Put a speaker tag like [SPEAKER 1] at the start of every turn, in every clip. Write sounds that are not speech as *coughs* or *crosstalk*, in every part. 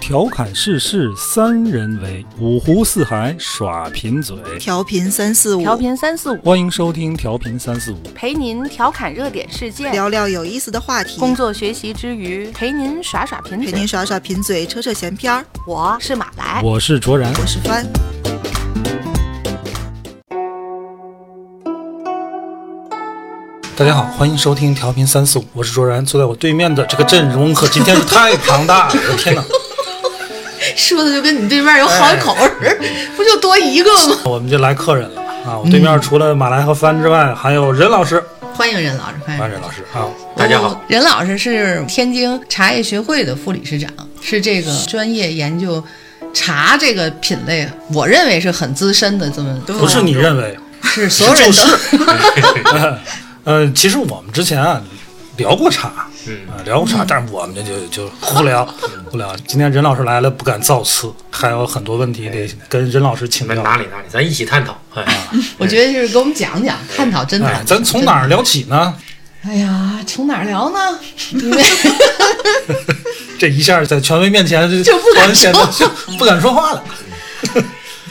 [SPEAKER 1] 调侃世事三人为，五湖四海耍贫嘴。
[SPEAKER 2] 调频三四五，
[SPEAKER 3] 调频三四五，
[SPEAKER 1] 欢迎收听调频三四五，
[SPEAKER 3] 陪您调侃热点事件，
[SPEAKER 2] 聊聊有意思的话题，
[SPEAKER 3] 工作学习之余陪您耍耍贫
[SPEAKER 2] 陪您
[SPEAKER 3] 嘴。
[SPEAKER 2] 耍耍贫嘴，扯扯闲篇儿。
[SPEAKER 3] 我是马
[SPEAKER 2] 哎
[SPEAKER 3] 来，
[SPEAKER 1] 我是卓然。
[SPEAKER 2] 我是帆，
[SPEAKER 1] 大家好，欢迎收听调频三四五，我是卓然。坐在我对面的这个阵容可今天是太庞大了，我的天哪！
[SPEAKER 2] 说的就跟你对面有好几口人，
[SPEAKER 4] *laughs*
[SPEAKER 2] 不就多一个吗？
[SPEAKER 1] 我们就来客人了啊！我对面除了马来和帆之外，还有任老师，
[SPEAKER 4] 欢迎任老师，
[SPEAKER 2] 哎
[SPEAKER 4] 欢迎
[SPEAKER 1] 啊，任老师啊，
[SPEAKER 5] 大家好，
[SPEAKER 4] 任老师是天津茶叶学会的副理事长，是这个专业研究茶这个品类，我认为是很资深的这么
[SPEAKER 1] 不是你认为，
[SPEAKER 4] 是所有人都、 *laughs*
[SPEAKER 1] 呃，其实我们之前啊聊过茶，嗯、聊过茶，但是我们就就胡聊胡聊。今天任老师来了，不敢造次，还有很多问题得跟任老师请
[SPEAKER 5] 那
[SPEAKER 1] 教。
[SPEAKER 5] 哪里哪里，咱一起探讨。哎，
[SPEAKER 4] 我觉得就是给我们讲讲，探讨真
[SPEAKER 1] 哎
[SPEAKER 4] 的。，
[SPEAKER 1] 咱从哪儿聊起呢？
[SPEAKER 4] 哎呀，从哪儿聊呢？因为
[SPEAKER 1] 这一下在权威面前就
[SPEAKER 4] 就不敢
[SPEAKER 1] 突然显得就不敢说话了。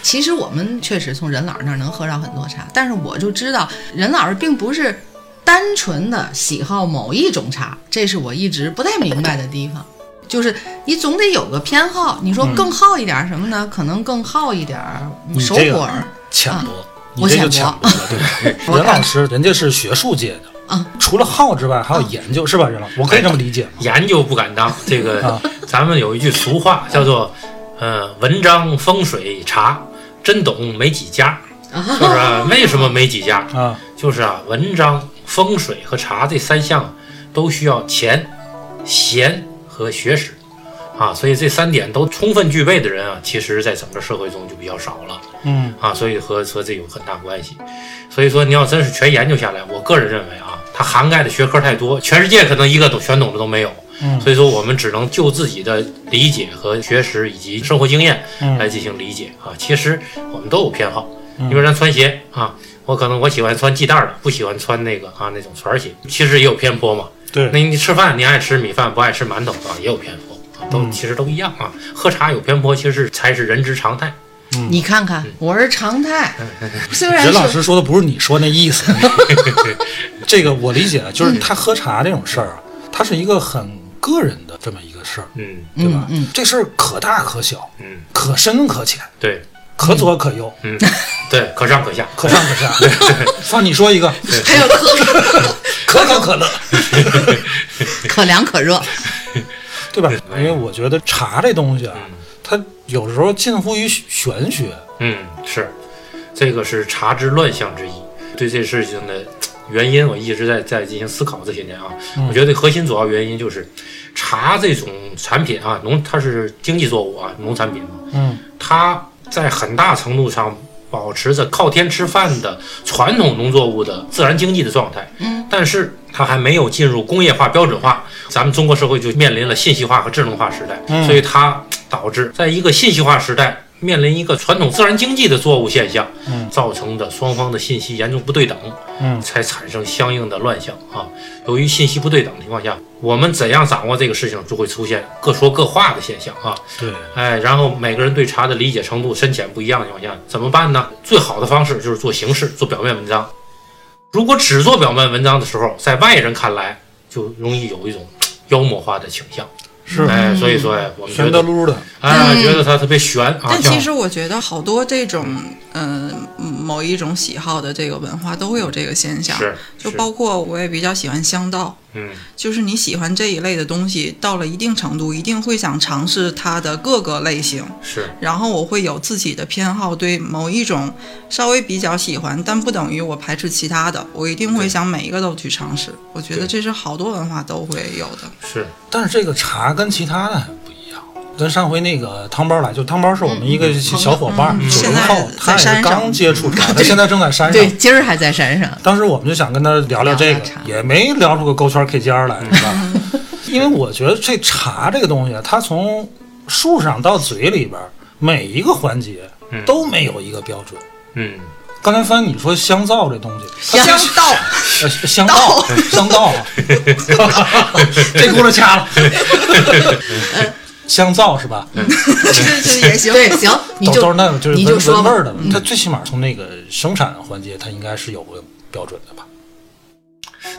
[SPEAKER 4] 其实我们确实从任老师那儿能喝上很多茶，但是我就知道任老师并不是单纯的喜好某一种茶，这是我一直不太明白的地方。就是你总得有个偏好，你说更好一点儿什么呢？可能更好一点儿
[SPEAKER 1] 你
[SPEAKER 4] 手
[SPEAKER 1] 这个
[SPEAKER 4] 果儿
[SPEAKER 1] 浅薄，你
[SPEAKER 4] 我
[SPEAKER 1] 这就
[SPEAKER 4] 浅
[SPEAKER 1] 浅
[SPEAKER 4] 薄
[SPEAKER 1] 薄了，对吧？
[SPEAKER 4] 我
[SPEAKER 1] 任
[SPEAKER 4] 看
[SPEAKER 1] 老师人家是学术界的，
[SPEAKER 4] 嗯
[SPEAKER 1] 除了好之外，还有研究，是吧？任老师，我可以这么理解吗？
[SPEAKER 5] 研究不敢当，这个咱们有一句俗话叫做，呃，文章风水茶，真懂没几家。就是啊为什么没几家？
[SPEAKER 1] 啊，
[SPEAKER 5] 就是啊，文章、风水和茶这三项都需要钱、闲和学识啊，所以这三点都充分具备的人啊，其实在整个社会中就比较少了。
[SPEAKER 1] 嗯
[SPEAKER 5] 啊，所以和和这有很大关系。所以说，你要真是全研究下来，我个人认为啊，它涵盖的学科太多，全世界可能一个都全懂的都没有。
[SPEAKER 1] 嗯
[SPEAKER 5] 所以说，我们只能就自己的理解和学识以及生活经验来
[SPEAKER 1] 嗯
[SPEAKER 5] 进行理解啊。其实我们都有偏好，你比如咱穿鞋啊，我可能我喜欢穿系带儿的，不喜欢穿那个啊那种船鞋，其实也有偏颇嘛。那
[SPEAKER 1] 对，
[SPEAKER 5] 你吃饭，你爱吃米饭，不爱吃馒头啊，也有偏颇啊，都
[SPEAKER 1] 嗯
[SPEAKER 5] 其实都一样啊。喝茶有偏颇，其实才是人之常态。
[SPEAKER 4] 你看看，我是常态。虽然
[SPEAKER 1] 任老
[SPEAKER 4] 是
[SPEAKER 1] 师说的不是你说那意思，这个我理解，
[SPEAKER 4] 嗯
[SPEAKER 1] 就是他喝茶这种事儿啊，它是一个很个人的这么一个事儿，
[SPEAKER 5] 嗯
[SPEAKER 1] 对吧？
[SPEAKER 4] 嗯嗯
[SPEAKER 1] 这事儿可大可小，
[SPEAKER 5] 嗯，
[SPEAKER 1] 可深可浅，
[SPEAKER 5] 对。
[SPEAKER 1] 可左可右， *laughs*
[SPEAKER 5] 嗯，对，可上可下。
[SPEAKER 1] 可上可下。
[SPEAKER 5] 嗯
[SPEAKER 1] *laughs* 放你说一个，
[SPEAKER 4] *laughs* 还有可
[SPEAKER 1] *laughs* 可口
[SPEAKER 5] *laughs*
[SPEAKER 1] 可乐，
[SPEAKER 4] 可凉可热，
[SPEAKER 1] 对吧？因为我觉得茶这东西啊，它有时候近乎于玄学。
[SPEAKER 5] 嗯，是，这个是茶之乱象之一。对这事情的原因，我一直在在进行思考这些年啊。我觉得核心主要原因就是，茶这种产品啊，农它是经济作物啊，农产品嘛，
[SPEAKER 1] 嗯
[SPEAKER 5] 它在很大程度上保持着靠天吃饭的传统农作物的自然经济的状态。
[SPEAKER 4] 嗯，
[SPEAKER 5] 但是它还没有进入工业化、标准化，咱们中国社会就面临了信息化和智能化时代，
[SPEAKER 1] 嗯
[SPEAKER 5] 所以它导致在一个信息化时代。面临一个传统自然经济的作物现象，
[SPEAKER 1] 嗯
[SPEAKER 5] 造成的双方的信息严重不对等，
[SPEAKER 1] 嗯
[SPEAKER 5] 才产生相应的乱象啊。由于信息不对等的情况下，我们怎样掌握这个事情，就会出现各说各话的现象啊。
[SPEAKER 1] 对，
[SPEAKER 5] 哎，然后每个人对茶的理解程度深浅不一样的情况下，怎么办呢？最好的方式就是做形式，做表面文章。如果只做表面文章的时候，在外人看来就容易有一种嘖妖魔化的倾向。
[SPEAKER 1] 是
[SPEAKER 5] 哎，所以说哎，我们觉
[SPEAKER 1] 玄德
[SPEAKER 5] 得
[SPEAKER 1] 噜的。
[SPEAKER 5] 哎，觉得它特别悬啊。
[SPEAKER 6] 嗯但
[SPEAKER 5] 像
[SPEAKER 6] 其实我觉得好多这种，嗯、某一种喜好的这个文化都会有这个现象，
[SPEAKER 5] 是
[SPEAKER 6] 就是包括我也比较喜欢香道，
[SPEAKER 5] 嗯
[SPEAKER 6] 就是你喜欢这一类的东西，到了一定程度，一定会想尝试它的各个类型，
[SPEAKER 5] 是
[SPEAKER 6] 然后我会有自己的偏好，对某一种稍微比较喜欢，但不等于我排斥其他的，我一定会
[SPEAKER 5] 对
[SPEAKER 6] 想每一个都去尝试。我觉得
[SPEAKER 5] 对
[SPEAKER 6] 这是好多文化都会有的。
[SPEAKER 5] 是
[SPEAKER 1] 但是这个茶跟其他的还不一样。跟上回那个汤包来，就汤包是我们一个小伙伴，九零
[SPEAKER 6] 嗯现在
[SPEAKER 1] 后，他也
[SPEAKER 6] 在
[SPEAKER 1] 是
[SPEAKER 6] 山上
[SPEAKER 1] 刚接
[SPEAKER 6] *laughs*
[SPEAKER 1] 触茶，他现在正在山上
[SPEAKER 4] 对，。今儿还在山上。
[SPEAKER 1] 当时我们就想跟他聊聊这个
[SPEAKER 4] 聊聊茶，
[SPEAKER 1] 也没聊出个勾圈 K 尖儿来，是
[SPEAKER 6] *laughs*
[SPEAKER 1] 吧？因为我觉得这茶这个东西，啊它从树上到嘴里边儿，每一个环节
[SPEAKER 5] 嗯
[SPEAKER 1] 都没有一个标准。
[SPEAKER 5] 嗯
[SPEAKER 1] 刚才翻你说香皂这东西，
[SPEAKER 4] 香
[SPEAKER 6] 道，
[SPEAKER 1] *laughs* 呃，香道，
[SPEAKER 2] *laughs* *laughs*
[SPEAKER 1] 香道啊，这轱辘掐了。香皂是吧？
[SPEAKER 6] 这这
[SPEAKER 5] *laughs*
[SPEAKER 6] 也行。
[SPEAKER 2] 对，行，嗯你
[SPEAKER 1] 都
[SPEAKER 2] 就
[SPEAKER 1] 都是那种就是
[SPEAKER 2] 你就
[SPEAKER 1] 闻
[SPEAKER 2] 说
[SPEAKER 1] 闻味
[SPEAKER 2] 吧嗯
[SPEAKER 1] 儿的，它最起码从那个生产环节，它应该是有个标准的吧？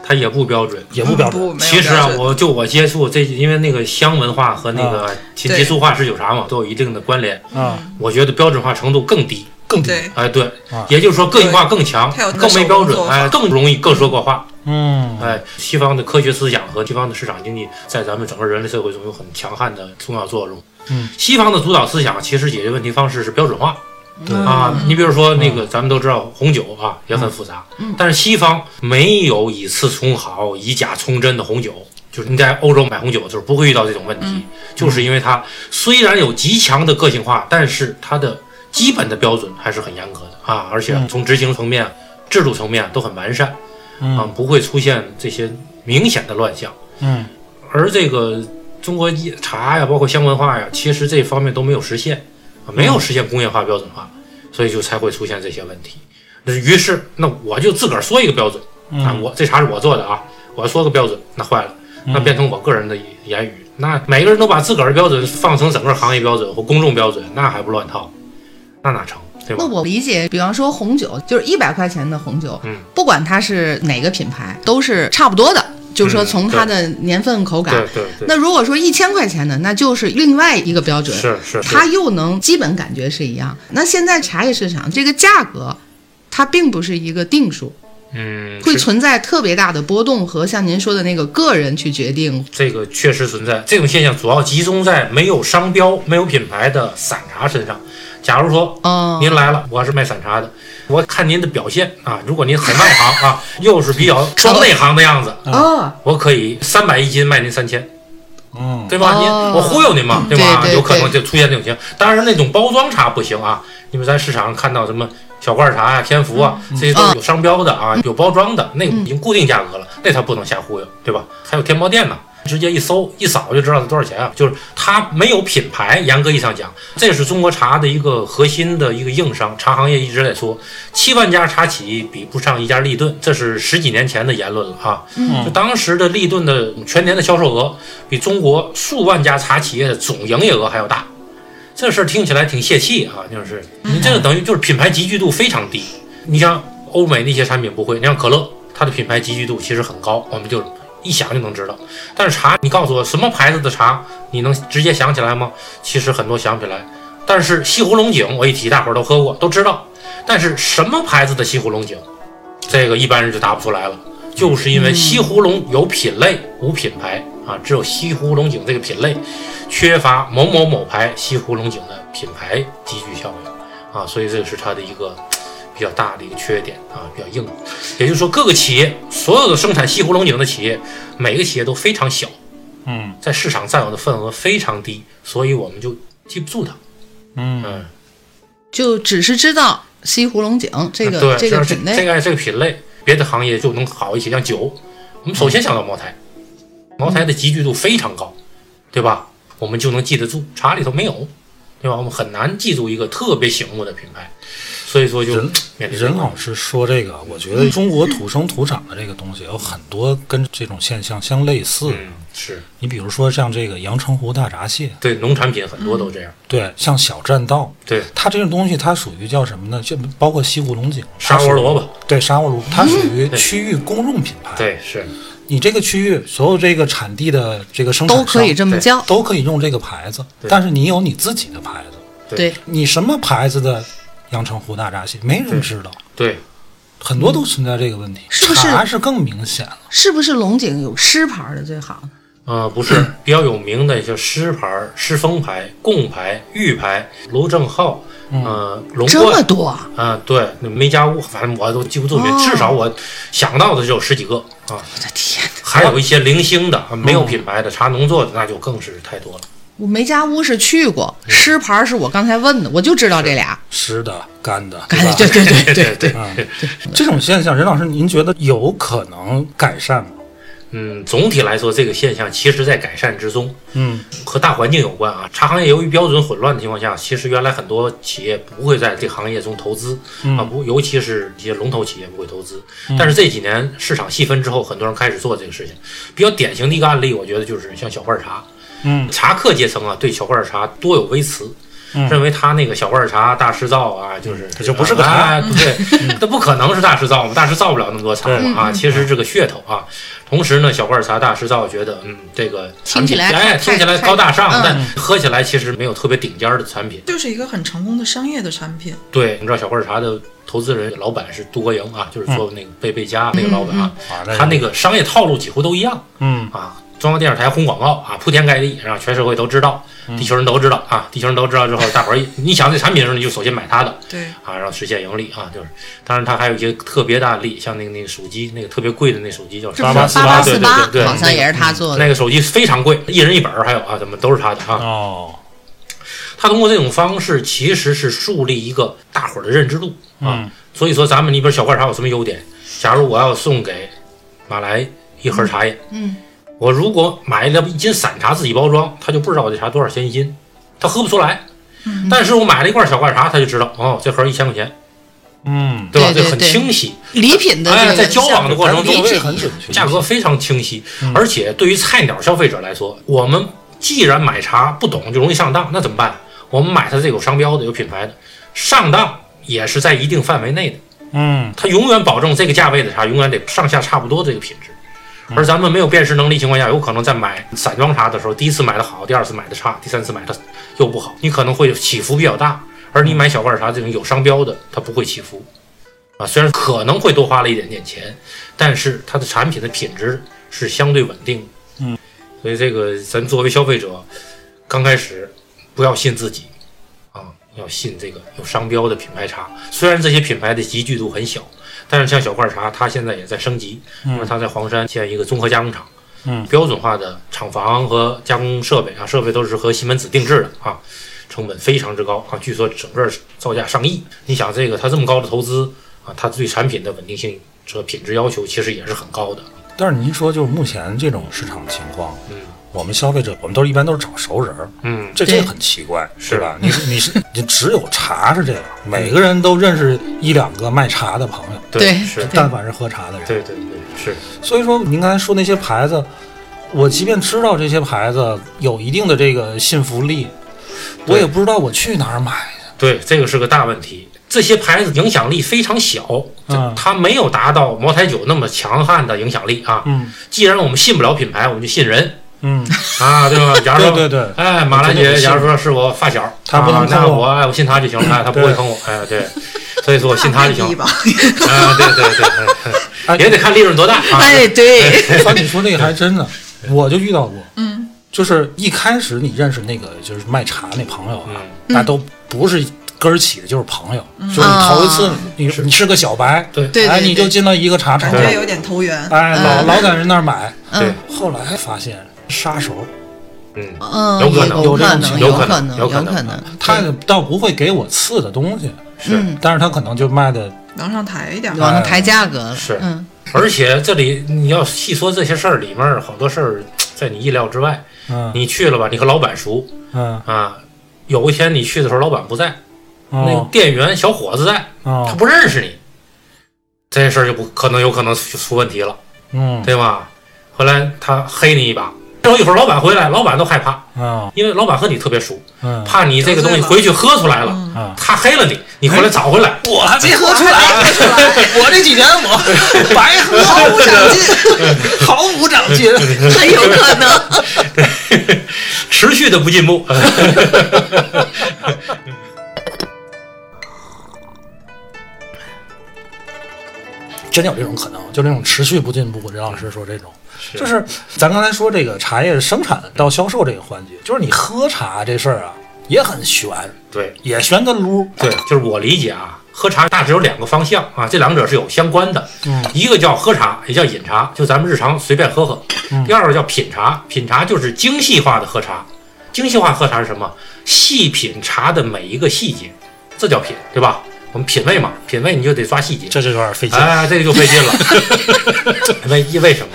[SPEAKER 5] 它也不标准。
[SPEAKER 1] 也不标
[SPEAKER 6] 嗯不
[SPEAKER 1] 准，
[SPEAKER 6] 没有
[SPEAKER 5] 其实啊
[SPEAKER 6] 标，准
[SPEAKER 5] 我就我接触这，因为那个香文化和那个琴棋
[SPEAKER 6] 对
[SPEAKER 5] 书画是有啥嘛，都有一定的关联。
[SPEAKER 1] 啊，
[SPEAKER 5] 我觉得标准化程度更低，
[SPEAKER 1] 更低。
[SPEAKER 6] 对，
[SPEAKER 5] 哎，对
[SPEAKER 1] 啊，
[SPEAKER 5] 也就是说个性化更强
[SPEAKER 6] 它有，
[SPEAKER 5] 更没标准
[SPEAKER 6] 各种做，法
[SPEAKER 5] 哎，更容易各说各话。
[SPEAKER 1] 嗯，
[SPEAKER 5] 哎，西方的科学思想和西方的市场经济在咱们整个人类社会中有很强悍的重要作用。
[SPEAKER 1] 嗯，
[SPEAKER 5] 西方的主导思想其实解决问题方式是标准化
[SPEAKER 1] 对嗯
[SPEAKER 5] 啊。你比如说那个，咱们都知道红酒啊也很复杂，
[SPEAKER 1] 嗯
[SPEAKER 5] 但是西方没有以次充好、以假充真的红酒。就是你在欧洲买红酒，就是不会遇到这种问题，
[SPEAKER 1] 嗯
[SPEAKER 5] 就是因为它虽然有极强的个性化，但是它的基本的标准还是很严格的啊，而且
[SPEAKER 1] 嗯
[SPEAKER 5] 从执行层面、制度层面都很完善。啊
[SPEAKER 1] 嗯，
[SPEAKER 5] 不会出现这些明显的乱象。
[SPEAKER 1] 嗯，
[SPEAKER 5] 而这个中国一茶呀，包括香文化呀，其实这方面都没有实现，啊
[SPEAKER 4] 嗯
[SPEAKER 5] 没有实现工业化标准化，所以就才会出现这些问题。那于是，那我就自个儿说一个标准
[SPEAKER 4] 嗯
[SPEAKER 1] 嗯
[SPEAKER 5] 啊，我这茶是我做的啊，我说个标准，那坏了，那变
[SPEAKER 4] 嗯
[SPEAKER 5] 成我个人的言语，那每个人都把自个儿的标准放成整个行业标准或公众标准，那还不乱套，那哪成？对吧
[SPEAKER 4] 那？我理解，比方说红酒，就是一百块钱的红酒，
[SPEAKER 5] 嗯
[SPEAKER 4] 不管它是哪个品牌，都是差不多的，就是说
[SPEAKER 5] 嗯
[SPEAKER 4] 从它的年份、口感。
[SPEAKER 5] 对对对，
[SPEAKER 4] 那如果说一千块钱的，那就是另外一个标准，
[SPEAKER 5] 是是是，
[SPEAKER 4] 它又能基本感觉是一样。那现在茶叶市场这个价格，它并不是一个定数，
[SPEAKER 5] 嗯
[SPEAKER 4] 会
[SPEAKER 5] 是
[SPEAKER 4] 存在特别大的波动和像您说的那个个人去决定。
[SPEAKER 5] 这个确实存在，这种现象主要集中在没有商标、没有品牌的散茶身上。假如说
[SPEAKER 4] 嗯，
[SPEAKER 5] 您来了，我是卖散茶的，我看您的表现啊，如果您很外行啊，又是比较装内行的样子，
[SPEAKER 4] 哦，
[SPEAKER 5] 我可以三百一斤卖您三千，
[SPEAKER 1] 嗯，
[SPEAKER 5] 对吧？您
[SPEAKER 4] 哦
[SPEAKER 5] 我忽悠您嘛，
[SPEAKER 4] 对
[SPEAKER 5] 吧？
[SPEAKER 4] 对
[SPEAKER 5] 有可能就出现这种情况。当然，那种包装茶不行啊，因为咱市场上看到什么小罐茶呀、天福啊，
[SPEAKER 4] 嗯
[SPEAKER 5] 这些都是有商标的啊，有包装的，那个已经固定价格了，那他不能瞎忽悠，对吧？还有天猫店呢。直接一搜一扫就知道它多少钱啊！就是它没有品牌，严格意义上讲，这是中国茶的一个核心的一个硬伤。茶行业一直在说，七万家茶企比不上一家立顿，这是十几年前的言论了啊。
[SPEAKER 4] 嗯
[SPEAKER 5] 就当时的立顿的全年的销售额比中国数万家茶企业的总营业额还要大。这事儿听起来挺泄气啊，就是你这个等于就是品牌集聚度非常低。你像欧美那些产品不会，你像可乐，它的品牌集聚度其实很高，我们就一想就能知道。但是茶，你告诉我什么牌子的茶，你能直接想起来吗？其实很多想不起来。但是西湖龙井，我一提大伙儿都喝过，都知道。但是什么牌子的西湖龙井，这个一般人就答不出来了。就是因为
[SPEAKER 1] 嗯
[SPEAKER 5] 西湖龙有品类无品牌啊，只有西湖龙井这个品类缺乏某某某牌西湖龙井的品牌集聚效应啊，所以这个是它的一个比较大的一个缺点啊，比较硬。也就是说，各个企业所有的生产西湖龙井的企业，每个企业都非常小，
[SPEAKER 1] 嗯
[SPEAKER 5] 在市场占有的份额非常低，所以我们就记不住它。
[SPEAKER 1] 嗯
[SPEAKER 5] 嗯，
[SPEAKER 4] 就只是知道西湖龙井这个、
[SPEAKER 5] 嗯对，
[SPEAKER 4] 这个
[SPEAKER 5] 像
[SPEAKER 4] 品
[SPEAKER 5] 这
[SPEAKER 4] 类，
[SPEAKER 5] 个这个品类，别的行业就能好一些，像酒，我们首先想到茅台，茅台的集聚度非常高，对吧？我们就能记得住，茶里头没有，对吧？我们很难记住一个特别醒目的品牌，所以说就
[SPEAKER 1] 人
[SPEAKER 5] 面临这个
[SPEAKER 1] 任老师说这个，我觉得中国土生土长的这个东西有很多跟这种现象相类似。
[SPEAKER 5] 嗯，是
[SPEAKER 1] 你比如说像这个阳澄湖大闸蟹，
[SPEAKER 5] 对农产品很多都这样，
[SPEAKER 1] 对，像小栈道，
[SPEAKER 5] 对
[SPEAKER 1] 它这种东西它属于叫什么呢？就包括西湖龙井、
[SPEAKER 5] 沙窝萝
[SPEAKER 1] 卜，
[SPEAKER 5] 卜，
[SPEAKER 1] 对，沙窝萝
[SPEAKER 4] 嗯
[SPEAKER 1] 卜，它属于
[SPEAKER 5] 对
[SPEAKER 1] 区域公众品牌。，
[SPEAKER 5] 对是，
[SPEAKER 1] 你这个区域所有这个产地的这个
[SPEAKER 5] 嗯
[SPEAKER 1] 生产
[SPEAKER 4] 都可以
[SPEAKER 1] 商
[SPEAKER 4] 这么
[SPEAKER 5] 对
[SPEAKER 4] 叫。
[SPEAKER 1] 都可以用这个牌子，
[SPEAKER 5] 对
[SPEAKER 1] 但是你有你自己的牌子，
[SPEAKER 5] 对
[SPEAKER 4] 对
[SPEAKER 1] 你什么牌子的阳澄湖大闸蟹，没人知道，
[SPEAKER 5] 对
[SPEAKER 1] 很多都存在这个问题。
[SPEAKER 4] 是不是
[SPEAKER 1] 茶是更明显了？
[SPEAKER 4] 是不是龙井有狮牌的最好？
[SPEAKER 5] 呃，不是比较有名的，像狮牌、狮峰牌、贡牌、玉牌、卢正浩，
[SPEAKER 1] 嗯
[SPEAKER 5] 呃，龙
[SPEAKER 4] 这
[SPEAKER 5] 冠
[SPEAKER 4] 么，多啊，
[SPEAKER 5] 啊，对，那梅家屋，反正我都记不住名，至少我想到的只有十几个啊，
[SPEAKER 4] 哦我的天哪！嗯
[SPEAKER 5] 还有一些零星的啊没有品牌的茶农做的，那就更是太多了。
[SPEAKER 4] 我梅家屋是去过，
[SPEAKER 5] 嗯
[SPEAKER 4] 狮牌是我刚才问的，我就知道这俩。
[SPEAKER 1] 湿的、干的，
[SPEAKER 4] 哎
[SPEAKER 1] 吧？
[SPEAKER 4] *laughs* 对对
[SPEAKER 5] *laughs*
[SPEAKER 4] 对，
[SPEAKER 5] 对对对，
[SPEAKER 1] 啊，这种现象，任老师，您觉得有可能改善吗？
[SPEAKER 5] 嗯，总体来说，这个现象其实在改善之中，
[SPEAKER 1] 嗯
[SPEAKER 5] 和大环境有关啊。茶行业由于标准混乱的情况下，其实原来很多企业不会在这行业中投资、
[SPEAKER 4] 嗯
[SPEAKER 5] 啊，不，尤其是一些龙头企业不会投资。但是这几年市场细分之后，很多人开始做这个事情。比较典型的一个案例，我觉得就是像小罐茶，
[SPEAKER 1] 嗯
[SPEAKER 5] 茶客阶层啊，对小罐儿茶多有微词。
[SPEAKER 1] 嗯
[SPEAKER 5] 认为他那个小罐儿茶大师造啊，就是
[SPEAKER 1] 它就不是个茶嗯
[SPEAKER 5] 啊，不 *laughs* 对，它不可能是大师造嘛，大师造不了那么多茶
[SPEAKER 1] 对嗯
[SPEAKER 5] 嘛啊。其实这个噱头啊，同时呢，小罐儿茶大师造觉得，嗯，这个产
[SPEAKER 4] 听起
[SPEAKER 5] 品
[SPEAKER 4] 来
[SPEAKER 5] 哎，
[SPEAKER 4] 太
[SPEAKER 5] 听起来
[SPEAKER 4] 太
[SPEAKER 5] 高大上
[SPEAKER 4] 嗯，
[SPEAKER 5] 但喝起来其实没有特别顶尖儿的产品。
[SPEAKER 6] 就是一个很成功的商业的产品。
[SPEAKER 5] 对，你知道小罐儿茶的投资人老板是杜国营啊，就是
[SPEAKER 1] 嗯
[SPEAKER 5] 做那个贝贝佳那
[SPEAKER 4] 嗯
[SPEAKER 5] 个老板啊，
[SPEAKER 1] 啊
[SPEAKER 5] 他那个商业套路几乎都一样
[SPEAKER 1] 嗯
[SPEAKER 5] 啊。中央电视台轰广告啊，铺天盖地，让全社会都知道，地球人都知道啊，地球人都知道之后，大伙儿一你想这产品的时候，你就首先买它的，
[SPEAKER 6] 对，
[SPEAKER 5] 啊，然后实现盈利啊，就是，当然它还有一些特别的案例，像那个那个手机，那个特别贵的那手机叫什么？
[SPEAKER 1] 八八四八
[SPEAKER 5] 对
[SPEAKER 4] 四
[SPEAKER 5] 对
[SPEAKER 4] 八
[SPEAKER 5] 对对，
[SPEAKER 4] 好像也是他做的，
[SPEAKER 5] 那个手机非常贵，一人一本儿，还有啊，怎么都是他的啊。
[SPEAKER 1] 哦
[SPEAKER 5] 他通过这种方式，其实是树立一个大伙儿的认知度啊。
[SPEAKER 1] 嗯
[SPEAKER 5] 所以说，咱们那边小罐茶有什么优点？假如我要送给马来一盒茶叶，
[SPEAKER 4] 嗯，
[SPEAKER 5] 我如果买了一斤散茶自己包装，他就不知道我这茶多少钱一斤，他喝不出来。
[SPEAKER 4] 嗯
[SPEAKER 5] 但是我买了一罐小罐茶，他就知道哦，这盒一千块钱，
[SPEAKER 1] 嗯，
[SPEAKER 5] 对吧？
[SPEAKER 4] 对对
[SPEAKER 5] 这很
[SPEAKER 4] 对
[SPEAKER 5] 清晰，
[SPEAKER 4] 礼品的
[SPEAKER 5] 哎
[SPEAKER 4] 这个
[SPEAKER 5] 在交往的过程中
[SPEAKER 4] 理解
[SPEAKER 1] 很准确，
[SPEAKER 5] 价格非常清晰。而且对于菜鸟消费者来说，我们既然买茶不懂就容易上当，那怎么办？我们买它这有商标的、有品牌的，上当也是在一定范围内的。
[SPEAKER 1] 嗯
[SPEAKER 5] 它永远保证这个价位的茶永远得上下差不多这个品质。
[SPEAKER 1] 嗯
[SPEAKER 5] 而咱们没有辨识能力情况下，有可能在买散装茶的时候，第一次买的好，第二次买的差，第三次买的又不好，你可能会起伏比较大。而你买小罐茶这种有商标的，它不会起伏，啊，虽然可能会多花了一点点钱，但是它的产品的品质是相对稳定的。
[SPEAKER 1] 嗯，
[SPEAKER 5] 所以这个咱作为消费者，刚开始不要信自己，啊，要信这个有商标的品牌茶。虽然这些品牌的集聚度很小，但是像小罐茶，它现在也在升级，那么它在黄山建一个综合加工厂，
[SPEAKER 1] 嗯
[SPEAKER 5] 标准化的厂房和加工设备啊，设备都是和西门子定制的啊，成本非常之高啊，据说整个造价上亿。你想这个它这么高的投资啊，它对产品的稳定性和品质要求其实也是很高的。
[SPEAKER 1] 但是您说就是目前这种市场情况，
[SPEAKER 5] 嗯
[SPEAKER 1] 我们消费者我们都是一般都是找熟人儿，
[SPEAKER 5] 嗯，
[SPEAKER 1] 这
[SPEAKER 4] 对
[SPEAKER 1] 这很奇怪，是吧？你你是你只有茶是这样，每个人都认识一两个卖茶的朋友，
[SPEAKER 5] 对，
[SPEAKER 4] 对
[SPEAKER 5] 是，
[SPEAKER 1] 但凡是喝茶的人。
[SPEAKER 5] 对对对，是，
[SPEAKER 1] 所以说，您刚才说那些牌子，我即便知道这些牌子有一定的这个信服力，我
[SPEAKER 5] 对
[SPEAKER 1] 也不知道我去哪儿买。
[SPEAKER 5] 对，这个是个大问题。这些牌子影响力非常小，
[SPEAKER 1] 嗯
[SPEAKER 5] 它没有达到茅台酒那么强悍的影响力啊。
[SPEAKER 1] 嗯
[SPEAKER 5] 既然我们信不了品牌，我们就
[SPEAKER 1] *laughs*
[SPEAKER 5] 信人
[SPEAKER 1] 嗯，
[SPEAKER 5] 啊，对吧？假如说，
[SPEAKER 1] 对对对
[SPEAKER 5] 哎，马兰
[SPEAKER 1] 我真
[SPEAKER 5] 姐，
[SPEAKER 1] 的信
[SPEAKER 5] 假如说是我发小，
[SPEAKER 1] 她不能
[SPEAKER 5] 啊
[SPEAKER 1] 坑
[SPEAKER 5] 那
[SPEAKER 1] 我
[SPEAKER 5] 我哎，我信她就行了，哎，她不会坑我，哎，对，所以说我信她就行
[SPEAKER 6] 那未必吧
[SPEAKER 5] 了。啊，对对对哎，
[SPEAKER 1] 哎
[SPEAKER 5] 哎也得看利润多大啊。
[SPEAKER 4] 哎，对，
[SPEAKER 1] 反正你说那个还真的，我就遇到过。嗯，就是一开始你认识那个就是卖茶那朋友
[SPEAKER 4] 嗯
[SPEAKER 5] 嗯
[SPEAKER 1] 啊，大家都不是根儿起的，就是朋友。就是你头一次你你是个小白，
[SPEAKER 5] 对
[SPEAKER 4] 啊对
[SPEAKER 1] 哎，
[SPEAKER 4] 对嗯
[SPEAKER 1] 你就进到一个茶厂
[SPEAKER 6] 感
[SPEAKER 1] 了，
[SPEAKER 6] 觉有点投缘。
[SPEAKER 1] 哎，老老在人那儿买。
[SPEAKER 5] 对，
[SPEAKER 1] 后来发现杀手，
[SPEAKER 5] 嗯，
[SPEAKER 4] 嗯，
[SPEAKER 5] 有
[SPEAKER 4] 有
[SPEAKER 5] 可能
[SPEAKER 1] 有这
[SPEAKER 4] 可
[SPEAKER 1] 种
[SPEAKER 4] 能，
[SPEAKER 5] 有可
[SPEAKER 4] 可
[SPEAKER 5] 能
[SPEAKER 4] 能，
[SPEAKER 5] 有
[SPEAKER 4] 有
[SPEAKER 5] 可能
[SPEAKER 4] 能，
[SPEAKER 1] 他倒不会给我次的东西，
[SPEAKER 5] 是。
[SPEAKER 4] 嗯
[SPEAKER 1] 但是他可能就卖的
[SPEAKER 6] 能上台一点儿。
[SPEAKER 4] 往上抬价格了，
[SPEAKER 5] 是
[SPEAKER 4] 嗯，
[SPEAKER 5] 而且这里你要细说这些事儿，里面儿好多事儿在你意料之外。
[SPEAKER 1] 嗯
[SPEAKER 5] 你去了吧，你和老板熟
[SPEAKER 1] 嗯
[SPEAKER 5] 啊。有一天你去的时候，老板不在，那个
[SPEAKER 1] 哦
[SPEAKER 5] 店员小伙子在，他
[SPEAKER 1] 哦
[SPEAKER 5] 不认识你，这事儿就不可能有可能就出问题了，
[SPEAKER 1] 嗯
[SPEAKER 5] 对吧？后来他黑你一把，然后一会儿老板回来，老板都害怕，
[SPEAKER 1] 嗯
[SPEAKER 5] 因为老板和你特别熟，
[SPEAKER 1] 嗯，
[SPEAKER 5] 怕你这个东西
[SPEAKER 6] 得罪了
[SPEAKER 5] 回去喝出来了，
[SPEAKER 1] 嗯
[SPEAKER 5] 他黑了你，你
[SPEAKER 1] 哎
[SPEAKER 5] 回来找回来，
[SPEAKER 1] 我没喝出来，没喝出来， *laughs* 我这几年 *laughs* 我白喝，毫无长进， *laughs* 哎毫无长进。
[SPEAKER 4] 很有可能。
[SPEAKER 5] 持续的不进步。 *laughs*
[SPEAKER 1] 哎真有这种可能，就那种持续不进步。任老师说这种，就是咱刚才说这个茶叶生产到销售这个环节，就是你喝茶这事儿啊，也很悬，
[SPEAKER 5] 对
[SPEAKER 1] 也悬个撸。
[SPEAKER 5] 对，就是我理解啊，喝茶大致有两个方向啊，这两者是有相关的。
[SPEAKER 1] 嗯
[SPEAKER 5] 一个叫喝茶，也叫饮茶，就咱们日常随便喝喝。
[SPEAKER 1] 嗯
[SPEAKER 5] 第二个叫品茶，品茶就是精细化的喝茶。精细化喝茶是什么？细品茶的每一个细节，这叫品，对吧？我们品味嘛，品味你就得抓细节。
[SPEAKER 1] 这就有点费劲。
[SPEAKER 5] 哎，这个就费劲了。 *laughs* 为为什么？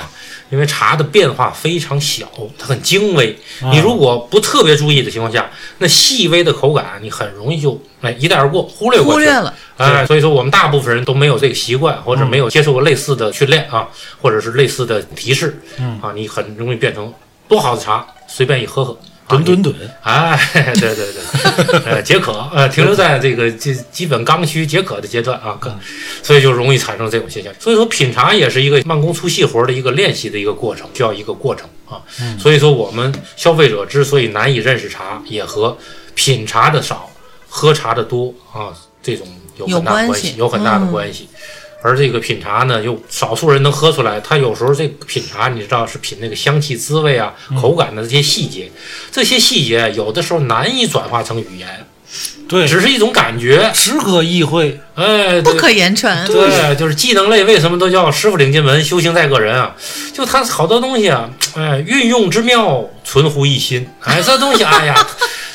[SPEAKER 5] 因为茶的变化非常小，它很精微。你如果不特别注意的情况下，那细微的口感你很容易就哎一带而过，忽略过
[SPEAKER 4] 忽
[SPEAKER 5] 去
[SPEAKER 4] 略了。
[SPEAKER 5] 哎，所以说我们大部分人都没有这个习惯，或者没有接受过类似的训练啊，或者是类似的提示，
[SPEAKER 1] 嗯
[SPEAKER 5] 啊，你很容易变成多好的茶，随便一喝喝，啊
[SPEAKER 1] 吨吨吨，
[SPEAKER 5] 哎，对对对，呃，解渴，呃，停留在这个基基本刚需解渴的阶段啊，
[SPEAKER 6] 嗯
[SPEAKER 5] 可所以就容易产生这种现象。所以说，品茶也是一个慢工出细活的一个练习的一个过程，需要一个过程啊。
[SPEAKER 6] 嗯
[SPEAKER 5] 所以说，我们消费者之所以难以认识茶，也和品茶的少、喝茶的多啊这种有
[SPEAKER 6] 有
[SPEAKER 5] 很大
[SPEAKER 6] 关
[SPEAKER 5] 关系
[SPEAKER 6] 系，嗯
[SPEAKER 5] 有很大的关系。而这个品茶呢，又少数人能喝出来。他有时候这个品茶，你知道是品那个香气、滋味啊、
[SPEAKER 6] 嗯
[SPEAKER 5] 口感的这些细节，这些细节有的时候难以转化成语言，
[SPEAKER 1] 对，
[SPEAKER 5] 只是一种感觉。
[SPEAKER 1] 只可意会，
[SPEAKER 5] 哎，
[SPEAKER 2] 不
[SPEAKER 5] 对
[SPEAKER 2] 可言传。
[SPEAKER 5] 对，就是技能类为什么都叫师傅领进门，修行在个人啊？就他好多东西啊，哎，运用之妙，存乎一心。哎，这东西，哎呀，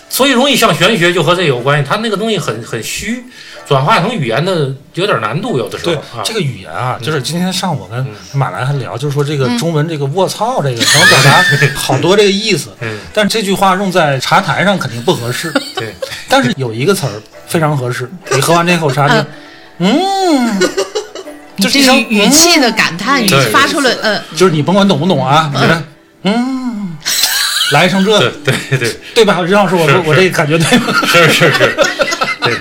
[SPEAKER 5] 所以容易像玄学就和这有关系。他那个东西很很虚，转化成语言的有点难度，有的时候
[SPEAKER 1] 对
[SPEAKER 5] 啊。
[SPEAKER 1] 这个语言啊，就是今天上午我跟
[SPEAKER 5] 嗯
[SPEAKER 1] 马兰还聊，就是说这
[SPEAKER 4] 嗯
[SPEAKER 1] 个中文这个“卧槽”
[SPEAKER 5] *laughs*
[SPEAKER 1] 这个能表达好多这个意思，
[SPEAKER 5] 嗯，
[SPEAKER 1] *laughs* 但这句话用在茶台上肯定不合
[SPEAKER 5] *laughs*
[SPEAKER 1] 适。
[SPEAKER 5] 对，
[SPEAKER 1] 但是有一个词儿非常合适，你喝完这口茶就，嗯，
[SPEAKER 2] 你
[SPEAKER 1] 就是
[SPEAKER 2] 这
[SPEAKER 1] 一声
[SPEAKER 2] 个语气的感叹语
[SPEAKER 5] 对
[SPEAKER 2] 发出了，嗯，
[SPEAKER 4] 呃
[SPEAKER 1] 嗯 *laughs* 就是你甭管懂不懂啊，你觉得嗯，来成这
[SPEAKER 5] 对，对对，
[SPEAKER 1] 对吧？任老师，我
[SPEAKER 5] 是
[SPEAKER 1] 说我
[SPEAKER 5] 是
[SPEAKER 1] 这感觉对吧？
[SPEAKER 5] 是
[SPEAKER 2] *laughs*
[SPEAKER 5] 是是，对。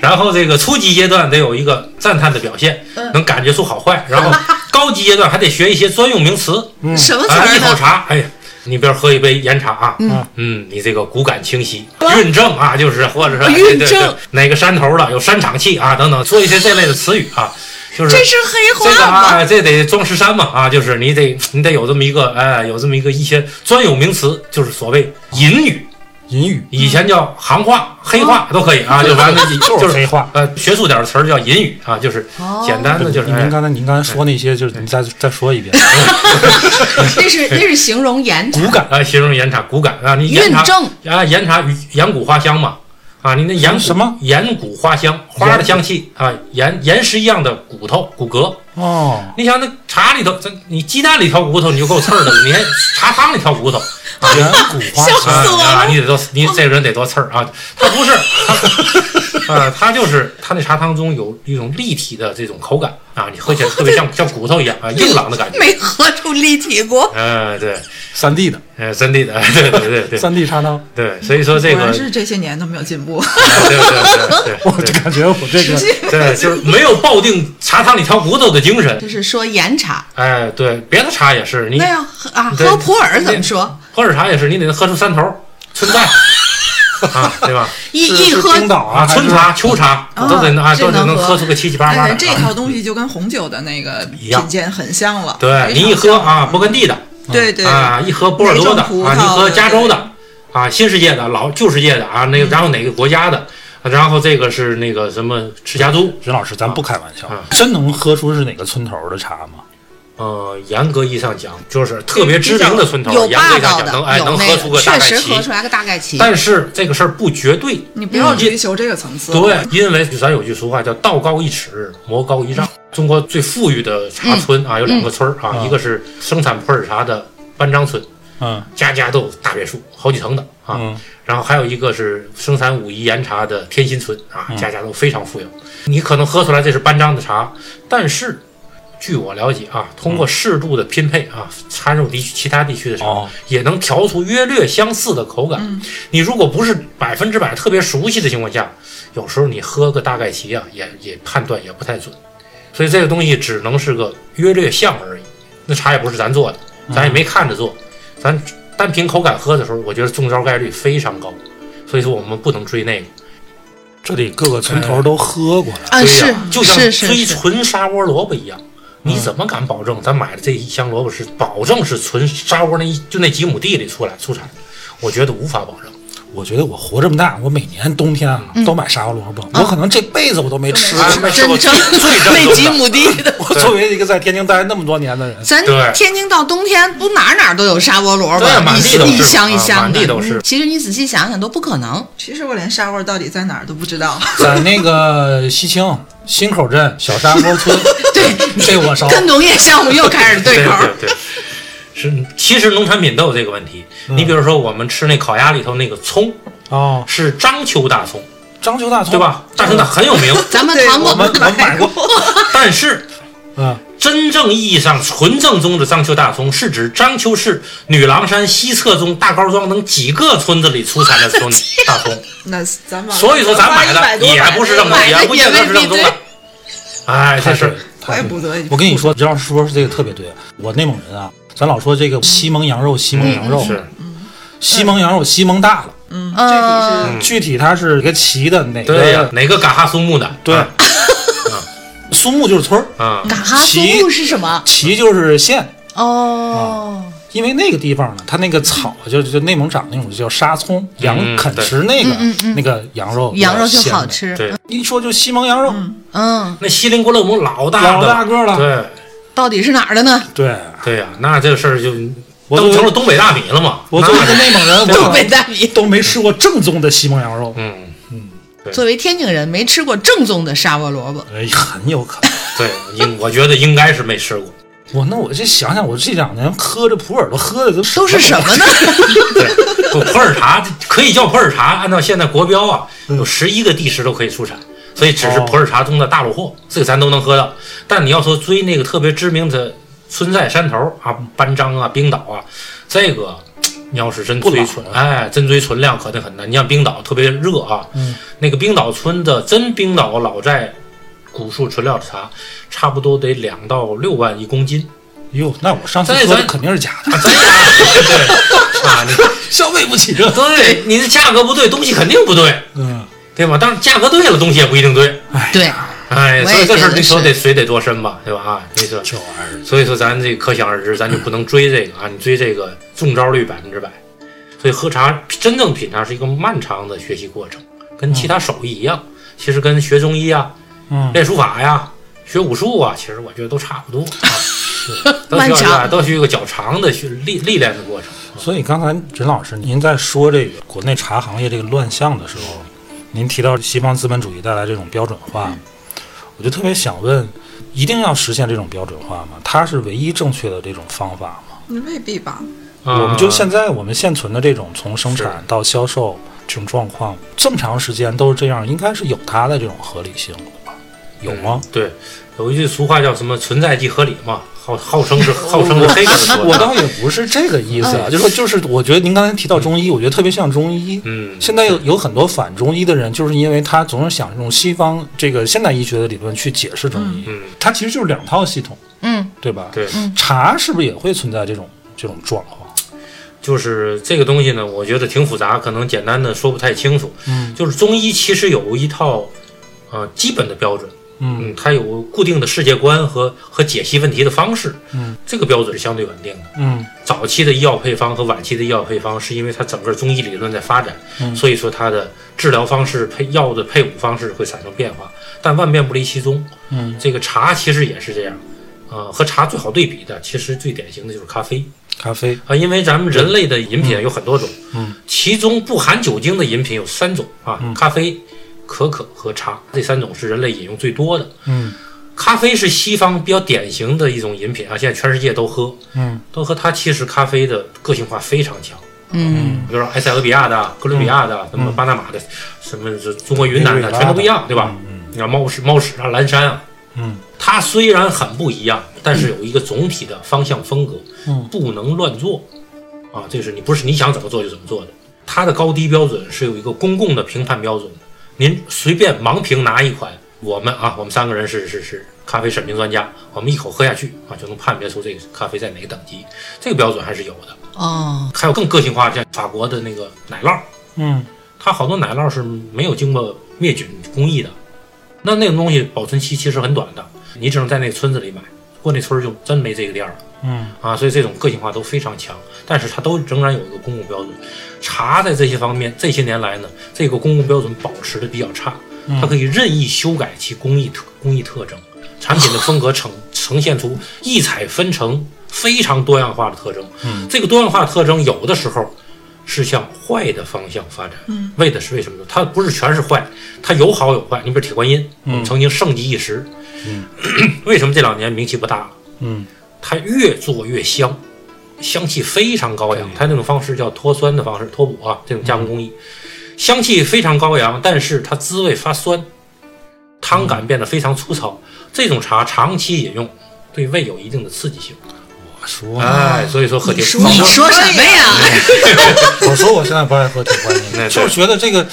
[SPEAKER 5] 然后这个初级阶段得有一个赞叹的表现，
[SPEAKER 2] 嗯
[SPEAKER 5] 能感觉出好坏。然后高级阶段还得学一些专用名词，
[SPEAKER 1] 嗯
[SPEAKER 2] 什么词
[SPEAKER 5] 啊，
[SPEAKER 2] 儿
[SPEAKER 5] 一口
[SPEAKER 2] 呢？
[SPEAKER 5] 茶，哎呀，你比如喝一杯岩茶啊，
[SPEAKER 1] 嗯
[SPEAKER 5] 嗯，你这个骨感清晰，运正啊，就是或者是
[SPEAKER 2] 啊
[SPEAKER 5] 哎
[SPEAKER 2] 运
[SPEAKER 5] 对对对
[SPEAKER 2] 正
[SPEAKER 5] 哪个山头了，有山场气啊，等等，说一些这类的词语啊，就是
[SPEAKER 2] 这是黑
[SPEAKER 5] 这个
[SPEAKER 2] 话吗？
[SPEAKER 5] 啊，这得装饰山嘛啊，就是你得你得有这么一个哎，有这么一个一些专有名词，就是所谓 *laughs* 隐语，
[SPEAKER 1] 隐 *laughs* 语
[SPEAKER 5] 以前叫行话、黑话都可以啊，就反正
[SPEAKER 1] *laughs* 就
[SPEAKER 5] 就是
[SPEAKER 1] 黑话。
[SPEAKER 5] 呃学术点儿的词儿叫隐语啊，就是简单的就是
[SPEAKER 1] 您
[SPEAKER 5] 哎
[SPEAKER 1] 刚才您刚才说那些，就是你再再说
[SPEAKER 4] *laughs*
[SPEAKER 1] 一遍，
[SPEAKER 4] 那是那是形容言
[SPEAKER 1] 骨感
[SPEAKER 5] 啊，形容岩茶骨感啊，你岩
[SPEAKER 4] 韵
[SPEAKER 5] 茶
[SPEAKER 4] 正，
[SPEAKER 5] 啊，岩茶与岩骨花香嘛，啊，你那岩骨
[SPEAKER 1] 什么
[SPEAKER 5] 岩骨花香，花的香气啊，岩岩石一样的骨头骨骼，
[SPEAKER 1] 哦，
[SPEAKER 5] 你想那茶里头，这你鸡蛋里挑骨头你就够刺儿的了，你还茶汤里挑骨头
[SPEAKER 1] 远古
[SPEAKER 4] *laughs*
[SPEAKER 1] 花
[SPEAKER 5] 啊
[SPEAKER 1] 香，
[SPEAKER 5] 啊，你得多，你这个人得多刺儿啊，他不是，他 *laughs* 啊，他就是他那茶汤中有一种立体的这种口感啊，你喝起来特别像像骨头一样啊，硬朗的
[SPEAKER 4] *laughs*
[SPEAKER 5] 感觉，
[SPEAKER 6] 没喝出立体过。
[SPEAKER 5] 嗯、对，
[SPEAKER 1] 三 D 的
[SPEAKER 5] 呃，真的的，对对对对
[SPEAKER 1] 三 D 茶汤，
[SPEAKER 5] 对，所以说这
[SPEAKER 6] 果
[SPEAKER 5] 个
[SPEAKER 6] 然是这些年都没有进步。
[SPEAKER 5] 对对
[SPEAKER 1] 我
[SPEAKER 5] 对
[SPEAKER 1] 就感觉我这个
[SPEAKER 5] 对对，就是没有抱定茶汤里挑骨头的精神。
[SPEAKER 4] 就是说言茶。
[SPEAKER 5] 哎，对，别的茶也是，你
[SPEAKER 4] 那要喝啊，
[SPEAKER 5] 对
[SPEAKER 4] 喝普洱怎么说？
[SPEAKER 5] 喝点茶也是，你得喝出三头儿春在啊，对吧？
[SPEAKER 4] *laughs* 一
[SPEAKER 1] 是
[SPEAKER 4] 一
[SPEAKER 1] 是
[SPEAKER 4] 喝
[SPEAKER 1] 冰岛啊，
[SPEAKER 5] 啊，
[SPEAKER 1] 还是
[SPEAKER 5] 春茶、秋茶
[SPEAKER 4] 啊
[SPEAKER 5] 都得啊，
[SPEAKER 4] 这
[SPEAKER 5] 都得
[SPEAKER 4] 能
[SPEAKER 5] 能
[SPEAKER 4] 喝
[SPEAKER 5] 喝出个七七八八
[SPEAKER 6] 但
[SPEAKER 5] 的
[SPEAKER 6] 是。这
[SPEAKER 5] 啊
[SPEAKER 6] 套东西就跟红酒的那个
[SPEAKER 5] *laughs* 一样
[SPEAKER 6] 品鉴很像了。
[SPEAKER 5] 对
[SPEAKER 6] 非
[SPEAKER 5] 你
[SPEAKER 6] 常
[SPEAKER 5] 一喝
[SPEAKER 6] 像
[SPEAKER 5] 啊，勃艮第的
[SPEAKER 6] 对对，
[SPEAKER 5] 啊，一喝波尔多的
[SPEAKER 6] 哪种葡萄
[SPEAKER 5] 啊，你喝
[SPEAKER 6] 的
[SPEAKER 5] 加州的啊，新世界的老旧世界的啊，那个然后哪个国家的，啊然后这个是那个什么赤霞珠，
[SPEAKER 1] 任老师，咱不开玩笑
[SPEAKER 5] 啊，
[SPEAKER 1] 真能喝出是哪个村头的茶吗？
[SPEAKER 5] 呃，严格意义上讲，就是特别知名的村头，
[SPEAKER 4] 有
[SPEAKER 5] 严格
[SPEAKER 4] 霸
[SPEAKER 5] 意义上
[SPEAKER 4] 道
[SPEAKER 5] 讲
[SPEAKER 4] 的，
[SPEAKER 5] 能哎
[SPEAKER 4] 有
[SPEAKER 5] 能
[SPEAKER 4] 那
[SPEAKER 5] 喝出个
[SPEAKER 4] 确
[SPEAKER 5] 大概
[SPEAKER 4] 实
[SPEAKER 5] 齐
[SPEAKER 4] 喝。出来个大概齐。
[SPEAKER 5] 但是这个事儿不绝对，
[SPEAKER 6] 你不要追求这个层次。
[SPEAKER 5] 对，因为咱有句俗话叫“道高一尺，魔高一丈”。中国最富裕的茶村啊，有两个村儿啊，
[SPEAKER 1] 嗯
[SPEAKER 5] 一个是生产普洱茶的班章村，
[SPEAKER 1] 嗯
[SPEAKER 5] 家家都有大别墅，好几层的啊。
[SPEAKER 1] 嗯
[SPEAKER 5] 然后还有一个是生产武夷岩茶的天心村啊，家家都非常富有。你可能喝出来这是班章的茶，但是据我了解啊，通过适度的拼配啊，掺入地区其他地区的茶，
[SPEAKER 1] 哦
[SPEAKER 5] 也能调出约略相似的口感。你如果不是百分之百特别熟悉的情况下，有时候你喝个大概齐啊，也也判断也不太准。所以这个东西只能是个约略像而已。那茶也不是咱做的，咱也没看着做，咱单凭口感喝的时候，我觉得中招概率非常高。所以说我们不能追那个，
[SPEAKER 1] 这里各个村
[SPEAKER 5] 哎
[SPEAKER 1] 头都喝过了，
[SPEAKER 2] 啊，
[SPEAKER 5] 对
[SPEAKER 2] 是
[SPEAKER 5] 呀就像
[SPEAKER 2] 是
[SPEAKER 5] 追
[SPEAKER 2] 是嗯是，
[SPEAKER 5] 纯砂锅萝卜一样。你怎么敢保证咱买的这一箱萝卜是保证是纯砂锅那一就那几亩地里出来出产的？我觉得无法保证。
[SPEAKER 1] 我觉得我活这么大，我每年冬天啊
[SPEAKER 4] 嗯
[SPEAKER 1] 都买砂锅萝卜，我可能这辈子我都没吃过。
[SPEAKER 5] 哎
[SPEAKER 2] 真正 *laughs*
[SPEAKER 4] *laughs*
[SPEAKER 5] 最正宗
[SPEAKER 2] 那
[SPEAKER 5] 的
[SPEAKER 2] 几亩地的，
[SPEAKER 1] 我作为一个在天津待那么多年的人，
[SPEAKER 4] *laughs* 咱
[SPEAKER 5] 对
[SPEAKER 4] 天津到冬天不哪哪都有砂锅萝卜
[SPEAKER 5] 对，满
[SPEAKER 4] 一
[SPEAKER 5] 地都是
[SPEAKER 4] 一箱一
[SPEAKER 5] 啊
[SPEAKER 4] 箱
[SPEAKER 5] 满
[SPEAKER 4] 的
[SPEAKER 5] 地都是
[SPEAKER 4] 嗯其实你仔细想想都不可能。
[SPEAKER 6] 其实我连沙窝到底在哪儿都不知道。 *laughs*
[SPEAKER 1] 在那个西青新口镇小砂锅村，
[SPEAKER 4] *laughs* 对，
[SPEAKER 1] 这我熟。
[SPEAKER 4] 跟农业项目又开始对口儿。
[SPEAKER 5] 对对对，是。其实农产品都有这个问题。你比如说，我们吃那烤鸭里头那个葱
[SPEAKER 1] 哦，
[SPEAKER 5] 是章丘大葱，
[SPEAKER 1] 章丘大葱
[SPEAKER 2] 嗯
[SPEAKER 5] 对吧？大葱大很有名，
[SPEAKER 4] *laughs* 咱们
[SPEAKER 6] 对
[SPEAKER 4] 谈
[SPEAKER 6] 我
[SPEAKER 4] 过
[SPEAKER 1] 我们我买过，
[SPEAKER 5] 但是
[SPEAKER 1] 嗯，
[SPEAKER 5] 真正意义上纯正宗的章丘大葱，是指章丘市女郎山西侧宗大高庄等几个村子里出产的 *laughs* 葱大葱。
[SPEAKER 6] 那咱们
[SPEAKER 5] 所以说，咱买的也不是正宗，也不见得是正宗的。哎，这
[SPEAKER 1] 太对
[SPEAKER 5] 是
[SPEAKER 1] 了，太
[SPEAKER 6] 怪
[SPEAKER 1] 对了
[SPEAKER 6] 不得
[SPEAKER 1] 我跟你说，张老师说这个特别对。我内蒙人啊，咱老说这个西蒙羊肉，西蒙羊肉
[SPEAKER 5] 嗯是
[SPEAKER 1] 西蒙羊肉，西蒙大了。
[SPEAKER 4] 呃
[SPEAKER 3] 嗯，
[SPEAKER 1] 具体它是一个旗的哪个？
[SPEAKER 5] 对呀，哪个嘎哈苏木的？
[SPEAKER 1] 对
[SPEAKER 5] 啊
[SPEAKER 1] *laughs* 苏木就是村儿，
[SPEAKER 5] 啊，
[SPEAKER 2] 嘎哈苏木是什么？
[SPEAKER 1] 旗就是县。
[SPEAKER 2] 哦，
[SPEAKER 5] 啊
[SPEAKER 1] 因为那个地方呢，它那个草就就内蒙长那种叫沙葱，羊
[SPEAKER 5] 嗯
[SPEAKER 1] 啃
[SPEAKER 5] 对
[SPEAKER 1] 吃那个那个羊肉，
[SPEAKER 2] 嗯羊肉就好。吃。
[SPEAKER 5] 对，
[SPEAKER 1] 一说就西蒙羊肉，
[SPEAKER 2] 嗯，
[SPEAKER 5] 那锡林郭勒姆老大
[SPEAKER 1] 老
[SPEAKER 5] 的
[SPEAKER 1] 大个了
[SPEAKER 5] 对
[SPEAKER 2] 到底是哪儿的呢？
[SPEAKER 1] 对
[SPEAKER 5] 对呀，那这事儿就
[SPEAKER 1] 我
[SPEAKER 5] 都
[SPEAKER 1] 就
[SPEAKER 5] 成了东北大米了嘛。
[SPEAKER 1] 我作为一个内蒙人，
[SPEAKER 2] 东北
[SPEAKER 1] 我
[SPEAKER 2] 大米。
[SPEAKER 1] 都没吃过正宗的西蒙羊肉，
[SPEAKER 5] 嗯，对
[SPEAKER 2] 作为天津人，没吃过正宗的沙窝萝卜，
[SPEAKER 1] 哎很有可能。
[SPEAKER 5] 对，应我觉得应该是没吃过。
[SPEAKER 1] 我那我这想想，我这两年喝这普洱都喝的都
[SPEAKER 2] 都是什么呢？
[SPEAKER 5] 对，不普洱茶可以叫普洱茶，按照现在国标啊，有十一个地市都可以出产，所以只是普洱茶中的大陆货，这个咱都能喝到。但你要说追那个特别知名的村寨山头啊、班章啊、冰岛啊，这个。你要是真追存，哎，真追存量可能很难。你像冰岛特别热啊，那个冰岛村的真冰岛老寨古树纯料茶，差不多得两到六万一公斤。 *laughs*
[SPEAKER 1] 哟，哎那我上次
[SPEAKER 5] 咱
[SPEAKER 1] 喝的
[SPEAKER 5] 咱
[SPEAKER 1] 肯定是假的，
[SPEAKER 5] 啊，真对啊，你
[SPEAKER 1] 消费不起这。
[SPEAKER 5] 对，你的价格不对，东西肯定不对，
[SPEAKER 1] 嗯，
[SPEAKER 5] 对吧？但是价格对了，东西也不一定 *laughs* 对。
[SPEAKER 2] 对，
[SPEAKER 5] 哎，
[SPEAKER 2] 我也
[SPEAKER 5] 所以这事儿
[SPEAKER 2] 觉得
[SPEAKER 5] 你说
[SPEAKER 2] 是
[SPEAKER 5] 得水得多深吧，对吧？啊，你说，
[SPEAKER 1] 这玩意儿，
[SPEAKER 5] 所以说咱这可想而知，咱就不能追这个啊，你追这个中招率百分之百。所以喝茶真正品茶是一个漫长的学习过程，跟其他手艺一样，
[SPEAKER 2] 嗯
[SPEAKER 5] 其实跟学中医啊、
[SPEAKER 1] 嗯，
[SPEAKER 5] 练书法呀、学武术啊，其实我觉得都差不多啊，
[SPEAKER 2] *laughs*
[SPEAKER 5] 都需
[SPEAKER 2] 漫
[SPEAKER 5] 要
[SPEAKER 2] 长
[SPEAKER 5] 这样都需要一个较长的去历历练的过程。
[SPEAKER 1] 所以刚才任老师您在说这个国内茶行业这个乱象的时候，您提到西方资本主义带来这种标准化，我就特别想问，一定要实现这种标准化吗？它是唯一正确的这种方法吗？
[SPEAKER 6] 未必吧？
[SPEAKER 1] 我们就
[SPEAKER 5] 像
[SPEAKER 1] 现在我们现存的这种从生产到销售这种状况，这么长时间都是这样，应该是有它的这种合理性的吧？有吗？
[SPEAKER 5] 对，有一句俗话叫什么“存在即合理”嘛，号号称是号称是黑客说的。
[SPEAKER 1] 我倒也不是这个意思啊，就说就是，我觉得您刚才提到中医，我觉得特别像中医。
[SPEAKER 5] 嗯，
[SPEAKER 1] 现在有有很多反中医的人，就是因为他总是想用西方这个现代医学的理论去解释中医，
[SPEAKER 5] 嗯
[SPEAKER 1] 它其实就是两套系统，
[SPEAKER 2] 嗯，
[SPEAKER 1] 对吧？
[SPEAKER 5] 对，
[SPEAKER 1] 茶是不是也会存在这种这种状况？
[SPEAKER 5] 就是这个东西呢，我觉得挺复杂，可能简单的说不太清楚。
[SPEAKER 1] 嗯
[SPEAKER 5] 就是中医其实有一套呃基本的标准，
[SPEAKER 1] 嗯
[SPEAKER 5] 嗯，它有固定的世界观和和解析问题的方式，
[SPEAKER 1] 嗯，
[SPEAKER 5] 这个标准是相对稳定的。
[SPEAKER 1] 嗯
[SPEAKER 5] 早期的医药配方和晚期的医药配方，是因为它整个中医理论在发展，
[SPEAKER 1] 嗯
[SPEAKER 5] 所以说它的治疗方式、配药的配伍方式会产生变化，但万变不离其宗。
[SPEAKER 1] 嗯，
[SPEAKER 5] 这个茶其实也是这样，呃，和茶最好对比的，其实最典型的就是咖啡
[SPEAKER 1] 咖啡，
[SPEAKER 5] 啊，因为咱们人类的饮品有很多种，
[SPEAKER 1] 嗯，
[SPEAKER 5] 其中不含酒精的饮品有三种啊，咖啡、可可和茶这三种是人类饮用最多的。
[SPEAKER 1] 嗯
[SPEAKER 5] 咖啡是西方比较典型的一种饮品啊，现在全世界都喝，
[SPEAKER 1] 嗯
[SPEAKER 5] 都喝。它其实咖啡的个性化非常强，啊
[SPEAKER 1] 嗯
[SPEAKER 5] 比如说埃塞俄比亚的、哥伦比亚的、什么巴拿马的、什么这中国云南
[SPEAKER 1] 委内
[SPEAKER 5] 的，
[SPEAKER 1] 瑞拉
[SPEAKER 5] 全都不一样，对吧？
[SPEAKER 1] 嗯
[SPEAKER 5] 你看猫屎、猫屎啊、蓝山啊，
[SPEAKER 1] 嗯
[SPEAKER 5] 它虽然很不一样，但是有一个总体的方向风格，
[SPEAKER 1] 嗯
[SPEAKER 5] 不能乱做啊，这是你不是你想怎么做就怎么做的。它的高低标准是有一个公共的评判标准的，您随便盲评拿一款，我们啊，我们三个人是是是咖啡审评专家，我们一口喝下去啊，就能判别出这个咖啡在哪个等级，这个标准还是有的。
[SPEAKER 2] 哦，
[SPEAKER 5] 还有更个性化，像法国的那个奶酪，
[SPEAKER 1] 嗯
[SPEAKER 5] 它好多奶酪是没有经过灭菌工艺的，那那种东西保存期其实很短的，你只能在那个村子里买，过那村儿就真没这个店儿了
[SPEAKER 1] 嗯
[SPEAKER 5] 啊。所以这种个性化都非常强，但是它都仍然有一个公共标准。茶在这些方面，这些年来呢，这个公共标准保持的比较差，
[SPEAKER 1] 嗯
[SPEAKER 5] 它可以任意修改其工艺特工艺特征，产品的风
[SPEAKER 1] *laughs*
[SPEAKER 5] 格呈呈现出异彩纷呈、非常多样化的特征。
[SPEAKER 1] 嗯
[SPEAKER 5] 这个多样化特征有的时候是向坏的方向发展。
[SPEAKER 6] 嗯，
[SPEAKER 5] 为的是为什么呢？它不是全是坏，它有好有坏。你比如铁观音，我们
[SPEAKER 1] 嗯
[SPEAKER 5] 曾经盛极一时。
[SPEAKER 1] 嗯
[SPEAKER 5] *coughs* 为什么这两年名气不大了？
[SPEAKER 1] 嗯
[SPEAKER 5] 它越做越香，香气非常高扬。它那种方式叫脱酸的方式，脱补啊，这种加
[SPEAKER 1] 嗯
[SPEAKER 5] 工工艺，香气非常高扬，但是它
[SPEAKER 1] 嗯
[SPEAKER 5] 滋味发酸，汤感变得非常粗糙。这种茶长期饮用，对胃有一定的刺激性。
[SPEAKER 1] 我说，
[SPEAKER 5] 哎，所以说喝
[SPEAKER 4] 你
[SPEAKER 5] 铁
[SPEAKER 4] 说你说什么呀？
[SPEAKER 1] 我说我现在不爱喝铁观
[SPEAKER 5] *laughs*
[SPEAKER 1] 音，
[SPEAKER 5] 那
[SPEAKER 1] 就是觉得这个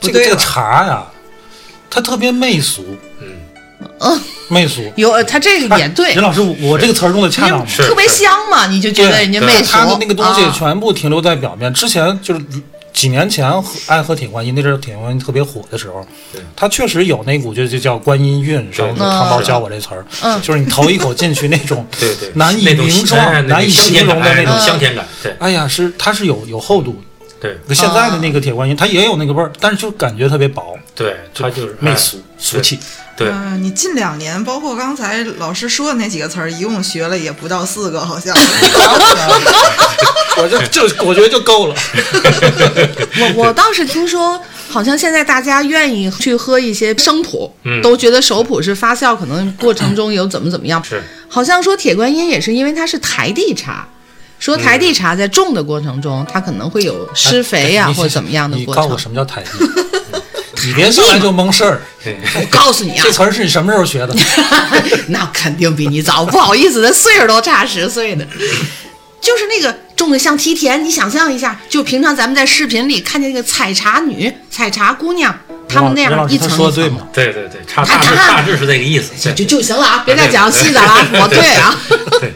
[SPEAKER 1] 这个
[SPEAKER 6] 对
[SPEAKER 1] 这个
[SPEAKER 6] 吧
[SPEAKER 1] 茶呀，它特别媚俗，
[SPEAKER 5] 嗯，
[SPEAKER 1] 媚俗。哎
[SPEAKER 4] 有他这个也
[SPEAKER 5] *laughs*
[SPEAKER 4] 对
[SPEAKER 1] 任，老师，我这个词儿用的恰当吗？
[SPEAKER 5] 是
[SPEAKER 4] 特别香嘛，你就觉得人家
[SPEAKER 5] 对
[SPEAKER 4] 媚
[SPEAKER 5] 对
[SPEAKER 4] 俗。
[SPEAKER 1] 它的那个东西
[SPEAKER 4] 啊
[SPEAKER 1] 全部停留在表面。之前就是几年前喝爱喝铁观音，那阵儿铁观音特别火的时候
[SPEAKER 5] 对，
[SPEAKER 1] 它确实有那股就就叫观音韵。上次
[SPEAKER 5] 对
[SPEAKER 1] 汤包
[SPEAKER 5] 嗯
[SPEAKER 1] 教我这词儿，就是你头一口进去那种
[SPEAKER 5] *laughs* 对对，
[SPEAKER 1] 难以
[SPEAKER 5] 那种
[SPEAKER 1] 名
[SPEAKER 5] 哎
[SPEAKER 1] 状、
[SPEAKER 5] 那
[SPEAKER 1] 难以
[SPEAKER 5] 种香
[SPEAKER 1] 形
[SPEAKER 5] 甜
[SPEAKER 1] 容
[SPEAKER 5] 感，
[SPEAKER 1] 的
[SPEAKER 5] 哎
[SPEAKER 1] 那
[SPEAKER 5] 那
[SPEAKER 1] 种嗯
[SPEAKER 5] 种。香甜感，对
[SPEAKER 1] 哎呀，是它是有有厚度的。
[SPEAKER 5] 对
[SPEAKER 1] 跟现在的那个铁
[SPEAKER 5] 啊
[SPEAKER 1] 观音，它也有那个味儿，但是就感觉特别薄，
[SPEAKER 5] 对，它就是
[SPEAKER 1] 媚
[SPEAKER 5] 哎
[SPEAKER 1] 俗俗气。
[SPEAKER 5] *laughs* 对
[SPEAKER 6] 嗯、你近两年，包括刚才老师说的那几个词儿，一共学了也不到四个，好像。
[SPEAKER 5] *laughs*
[SPEAKER 1] 我就就我觉得就够了。
[SPEAKER 4] 我我倒是听说，好像现在大家愿意去喝一些生普，
[SPEAKER 5] 嗯
[SPEAKER 4] 都觉得熟普是发酵可能过程中有怎么怎么样。
[SPEAKER 5] 是
[SPEAKER 4] 好像说铁观音也是因为它是台地茶，
[SPEAKER 1] 嗯
[SPEAKER 4] 说台地茶在种的过程中，它可能会有施肥呀、
[SPEAKER 1] 哎你
[SPEAKER 4] 或者怎么样的
[SPEAKER 1] 你
[SPEAKER 4] 过
[SPEAKER 1] 告诉
[SPEAKER 4] 程
[SPEAKER 1] 我。什么叫台地？ *laughs* 你别上来就蒙事儿，
[SPEAKER 5] 对
[SPEAKER 4] 我告诉你啊
[SPEAKER 1] 这，词儿是你什么时候学的？
[SPEAKER 4] *laughs* 那肯定比你早，不好意思，咱岁数都差十岁呢。就是那个种的像梯田，你想象一下，就平常咱们在视频里看见那个采茶女、采茶姑娘，她们那
[SPEAKER 1] 任老
[SPEAKER 4] 样
[SPEAKER 1] 师
[SPEAKER 4] 一
[SPEAKER 1] 他
[SPEAKER 4] 层
[SPEAKER 1] 说
[SPEAKER 4] 一
[SPEAKER 1] 的对
[SPEAKER 4] 层
[SPEAKER 1] 吗
[SPEAKER 4] 的。？
[SPEAKER 5] 对对对，差
[SPEAKER 4] 看
[SPEAKER 5] 大致
[SPEAKER 4] 看
[SPEAKER 5] 大致是这个意思，对
[SPEAKER 4] 就就行了啊，别再讲细的了啊，我对啊， *laughs*
[SPEAKER 5] 对，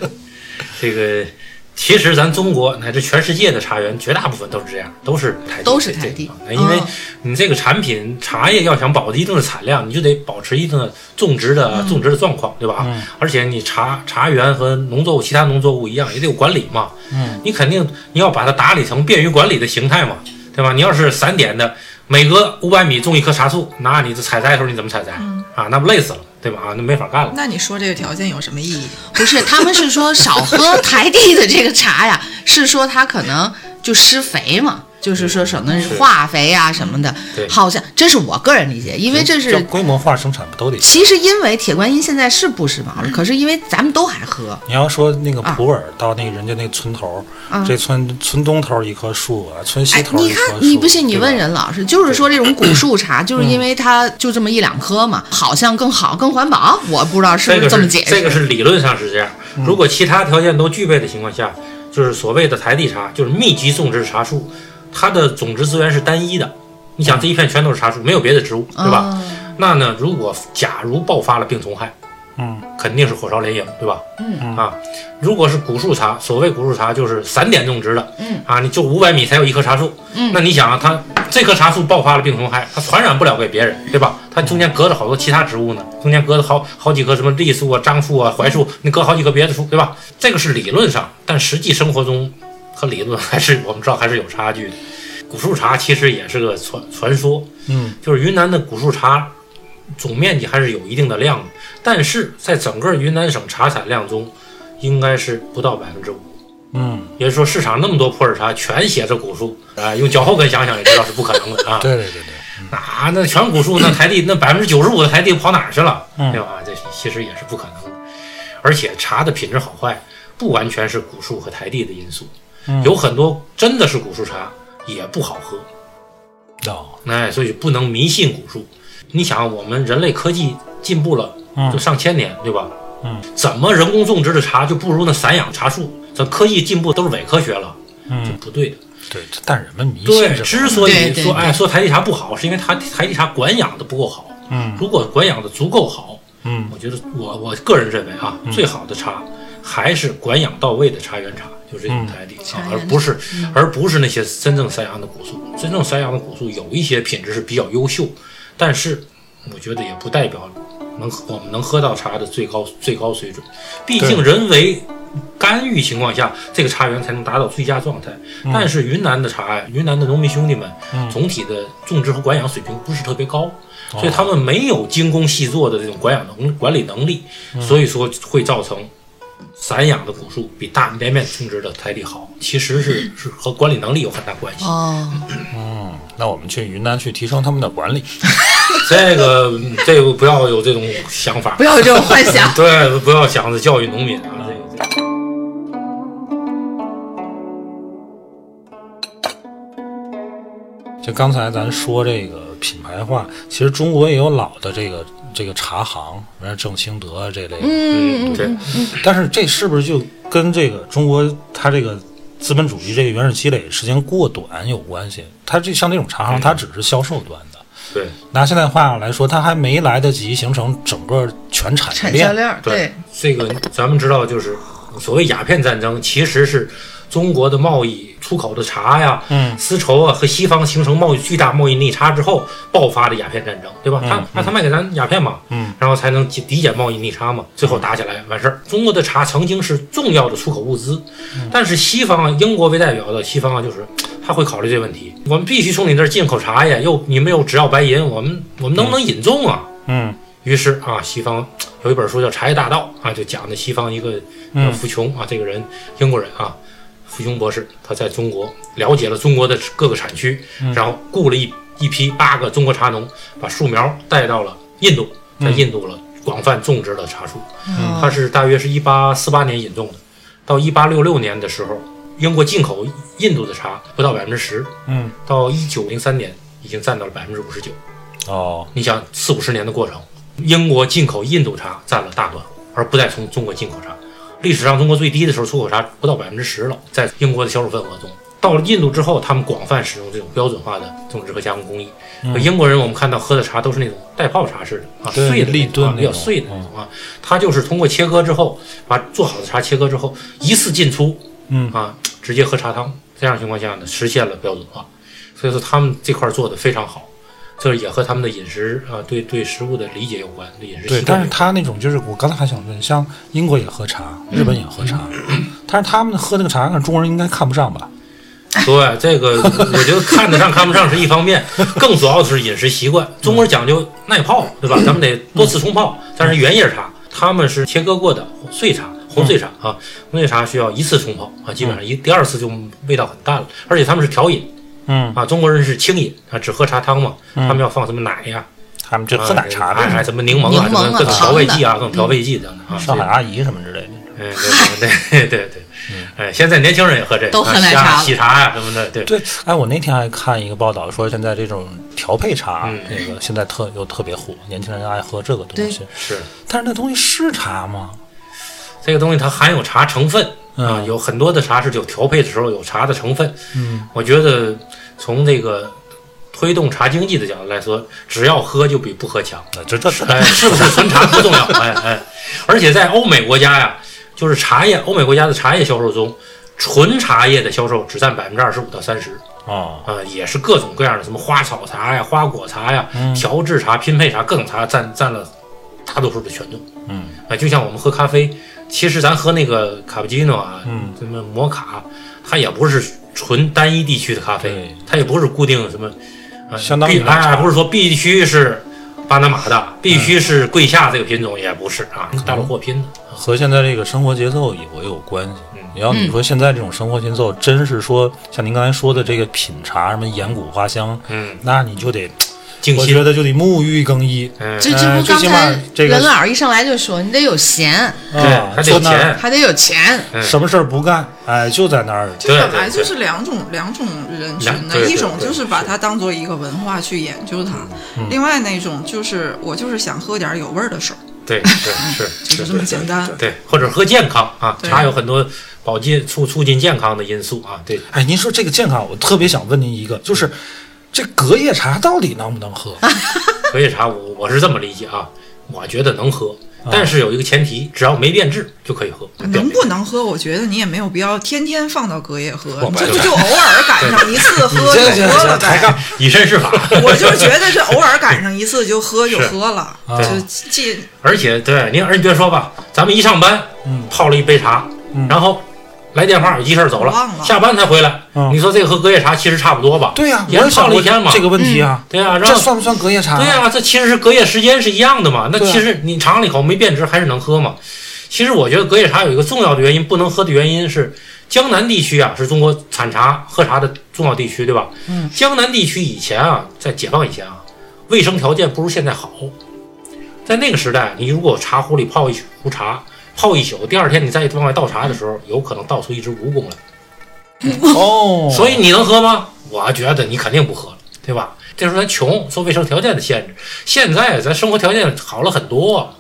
[SPEAKER 5] 这个其实咱中国乃至全世界的茶园，绝大部分都是这样，都是台地，
[SPEAKER 4] 都是台地
[SPEAKER 5] 对因为
[SPEAKER 4] 嗯
[SPEAKER 5] 你这个产品茶叶要想保一定的产量，你就得保持一定的种植
[SPEAKER 4] 嗯
[SPEAKER 5] 的、种植的状况，对吧？
[SPEAKER 1] 嗯
[SPEAKER 5] 而且你茶茶园和农作物、其他农作物一样，也得有管理嘛。
[SPEAKER 1] 嗯，
[SPEAKER 5] 你肯定你要把它打理成便于管理的形态嘛，对吧？你要是散点的，每隔五百米种一棵茶树，那你这采摘的时候你怎么采摘、
[SPEAKER 4] 嗯
[SPEAKER 5] 啊？那不累死了，对吧？啊，那没法干了。
[SPEAKER 6] 那你说这个条件有什么意义？
[SPEAKER 4] 不是，他们是说少喝台地的这个茶呀，是说它可能就施肥嘛，就是说什么
[SPEAKER 5] 是
[SPEAKER 4] 化肥啊什么的
[SPEAKER 5] 对，
[SPEAKER 4] 好像这是我个人理解，因为这
[SPEAKER 1] 叫
[SPEAKER 4] 是
[SPEAKER 1] 规模化生产不都得？
[SPEAKER 4] 其实因为铁观音现在是不时髦
[SPEAKER 1] 嗯
[SPEAKER 4] 了，可是因为咱们都还喝，
[SPEAKER 1] 你要说那
[SPEAKER 4] 啊
[SPEAKER 1] 个普洱到那个人家那个村头儿，这村村东头儿一棵树啊，村西
[SPEAKER 4] 哎，
[SPEAKER 1] 头儿
[SPEAKER 4] 你
[SPEAKER 1] 一棵树。
[SPEAKER 4] 看，你不信你
[SPEAKER 1] 对吧嗯
[SPEAKER 4] 问任老师，就是说这种古树茶，就是因为它就这么一两颗嘛，好像更好更环保，我不知道是
[SPEAKER 5] 这
[SPEAKER 4] 不
[SPEAKER 5] 个
[SPEAKER 4] 这么解释。
[SPEAKER 5] 这个是理论上是这样，如果其他条件都具备的情况下，就是所谓的台地茶，就是密集种植茶树，它的种植资源是单一的。你想这一片全都是茶树，没有别的植物，对吧？
[SPEAKER 4] 哦
[SPEAKER 5] 那呢，如果假如爆发了病虫害，
[SPEAKER 1] 嗯，
[SPEAKER 5] 肯定是火烧连营，对吧？嗯啊，如果是古树茶，所谓古树茶就是散点种植的，嗯啊，你就五百米才有一棵茶树，嗯，那你想啊，它这棵茶树爆发了病虫害，它传染不了给别人，对吧？它中间隔着好多其他植物呢，中间隔着好好几棵什么栗树啊、樟树啊、槐树，你隔好几棵别的树，对吧？这个是理论上，但实际生活中和理论还是我们知道还是有差距的。古树茶其实也是个传传说，
[SPEAKER 1] 嗯，
[SPEAKER 5] 就是云南的古树茶总面积还是有一定的量的，但是在整个云南省茶产量中，应该是不到百分之五。
[SPEAKER 1] 嗯，
[SPEAKER 5] 也就是说，市场那么多普洱茶全写着古树，啊，用脚后跟想想也知道是不可能的 *laughs* 啊。
[SPEAKER 1] 对对对对，
[SPEAKER 5] 那那全古树，那台地那百分之九十五的台地跑哪儿去了？
[SPEAKER 1] 嗯
[SPEAKER 5] 对吧？这其实也是不可能的。而且茶的品质好坏，不完全是古树和台地的因素，
[SPEAKER 1] 嗯
[SPEAKER 5] 有很多真的是古树茶也不好喝。
[SPEAKER 1] 哦，
[SPEAKER 5] 哎，所以不能迷信古树。你想，我们人类科技进步了，
[SPEAKER 1] 嗯
[SPEAKER 5] 就上千年，对吧？
[SPEAKER 1] 嗯，
[SPEAKER 5] 怎么人工种植的茶就不如那散养茶树？咱科技进步都是伪科学了，这
[SPEAKER 1] 嗯，
[SPEAKER 5] 不对的。
[SPEAKER 1] 对，但人们迷
[SPEAKER 5] 对
[SPEAKER 1] 信，这个，
[SPEAKER 5] 之所
[SPEAKER 4] 对
[SPEAKER 5] 以
[SPEAKER 4] 对
[SPEAKER 5] 说
[SPEAKER 4] 对
[SPEAKER 5] 哎说台地茶不好，是因为它台地茶管养的不够好。
[SPEAKER 1] 嗯
[SPEAKER 5] 如果管养的足够好，
[SPEAKER 1] 嗯
[SPEAKER 5] 我觉得我我个人认为啊，最好的茶还是管养到位的茶园茶，就是
[SPEAKER 1] 嗯
[SPEAKER 5] 这种台地啊，而不是而不是那些真正三阳的古树。真正三阳的古树有一些品质是比较优秀，但是我觉得也不代表能我们能喝到茶的最高最高水准。毕竟
[SPEAKER 1] 对
[SPEAKER 5] 人为干预情况下，这个茶园才能达到最佳状态。但是云南的茶呀，云南的农民兄弟们总体的种植和管养水平不是特别高，所以他们没有精工细作的这种管养能管理能力，所以说会造成。散养的古树比大连面种植的台地好，其实是是和管理能力有很大关系。
[SPEAKER 4] 哦，
[SPEAKER 1] 嗯那我们去云南去提升他们的管理，
[SPEAKER 5] 这个嗯这个不要有这种想法。
[SPEAKER 4] 不，要有这种幻想
[SPEAKER 1] *laughs*
[SPEAKER 5] 对，不要想着教育农民啊，这个。这个
[SPEAKER 1] 就刚才咱说这个品牌化，其实中国也有老的这个这个茶行，比如郑清德啊这类的，
[SPEAKER 5] 嗯，对，
[SPEAKER 1] 但是这是不是就跟这个中国它这个资本主义这个原始积累时间过短有关系？它这像这种茶行，它只是销售端的。
[SPEAKER 5] 对，
[SPEAKER 1] 拿现在话来说，它还没来得及形成整个全产业
[SPEAKER 4] 产
[SPEAKER 1] 链
[SPEAKER 4] 销。链儿，
[SPEAKER 5] 对
[SPEAKER 4] 对，
[SPEAKER 5] 这个咱们知道，就是所谓鸦片战争，其实是中国的贸易出口的茶呀、
[SPEAKER 1] 嗯
[SPEAKER 5] 丝绸啊和西方形成贸易巨大贸易逆差之后爆发的鸦片战争，对吧？他那他卖给咱鸦片嘛，
[SPEAKER 1] 嗯，
[SPEAKER 5] 然后才能抵抵减贸易逆差嘛，最后打起来完事儿。中国的茶曾经是重要的出口物资，
[SPEAKER 1] 嗯
[SPEAKER 5] 但是西方啊，英国为代表的西方啊，就是他会考虑这个问题，我们必须从你那儿进口茶叶，又你们又只要白银，我们我们能不能引种啊？
[SPEAKER 1] 嗯
[SPEAKER 5] 于是啊，西方有一本书叫《茶叶大盗》啊，就讲的西方一个呃
[SPEAKER 1] 嗯
[SPEAKER 5] 福琼啊，这个人英国人啊，福琼博士，他在中国了解了中国的各个产区，然后雇了一一批八个中国茶农，把树苗带到了印度，在印度了广泛种植了茶树。他是大约是一八四八年引种的，到一八六六年的时候，英国进口印度的茶不到百分之十，
[SPEAKER 1] 嗯，
[SPEAKER 5] 到一九零三年已经占到了百分之五十九。
[SPEAKER 1] 哦，
[SPEAKER 5] 你想四五十年的过程，英国进口印度茶占了大多数，而不再从中国进口茶。历史上中国最低的时候，出口茶不到百分之十了，在英国的销售份额中。到了印度之后，他们广泛使用这种标准化的种植和加工工艺。英国人我们看到喝的茶都是那种带泡茶式的啊，
[SPEAKER 1] 嗯对
[SPEAKER 5] 碎的
[SPEAKER 1] 立
[SPEAKER 5] 那种啊
[SPEAKER 1] 顿那
[SPEAKER 5] 比较
[SPEAKER 1] 种嗯
[SPEAKER 5] 碎的那种啊，它就是通过切割之后，把做好的茶切割之后一次进出，
[SPEAKER 1] 嗯
[SPEAKER 5] 啊，直接喝茶汤。这样的情况下呢，实现了标准化，所以说他们这块儿做的非常好。这也和他们的饮食啊，对对食物的理解有关，对饮食
[SPEAKER 1] 对
[SPEAKER 5] 习，惯
[SPEAKER 1] 但
[SPEAKER 5] 有
[SPEAKER 1] 是
[SPEAKER 5] 关。
[SPEAKER 1] 他那种就是我刚才还想问，像英国也喝茶，
[SPEAKER 4] 嗯
[SPEAKER 1] 日本也喝茶，但是他们喝那个茶，那中国人应该看不上吧？
[SPEAKER 5] *laughs* 对这个，我觉得看得上看不上是一
[SPEAKER 1] *laughs*
[SPEAKER 5] 方面，更主要的是饮食习惯。中国人讲究耐泡，对吧？咱们得多次冲泡，但是原叶茶他们是切割过的碎茶、红碎茶啊，红碎茶需要一次冲泡啊，基本上一第二次就味道很淡了，而且他们是调饮
[SPEAKER 1] 嗯，
[SPEAKER 5] 啊，中国人是清饮啊，只喝茶汤嘛，他们要放什么奶呀、
[SPEAKER 1] 他们这喝奶茶
[SPEAKER 5] 哎，哎
[SPEAKER 1] 的，
[SPEAKER 5] 什么柠檬啊，
[SPEAKER 4] 柠
[SPEAKER 5] 什
[SPEAKER 4] 檬啊
[SPEAKER 5] 么各种调味剂啊，各种调味剂等等啊，
[SPEAKER 1] 嗯上海嗯阿姨什么之类的。
[SPEAKER 5] 嗯，对对对对对，哎，现在年轻人也喝这个，
[SPEAKER 4] 都喝奶
[SPEAKER 5] 啊
[SPEAKER 4] 茶
[SPEAKER 5] 喜茶呀什么的，对，
[SPEAKER 1] 对，哎，我那天还看一个报道说，现在这种调配茶，
[SPEAKER 5] 嗯
[SPEAKER 1] 那个现在特又特别火，年轻人爱喝这个东西。
[SPEAKER 5] 是
[SPEAKER 1] 但是那东西是茶吗？
[SPEAKER 5] 这个东西它含有茶成分
[SPEAKER 1] 嗯
[SPEAKER 5] 啊，有很多的茶是有调配的时候有茶的成分。嗯，我觉得从这个推动茶经济的角度来说，只要喝就比不喝强。
[SPEAKER 1] 呃这这这
[SPEAKER 5] 哎，是不是纯茶不重要？哎哎，而且在欧美国家呀，就是茶叶，欧美国家的茶叶销售中，纯茶叶的销售只占百分之二十五到三十。
[SPEAKER 1] 哦，
[SPEAKER 5] 啊、也是各种各样的什么花草茶呀、花果茶呀、
[SPEAKER 1] 嗯
[SPEAKER 5] 调制茶、拼配茶，各种茶占占了大多数的权重。
[SPEAKER 1] 嗯，
[SPEAKER 5] 啊、就像我们喝咖啡，其实咱喝那个卡布奇诺啊，嗯，什么摩卡，它也不是纯单一地区的咖啡
[SPEAKER 1] 对，
[SPEAKER 5] 它也不是固定什么，呃，
[SPEAKER 1] 相当于
[SPEAKER 5] 必
[SPEAKER 1] 奶茶嗯
[SPEAKER 5] 哎，不是说必须是巴拿马的，必须是贵下这个品种，也不是啊，大陆货拼的。
[SPEAKER 1] 和现在这个生活节奏也也有关系
[SPEAKER 5] 嗯。
[SPEAKER 1] 你要你说现在这种生活节奏，真是说像您刚才说的这个品茶，什么岩谷花香，
[SPEAKER 5] 嗯，
[SPEAKER 1] 那你就得，
[SPEAKER 5] 静
[SPEAKER 1] 我
[SPEAKER 5] 心
[SPEAKER 1] 觉，得就得沐浴更衣。
[SPEAKER 5] 嗯，
[SPEAKER 4] 这
[SPEAKER 1] 哎
[SPEAKER 4] 这不
[SPEAKER 1] 最
[SPEAKER 4] 刚
[SPEAKER 1] 起
[SPEAKER 4] 才
[SPEAKER 1] 码这个
[SPEAKER 4] 任老师一上来就说，你得有闲，
[SPEAKER 1] 啊
[SPEAKER 5] 对，还得
[SPEAKER 1] 坐
[SPEAKER 5] 有
[SPEAKER 1] 那儿
[SPEAKER 5] 钱，
[SPEAKER 4] 还得有钱，
[SPEAKER 5] 嗯
[SPEAKER 1] 什么事儿不干，哎，就在那儿。
[SPEAKER 6] 这
[SPEAKER 5] 对
[SPEAKER 6] 本
[SPEAKER 5] 对
[SPEAKER 6] 来
[SPEAKER 5] 对
[SPEAKER 6] 就是两种两种人群
[SPEAKER 5] 两对
[SPEAKER 6] 的，
[SPEAKER 5] 对
[SPEAKER 6] 一种
[SPEAKER 5] 对嗯
[SPEAKER 6] 就是把它当做一个文化去研究它，另外那种就是我就是想喝点有味儿的水儿，
[SPEAKER 5] 对对是是
[SPEAKER 6] 就这么简单。
[SPEAKER 5] 对，或者喝健康啊，
[SPEAKER 6] 对
[SPEAKER 5] 茶有很多保健促促进健康的因素啊，
[SPEAKER 1] *laughs*
[SPEAKER 5] 对，
[SPEAKER 1] 哎，您说这个健康，我特别想问您一个，就是这隔夜茶到底能不能喝？
[SPEAKER 5] 隔夜茶我我是这么理解啊，我觉得能喝，
[SPEAKER 1] 啊
[SPEAKER 5] 但是有一个前提，只要没变质就可以喝，
[SPEAKER 6] 能不能喝？我觉得你也没有必要天天放到隔夜喝，
[SPEAKER 5] 我
[SPEAKER 6] 你
[SPEAKER 5] 白
[SPEAKER 6] 就
[SPEAKER 5] 了
[SPEAKER 6] 就偶尔赶上一次
[SPEAKER 5] *laughs*
[SPEAKER 6] 喝就
[SPEAKER 1] 这这
[SPEAKER 6] 喝了
[SPEAKER 1] 这抬杠
[SPEAKER 6] 呗。。
[SPEAKER 5] 以身试
[SPEAKER 1] *laughs*
[SPEAKER 5] 法？
[SPEAKER 6] 我就是觉得这偶尔赶上一次就喝就喝了，
[SPEAKER 1] 是
[SPEAKER 5] 啊
[SPEAKER 6] 就既
[SPEAKER 5] *laughs* 而且对您，而你别说吧，咱们一上班，
[SPEAKER 1] 嗯
[SPEAKER 5] 泡了一杯茶，
[SPEAKER 1] 嗯
[SPEAKER 5] 然后来电话有急事儿走了，
[SPEAKER 6] 忘了
[SPEAKER 5] 下班才回来，
[SPEAKER 1] 嗯
[SPEAKER 5] 你说这个和隔夜茶其实差不多吧？
[SPEAKER 1] 对呀、我
[SPEAKER 5] 也
[SPEAKER 1] 也
[SPEAKER 5] 是泡
[SPEAKER 1] 想
[SPEAKER 5] 了一
[SPEAKER 1] 过
[SPEAKER 5] 天嘛，
[SPEAKER 1] 这个问题啊，
[SPEAKER 5] 对呀、然
[SPEAKER 1] 这
[SPEAKER 5] 后。
[SPEAKER 1] 算不算隔夜茶？
[SPEAKER 5] 对呀、这其实是隔夜时间是一样的嘛。那
[SPEAKER 1] 对啊
[SPEAKER 5] 其实你尝了一口没变质，还是能喝嘛。其实我觉得隔夜茶有一个重要的原因不能喝的原因是，江南地区啊是中国产茶喝茶的重要地区，对吧？嗯，江南地区以前啊，在解放以前啊，卫生条件不如现在好。在那个时代，你如果茶壶里泡一壶茶，泡一宿，第二天你再往外倒茶的时候，有可能倒出一只蜈蚣来。
[SPEAKER 1] 哦，
[SPEAKER 5] 所以你能喝吗？我觉得你肯定不喝了，对对吧？那时候咱穷，受卫生条件的限制。现在咱生活条件好了很多，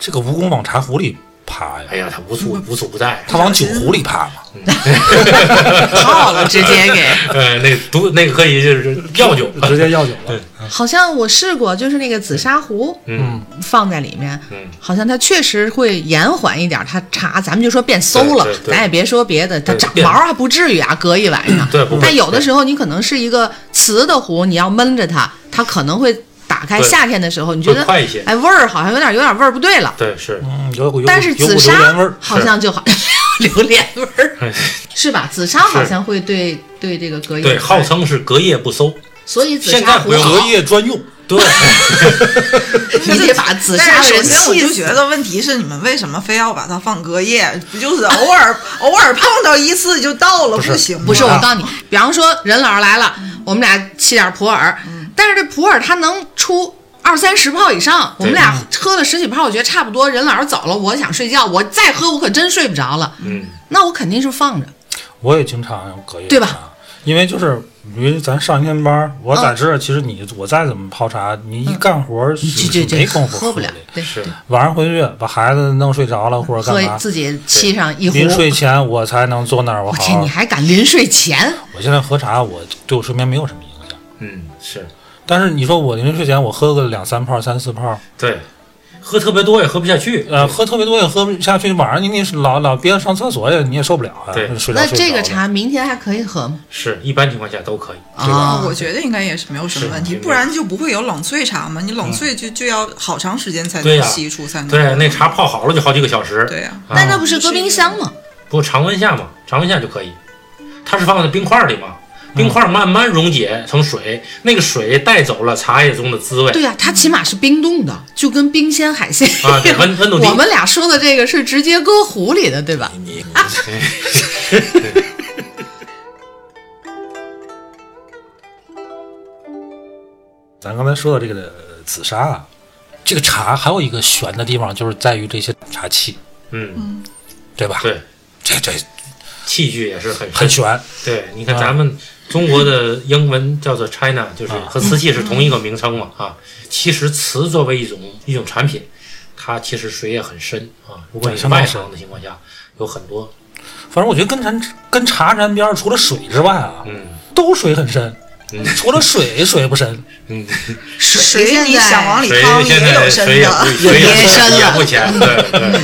[SPEAKER 1] 这个蜈蚣往茶壶里爬呀，
[SPEAKER 5] 哎呀，它无处无处不在。
[SPEAKER 1] 它往酒壶里爬嘛。
[SPEAKER 5] 哎
[SPEAKER 2] 泡了，直接
[SPEAKER 6] *laughs*
[SPEAKER 2] 给。
[SPEAKER 5] 呃，那个毒那个可以就是药酒，
[SPEAKER 1] 直接药酒了。
[SPEAKER 4] 好像我试过，就是那个紫砂壶
[SPEAKER 5] 嗯
[SPEAKER 4] 放在里面，
[SPEAKER 5] 嗯
[SPEAKER 4] 好像它确实会延缓一点儿，它茶咱们就说变馊了
[SPEAKER 5] 对对，对
[SPEAKER 4] 咱也别说别的，它
[SPEAKER 5] 对
[SPEAKER 4] 长
[SPEAKER 5] 变
[SPEAKER 4] 毛还不至于啊，隔一晚上。
[SPEAKER 5] 对不会
[SPEAKER 4] 但有的时候你可能是一个瓷的壶，你要闷着它，它可能会打开。
[SPEAKER 5] 对
[SPEAKER 4] 夏天的时候，你觉
[SPEAKER 5] 会
[SPEAKER 4] 得
[SPEAKER 5] 快一些
[SPEAKER 4] 哎，味儿好像有点有点味儿不对了。
[SPEAKER 5] 对是，
[SPEAKER 1] 嗯，有股有股
[SPEAKER 4] 但是
[SPEAKER 1] 有股
[SPEAKER 4] 紫
[SPEAKER 1] 榴莲味
[SPEAKER 4] 砂
[SPEAKER 1] 儿。
[SPEAKER 4] 好像就好， *laughs* 榴莲味儿是吧？紫砂好
[SPEAKER 5] 哎是
[SPEAKER 4] 像会对对这个隔夜
[SPEAKER 5] 对，
[SPEAKER 4] 好
[SPEAKER 5] 号，称是隔夜不馊。
[SPEAKER 4] 所以紫
[SPEAKER 5] 现在
[SPEAKER 4] 砂
[SPEAKER 5] 不
[SPEAKER 4] 壶
[SPEAKER 5] 用
[SPEAKER 1] 隔
[SPEAKER 4] 好，
[SPEAKER 1] 夜专用，
[SPEAKER 5] 对，
[SPEAKER 4] *laughs* 你得把紫砂
[SPEAKER 6] 但是
[SPEAKER 4] 人
[SPEAKER 6] 首先我
[SPEAKER 4] 气
[SPEAKER 6] 就
[SPEAKER 4] 死
[SPEAKER 6] 觉得问题是你们为什么非要把它放隔夜？不就是偶尔 *laughs* 偶尔碰到一次就到了，
[SPEAKER 1] 不是
[SPEAKER 6] 不行吗？
[SPEAKER 4] 不是，我
[SPEAKER 1] 嗯
[SPEAKER 4] 告诉你，比方说任老师来了，我们俩沏点普洱，
[SPEAKER 1] 嗯
[SPEAKER 4] 但是这普洱它能出二三十泡以上，我们俩喝了十几泡，我觉得差不多。任老师走了，我想睡觉，我再喝我可真睡不着了，
[SPEAKER 5] 嗯，
[SPEAKER 4] 那我肯定是放着。
[SPEAKER 1] 我也经常隔夜
[SPEAKER 4] 对吧
[SPEAKER 1] 茶？因为就是因为咱上一天班儿，我咋知道？其实你我再怎么泡茶，你一干活儿
[SPEAKER 4] 这
[SPEAKER 1] 是
[SPEAKER 4] 嗯这
[SPEAKER 1] 是没
[SPEAKER 4] 这
[SPEAKER 1] 功夫
[SPEAKER 4] 喝不了
[SPEAKER 1] 的，
[SPEAKER 4] 对，
[SPEAKER 5] 是
[SPEAKER 1] 晚上回去把孩子弄睡着了或者
[SPEAKER 4] 喝
[SPEAKER 1] 干嘛，
[SPEAKER 4] 自己沏上一壶。
[SPEAKER 1] 临睡前我才能坐那儿，我
[SPEAKER 4] 我
[SPEAKER 1] 好
[SPEAKER 4] 天，
[SPEAKER 1] 好
[SPEAKER 4] 你。还敢临睡前？
[SPEAKER 1] 我现在喝茶，我对我睡眠没有什么影响。
[SPEAKER 5] 嗯是，
[SPEAKER 1] 但是你说我临睡前我喝个两三泡、三四泡，
[SPEAKER 5] 对，喝特别多也喝不下去。
[SPEAKER 1] 呃，喝特别多也喝不下去，晚上你你是老老憋着上厕所也你也受不了啊，
[SPEAKER 5] 对
[SPEAKER 1] 睡着
[SPEAKER 4] 那
[SPEAKER 1] 睡不
[SPEAKER 4] 这
[SPEAKER 1] 着
[SPEAKER 4] 个
[SPEAKER 1] 了
[SPEAKER 4] 茶明天还可以喝吗？
[SPEAKER 5] 是一般情况下都可以。
[SPEAKER 4] 啊，
[SPEAKER 6] 我觉得应该也是没有什么问题，
[SPEAKER 5] 是
[SPEAKER 6] 不然就不会有冷萃茶嘛。你冷萃就就要好长时间才
[SPEAKER 5] 对
[SPEAKER 6] 能
[SPEAKER 5] 呀
[SPEAKER 6] 析出才能
[SPEAKER 5] 对，那茶泡好了就好几个小时。啊
[SPEAKER 6] 对呀，
[SPEAKER 1] 啊
[SPEAKER 4] 那那不是搁冰箱吗？
[SPEAKER 5] 不常温下嘛，常温下就可以。它是放在冰块里嘛，
[SPEAKER 4] 嗯
[SPEAKER 5] 冰块慢慢溶解成水，那个水带走了茶叶中的滋味。
[SPEAKER 4] 对呀、它起码是冰冻的，就跟冰鲜海鲜一
[SPEAKER 5] 啊对
[SPEAKER 4] 样。
[SPEAKER 5] 温温度
[SPEAKER 4] *laughs*
[SPEAKER 5] 低
[SPEAKER 4] 我们俩说的这个是直接搁壶里的，对吧？
[SPEAKER 1] 咱刚才说到这个紫砂啊，这个茶还有一个悬的地方，就是在于这些茶器，
[SPEAKER 5] 嗯，
[SPEAKER 1] 对吧？
[SPEAKER 5] 对，
[SPEAKER 1] 这这
[SPEAKER 5] 器具也是很
[SPEAKER 1] 很。悬，
[SPEAKER 5] 对，你看咱们中国的英文叫做 China，就是和瓷器是同一个名称嘛啊。其实瓷作为一种一种产品，它其实水也很深啊。如果你是外行的情况下，有很多
[SPEAKER 1] 反正我觉得跟咱跟茶沾边儿，除了水之外啊，
[SPEAKER 5] 嗯
[SPEAKER 1] 都水很深，
[SPEAKER 5] 嗯
[SPEAKER 1] 除了水水不深，
[SPEAKER 5] 嗯，
[SPEAKER 6] 水
[SPEAKER 4] 现
[SPEAKER 6] 你
[SPEAKER 4] 在
[SPEAKER 6] 想
[SPEAKER 4] *laughs*
[SPEAKER 6] 往里
[SPEAKER 5] 水
[SPEAKER 6] 掏
[SPEAKER 5] 现
[SPEAKER 6] 也
[SPEAKER 5] 在
[SPEAKER 6] 有深
[SPEAKER 5] 水也不
[SPEAKER 6] 的，
[SPEAKER 5] 水也
[SPEAKER 4] 也深
[SPEAKER 5] 不
[SPEAKER 4] 了
[SPEAKER 5] 也不
[SPEAKER 6] *laughs*
[SPEAKER 5] 浅，对对，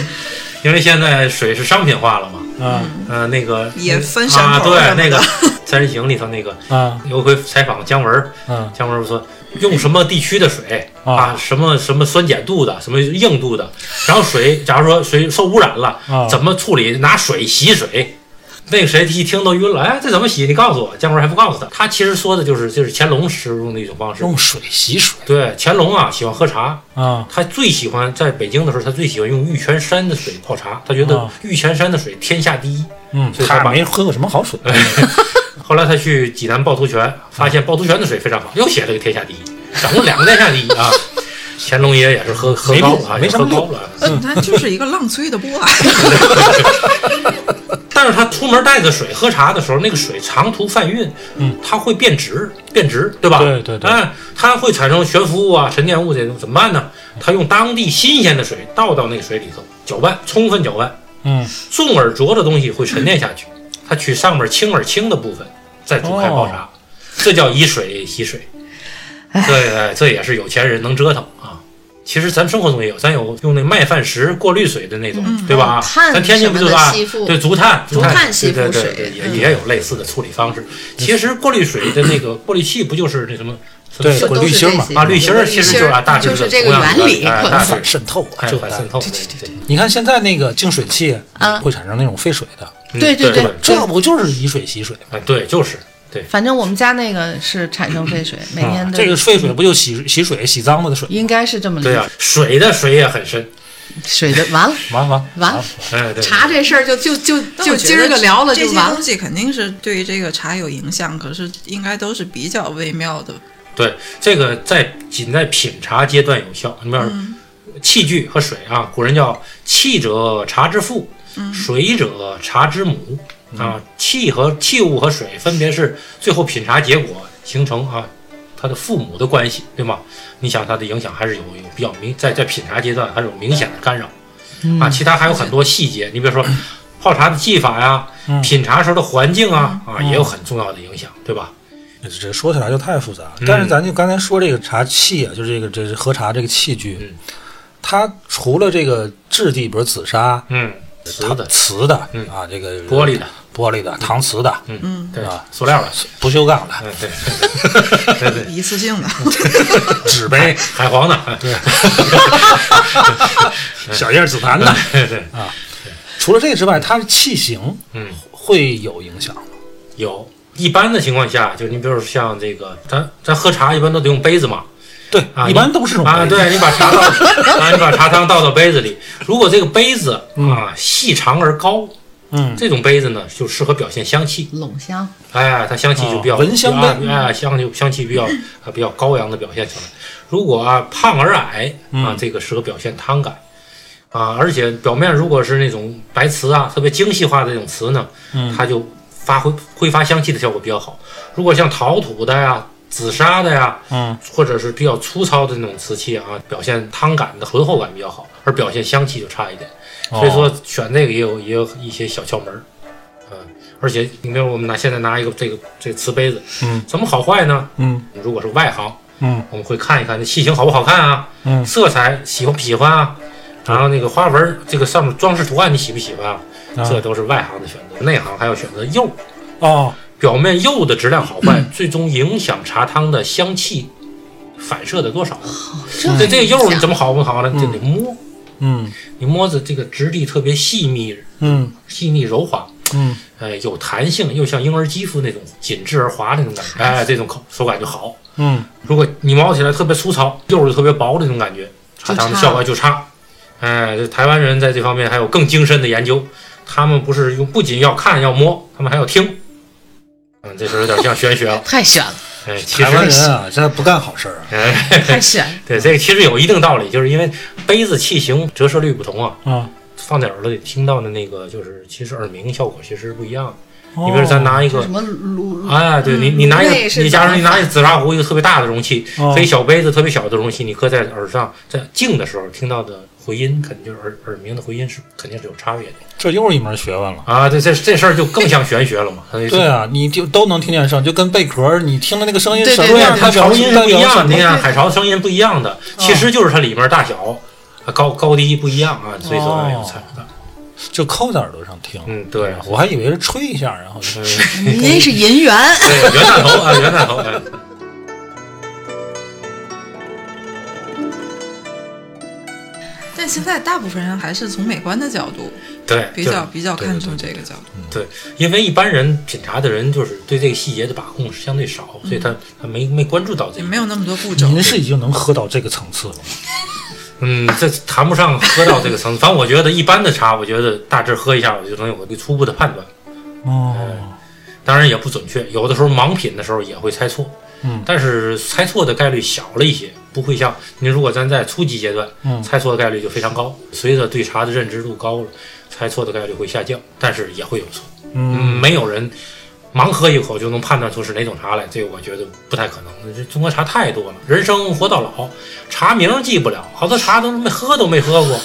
[SPEAKER 5] 因为现在水是商品化了嘛。
[SPEAKER 1] 啊
[SPEAKER 5] 呃，那个
[SPEAKER 6] 也分
[SPEAKER 5] 啊，
[SPEAKER 6] 山头
[SPEAKER 5] 对
[SPEAKER 6] 什么
[SPEAKER 5] 那
[SPEAKER 6] 的
[SPEAKER 5] 个《三人行》里头那
[SPEAKER 6] *laughs*
[SPEAKER 5] 个，
[SPEAKER 1] 啊
[SPEAKER 5] 有一回采访姜文儿，
[SPEAKER 1] 嗯
[SPEAKER 5] 姜文儿说用什么地区的水
[SPEAKER 1] 啊
[SPEAKER 5] 啊，什么什么酸碱度的，什么硬度的，然后水，假如说水受污染了
[SPEAKER 1] 啊，
[SPEAKER 5] 怎么处理？拿水洗水。那个谁一听都晕了，哎，这怎么洗？你告诉我。姜文儿还不告诉他，他其实说的就是就是乾隆时候用的一种方式。
[SPEAKER 1] 用水洗水
[SPEAKER 5] 对，乾隆啊喜欢喝茶，
[SPEAKER 1] 啊
[SPEAKER 5] 他最喜欢在北京的时候，他最喜欢用玉泉山的水泡茶，他觉得
[SPEAKER 1] 啊
[SPEAKER 5] 玉泉山的水天下第一。
[SPEAKER 1] 嗯，
[SPEAKER 5] 所以
[SPEAKER 1] 他
[SPEAKER 5] 他把
[SPEAKER 1] 没喝过什么好水，
[SPEAKER 5] 后来他去济南趵突泉，发现趵突泉的水非常好，又写了个天下第一，掌握两个天下第一
[SPEAKER 1] *laughs*
[SPEAKER 5] 啊！乾隆爷也是喝喝
[SPEAKER 1] 没
[SPEAKER 5] 高
[SPEAKER 1] 用
[SPEAKER 5] 了啊，
[SPEAKER 1] 没
[SPEAKER 5] 也
[SPEAKER 1] 什
[SPEAKER 5] 喝
[SPEAKER 1] 么
[SPEAKER 5] 高
[SPEAKER 1] 用
[SPEAKER 5] 了。
[SPEAKER 6] 嗯它就是一个浪萃的不
[SPEAKER 4] *laughs*
[SPEAKER 6] 爱。
[SPEAKER 5] 但是他出门带着水喝茶的时候，那个水长途贩运，嗯，它会变质，变质，对吧？
[SPEAKER 1] 对对对
[SPEAKER 5] 哎，它会产生悬浮物啊、沉淀物这种，怎么办呢？他用当地新鲜的水倒到那个水里头，搅拌，充分搅拌，
[SPEAKER 1] 嗯，
[SPEAKER 5] 重而浊的东西会沉淀下去，它取上面轻而轻的部分再煮开
[SPEAKER 4] 哦
[SPEAKER 5] 泡茶，这叫以水洗水。对，哎这也是有钱人能折腾啊。其实咱生活中也有，咱有用那麦饭石过滤水的那种，
[SPEAKER 4] 嗯
[SPEAKER 5] 对吧？
[SPEAKER 4] 哦碳
[SPEAKER 5] 咱天津不就是啊
[SPEAKER 4] 什么的吸附？
[SPEAKER 5] 对，竹炭，
[SPEAKER 4] 竹
[SPEAKER 5] 炭
[SPEAKER 4] 炭吸附
[SPEAKER 5] 对对
[SPEAKER 4] 水
[SPEAKER 5] 对对，也也有类似的处理方
[SPEAKER 4] 嗯
[SPEAKER 5] 式。其实过滤水的那个过滤器不就是那什么？
[SPEAKER 1] 对
[SPEAKER 5] 什么
[SPEAKER 1] 过滤芯儿嘛
[SPEAKER 5] 啊，滤芯儿其实就是啊，大致
[SPEAKER 4] 就是这个
[SPEAKER 5] 同样的
[SPEAKER 4] 原理
[SPEAKER 5] 哎大致
[SPEAKER 1] 反渗透啊，
[SPEAKER 5] 哎
[SPEAKER 1] 这
[SPEAKER 5] 反
[SPEAKER 1] 玩意
[SPEAKER 5] 渗
[SPEAKER 1] 儿
[SPEAKER 5] 透。对对对
[SPEAKER 1] 你看现在那个净水器
[SPEAKER 4] 啊
[SPEAKER 1] 会产生那种废水的，
[SPEAKER 5] 嗯
[SPEAKER 4] 对对
[SPEAKER 5] 对
[SPEAKER 4] 对
[SPEAKER 1] 这要不就是以水洗水吗？
[SPEAKER 5] 哎对，就是对。
[SPEAKER 4] 反正我们家那个是产生废水，
[SPEAKER 5] 嗯
[SPEAKER 4] 每
[SPEAKER 1] 啊
[SPEAKER 4] 天都
[SPEAKER 1] 这个废水不就洗洗水洗脏了的水？
[SPEAKER 4] 应该是这么理
[SPEAKER 5] 对啊
[SPEAKER 4] 解。
[SPEAKER 5] 呀、水的水也很深，
[SPEAKER 4] 水的完了
[SPEAKER 1] 完啊了
[SPEAKER 4] 完了
[SPEAKER 1] 了，，
[SPEAKER 5] 哎，对，
[SPEAKER 4] 茶这事儿就就就
[SPEAKER 6] 但
[SPEAKER 4] 就
[SPEAKER 6] 我觉
[SPEAKER 4] 今儿
[SPEAKER 6] 得
[SPEAKER 4] 个聊了
[SPEAKER 6] 这
[SPEAKER 4] 就
[SPEAKER 6] 些
[SPEAKER 4] 完了
[SPEAKER 6] 东。西肯定是对于这个茶有影响，可是应该都是比较微妙的。
[SPEAKER 5] 对，这个在仅在品茶阶段有效。你比方说器具和水啊，古人叫器者茶之父，水者茶之母啊。器和器物和水分别是最后品茶结果形成啊他的父母的关系，对吗？你想他的影响还是有有比较明，在在品茶阶段还是有明显的干扰、啊。其他还有很多细节，你比如说泡茶的技法呀，
[SPEAKER 1] 嗯
[SPEAKER 5] 品茶时候的环境啊，啊也有很重要的影响，对吧？
[SPEAKER 1] 这说起来就太复杂了。
[SPEAKER 5] 嗯
[SPEAKER 1] 但是咱就刚才说这个茶器啊，就是这个这是喝茶这个器具
[SPEAKER 5] 嗯，
[SPEAKER 1] 它除了这个质地，比如紫砂、
[SPEAKER 5] 嗯，瓷的
[SPEAKER 1] 它、瓷的
[SPEAKER 5] 嗯
[SPEAKER 1] 啊，这个
[SPEAKER 5] 玻璃的、
[SPEAKER 1] 玻璃的、搪瓷的，
[SPEAKER 5] 嗯，对
[SPEAKER 1] 啊，
[SPEAKER 5] 塑料的，
[SPEAKER 1] 不锈钢的
[SPEAKER 5] 嗯，对，对对对，
[SPEAKER 6] 一次性的，
[SPEAKER 1] 纸杯、
[SPEAKER 5] 海皇的，对嗯
[SPEAKER 1] 小叶紫檀的。
[SPEAKER 5] 对 *laughs* 对，
[SPEAKER 1] 除了这之外，它的器型
[SPEAKER 5] 嗯。
[SPEAKER 1] 会有影响吗。
[SPEAKER 5] 有，一般的情况下，就你比如说像这个，咱咱喝茶一般都得用杯子嘛，
[SPEAKER 1] 对
[SPEAKER 5] 啊，，
[SPEAKER 1] 一般都是这种
[SPEAKER 5] 啊，
[SPEAKER 1] 杯子
[SPEAKER 5] 对你把
[SPEAKER 1] *laughs*
[SPEAKER 5] 茶倒啊，你把茶汤倒到杯子里，如果这个杯子啊细长而高，
[SPEAKER 1] 嗯，
[SPEAKER 5] 这种杯子呢就适合表现香气，
[SPEAKER 4] 拢香，。
[SPEAKER 5] 哎，它香气就比较
[SPEAKER 1] 哦闻香
[SPEAKER 5] 啊
[SPEAKER 1] 杯
[SPEAKER 5] 哎，香就香气比较啊比较高扬的表现出来。如果啊胖而矮
[SPEAKER 1] 嗯
[SPEAKER 5] 啊，这个适合表现汤感。啊，而且表面如果是那种白瓷啊，特别精细化的这种瓷呢，
[SPEAKER 1] 嗯
[SPEAKER 5] 它就发挥挥发香气的效果比较好。如果像陶土的呀、紫砂的呀，
[SPEAKER 1] 嗯，
[SPEAKER 5] 或者是比较粗糙的那种瓷器啊，表现汤感的醇厚感比较好，而表现香气就差一点。
[SPEAKER 1] 哦
[SPEAKER 5] 所以说选这个也有也有一些小窍门儿，嗯，而且你比如我们拿现在拿一个这个这个瓷杯子，
[SPEAKER 1] 嗯，
[SPEAKER 5] 怎么好坏呢？
[SPEAKER 1] 嗯
[SPEAKER 5] 如果是外行，
[SPEAKER 1] 嗯，
[SPEAKER 5] 我们会看一看这器型好不好看啊，
[SPEAKER 1] 嗯
[SPEAKER 5] 色彩喜欢不喜欢啊，然后那个花纹儿这个上面装饰图案你喜不喜欢啊？
[SPEAKER 1] 啊
[SPEAKER 5] 这都是外行的选择，内行还要选择釉，
[SPEAKER 1] 哦，
[SPEAKER 5] 表面釉的质量好坏，最终影响茶汤的香气反射的多少。这这个釉你怎么好不好呢？你就得摸，
[SPEAKER 1] 嗯
[SPEAKER 5] 你摸着这个质地特别细密，
[SPEAKER 1] 嗯
[SPEAKER 5] 细腻柔滑，
[SPEAKER 1] 嗯，
[SPEAKER 5] 呃，有弹性，又像婴儿肌肤那种紧致而滑那种感觉，哎，这种口手感就好。
[SPEAKER 1] 嗯，
[SPEAKER 5] 如果你毛起来特别粗糙，釉就特别薄的那种感觉，茶汤的效果就差。哎，这台湾人在这方面还有更精深的研究，他们不是用不仅要看要摸，他们还要听。嗯，这时候有点像玄学了
[SPEAKER 4] 太玄了，
[SPEAKER 5] 哎，其
[SPEAKER 1] 台湾
[SPEAKER 5] 实，
[SPEAKER 1] 人啊，真的不干好事儿啊。
[SPEAKER 5] 哎，
[SPEAKER 4] 太玄了。
[SPEAKER 5] 对，这个其实有一定道理，就是因为杯子器型折射率不同啊，
[SPEAKER 1] 嗯，
[SPEAKER 5] 放在耳朵里听到的那个，就是其实耳鸣效果其实不一样。你比如咱拿一个
[SPEAKER 4] 什么卤
[SPEAKER 5] 哎，对你，你拿一
[SPEAKER 4] 类
[SPEAKER 5] 个，
[SPEAKER 4] 是
[SPEAKER 5] 你假如你拿一个紫砂壶，一个特别大的容器，
[SPEAKER 1] 哦
[SPEAKER 5] 和一小杯子特别小的容器，你搁在耳上，在静的时候听到的回音，肯定就是耳耳鸣的回音是肯定是有差别的
[SPEAKER 1] 这又是一门学问了。
[SPEAKER 5] 啊。这这这事儿就更像玄学了嘛。所以
[SPEAKER 1] 对啊，你就都能听见声，就跟贝壳儿，你听的那个声音
[SPEAKER 4] 对
[SPEAKER 1] 什么
[SPEAKER 4] 对
[SPEAKER 5] 对
[SPEAKER 1] 样，
[SPEAKER 5] 呀，它
[SPEAKER 1] 表
[SPEAKER 5] 潮
[SPEAKER 1] 音
[SPEAKER 5] 音不一样，嗯
[SPEAKER 1] 什
[SPEAKER 5] 你
[SPEAKER 1] 么
[SPEAKER 5] 看海潮声音不一样的，其实就是它里面大小、它高高低不一样啊，所以说有差别。
[SPEAKER 1] 就扣在耳朵上听。
[SPEAKER 5] 嗯，对，呃
[SPEAKER 1] 我还以为是吹一下，然后就
[SPEAKER 2] 那是银元。
[SPEAKER 5] 对，袁大头啊，袁大头，哎，
[SPEAKER 6] 但现在大部分人还是从美观的角度
[SPEAKER 5] 对，
[SPEAKER 6] 比
[SPEAKER 5] 就
[SPEAKER 6] 较比较
[SPEAKER 5] 对
[SPEAKER 6] 看
[SPEAKER 5] 对
[SPEAKER 6] 重这个角度，
[SPEAKER 5] 对，因为一般人品茶的人就是对这个细节的把控是相对少，所以他他没没关注到这
[SPEAKER 6] 嗯也
[SPEAKER 5] 个。
[SPEAKER 6] 没有那么多步骤。
[SPEAKER 1] 您是已经能喝到这个层次了吗？
[SPEAKER 5] 嗯，这谈不上喝到这个层次，反正我觉得一般的茶，我觉得大致喝一下，我就能有个初步的判断。
[SPEAKER 1] 哦，
[SPEAKER 5] 当然也不准确，有的时候盲品的时候也会猜错，
[SPEAKER 1] 嗯
[SPEAKER 5] 但是猜错的概率小了一些，不会像您如果咱在初级阶段，
[SPEAKER 1] 嗯
[SPEAKER 5] 猜错的概率就非常高。随着对茶的认知度高了，猜错的概率会下降，但是也会有错。
[SPEAKER 1] 嗯，
[SPEAKER 5] 没有人盲喝一口就能判断出是哪种茶来，这个我觉得不太可能。这中国茶太多了，人生活到老，茶名儿记不了，好多茶都没喝都没喝过。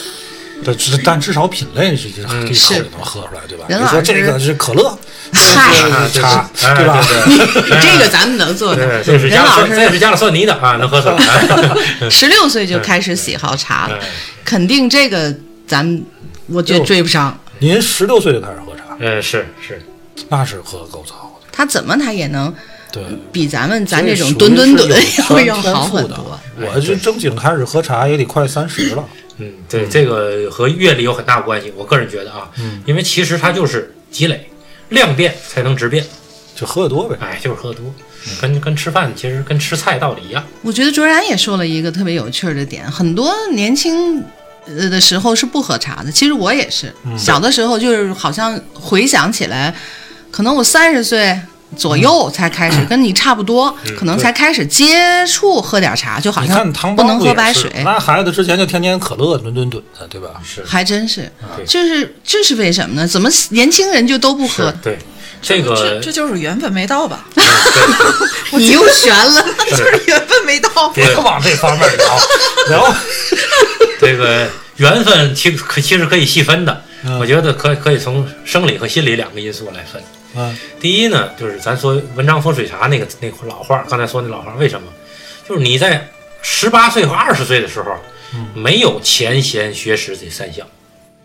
[SPEAKER 1] 对，只但至少品类是一口
[SPEAKER 5] 嗯
[SPEAKER 1] 就能喝出来，对吧？比
[SPEAKER 4] 任
[SPEAKER 1] 如
[SPEAKER 4] 老
[SPEAKER 1] 说这个是可乐，
[SPEAKER 4] 嗨
[SPEAKER 1] 这个是茶，
[SPEAKER 5] 哎
[SPEAKER 1] 对吧？
[SPEAKER 5] 对对
[SPEAKER 4] 你这个咱们能做
[SPEAKER 5] 对，
[SPEAKER 4] 的。
[SPEAKER 5] 这是
[SPEAKER 4] 任
[SPEAKER 5] 加了
[SPEAKER 4] 老
[SPEAKER 5] 蒜，这
[SPEAKER 4] 师
[SPEAKER 5] 是加了蒜泥的啊，能喝出来。
[SPEAKER 4] 十六岁就开始喜好茶了
[SPEAKER 5] 哎，
[SPEAKER 4] 肯定这个咱们我觉得追不上。
[SPEAKER 1] 您十六岁就开始喝茶，
[SPEAKER 5] 嗯，是是，
[SPEAKER 1] 那是喝得够早的。
[SPEAKER 4] 他怎么他也能
[SPEAKER 1] 对，
[SPEAKER 4] 比咱们咱
[SPEAKER 1] 所以
[SPEAKER 4] 这种
[SPEAKER 1] 属于
[SPEAKER 4] 蹲蹲
[SPEAKER 1] 是
[SPEAKER 4] 蹲
[SPEAKER 1] 有
[SPEAKER 4] *laughs* 要
[SPEAKER 1] 天
[SPEAKER 4] 要
[SPEAKER 1] 天
[SPEAKER 4] 好
[SPEAKER 1] 赋
[SPEAKER 4] 很
[SPEAKER 1] 的
[SPEAKER 4] 多。
[SPEAKER 1] 我就正经开始喝茶也得快三十了。
[SPEAKER 5] 嗯，对，这个和阅历有很大关系。我个人觉得啊，因为其实它就是积累、量变才能质变，
[SPEAKER 1] 就喝得多呗。
[SPEAKER 5] 哎，就是喝多，跟跟吃饭其实跟吃菜道理一样。
[SPEAKER 4] 我觉得卓然也说了一个特别有趣儿的点，很多年轻。呃的时候是不喝茶的，其实我也是，
[SPEAKER 1] 嗯
[SPEAKER 4] 小的时候就是好像回想起来，可能我三十岁左
[SPEAKER 1] 嗯
[SPEAKER 4] 右才开始，跟你差不多，可能才开始接触喝点茶，就好
[SPEAKER 1] 你
[SPEAKER 4] 像
[SPEAKER 1] 看糖
[SPEAKER 4] 不
[SPEAKER 1] 包
[SPEAKER 4] 能
[SPEAKER 1] 子
[SPEAKER 4] 喝
[SPEAKER 1] 也
[SPEAKER 4] 白
[SPEAKER 1] 是
[SPEAKER 4] 水，
[SPEAKER 1] 那孩子之前就天天可乐吨吨吨的，对吧？
[SPEAKER 5] 是
[SPEAKER 4] 还真是
[SPEAKER 5] 对，
[SPEAKER 4] 就是这是为什么呢？怎么年轻人就都不喝
[SPEAKER 5] 是？对，这
[SPEAKER 6] 这
[SPEAKER 5] 个
[SPEAKER 6] 这嗯就是缘分没到吧？
[SPEAKER 2] 你又
[SPEAKER 1] *laughs*
[SPEAKER 2] 悬了，
[SPEAKER 4] *laughs*
[SPEAKER 6] 就是缘分没到吧。
[SPEAKER 5] 别
[SPEAKER 1] 别往这方面
[SPEAKER 5] *laughs*
[SPEAKER 1] 聊，聊
[SPEAKER 5] 这个缘分其实可其实可以细分的，我觉得可可以从生理和心理两个因素来分。
[SPEAKER 1] 嗯，
[SPEAKER 5] 第一呢，就是咱说文章风水茶那个那个老话，刚才说那老话，为什么？就是你在十八岁和二十岁的时候，
[SPEAKER 1] 嗯
[SPEAKER 5] 没有钱闲学识这三项，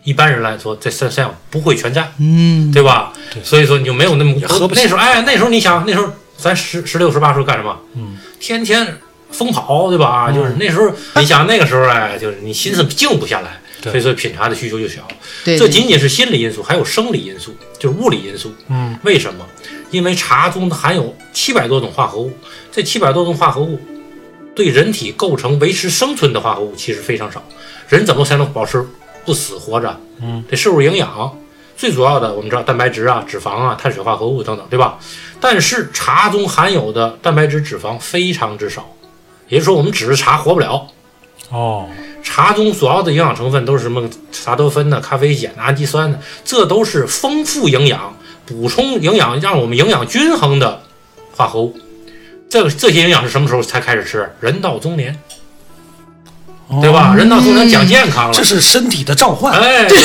[SPEAKER 5] 一般人来说这三三项不会全占，嗯，对吧？所以说你就没有那么
[SPEAKER 1] 也喝不起
[SPEAKER 5] 那时候，哎，那时候你想，那时候咱十十六十八岁干什么？嗯，天天疯跑，对吧？
[SPEAKER 1] 嗯
[SPEAKER 5] 就是那时候你想那个时候，哎，就是你心思静不下来，
[SPEAKER 1] 对
[SPEAKER 5] 所以说品茶的需求就小。
[SPEAKER 2] 对
[SPEAKER 5] 这
[SPEAKER 2] 对
[SPEAKER 5] 仅仅是心理因素，还有生理因素，就是物理因素。
[SPEAKER 1] 嗯，
[SPEAKER 5] 为什么？因为茶中含有七百多种化合物，这七百多种化合物对人体构成维持生存的化合物其实非常少。人怎么才能保持不死活着？嗯，得摄入营养。最主要的，我们知道蛋白质啊、脂肪啊、碳水化合物等等，对吧？但是茶中含有的蛋白质、脂肪非常之少，也就是说，我们只是茶活不了。
[SPEAKER 1] 哦，
[SPEAKER 5] 茶中主要的营养成分都是什么茶多酚呐、咖啡碱呐、氨基酸呐，这都是丰富营养、补充营养，让我们营养均衡的化合物。这这些营养是什么时候才开始吃？人到中年，对吧？人到中年讲健康了
[SPEAKER 1] 这，是身体的召唤
[SPEAKER 5] 哎，对，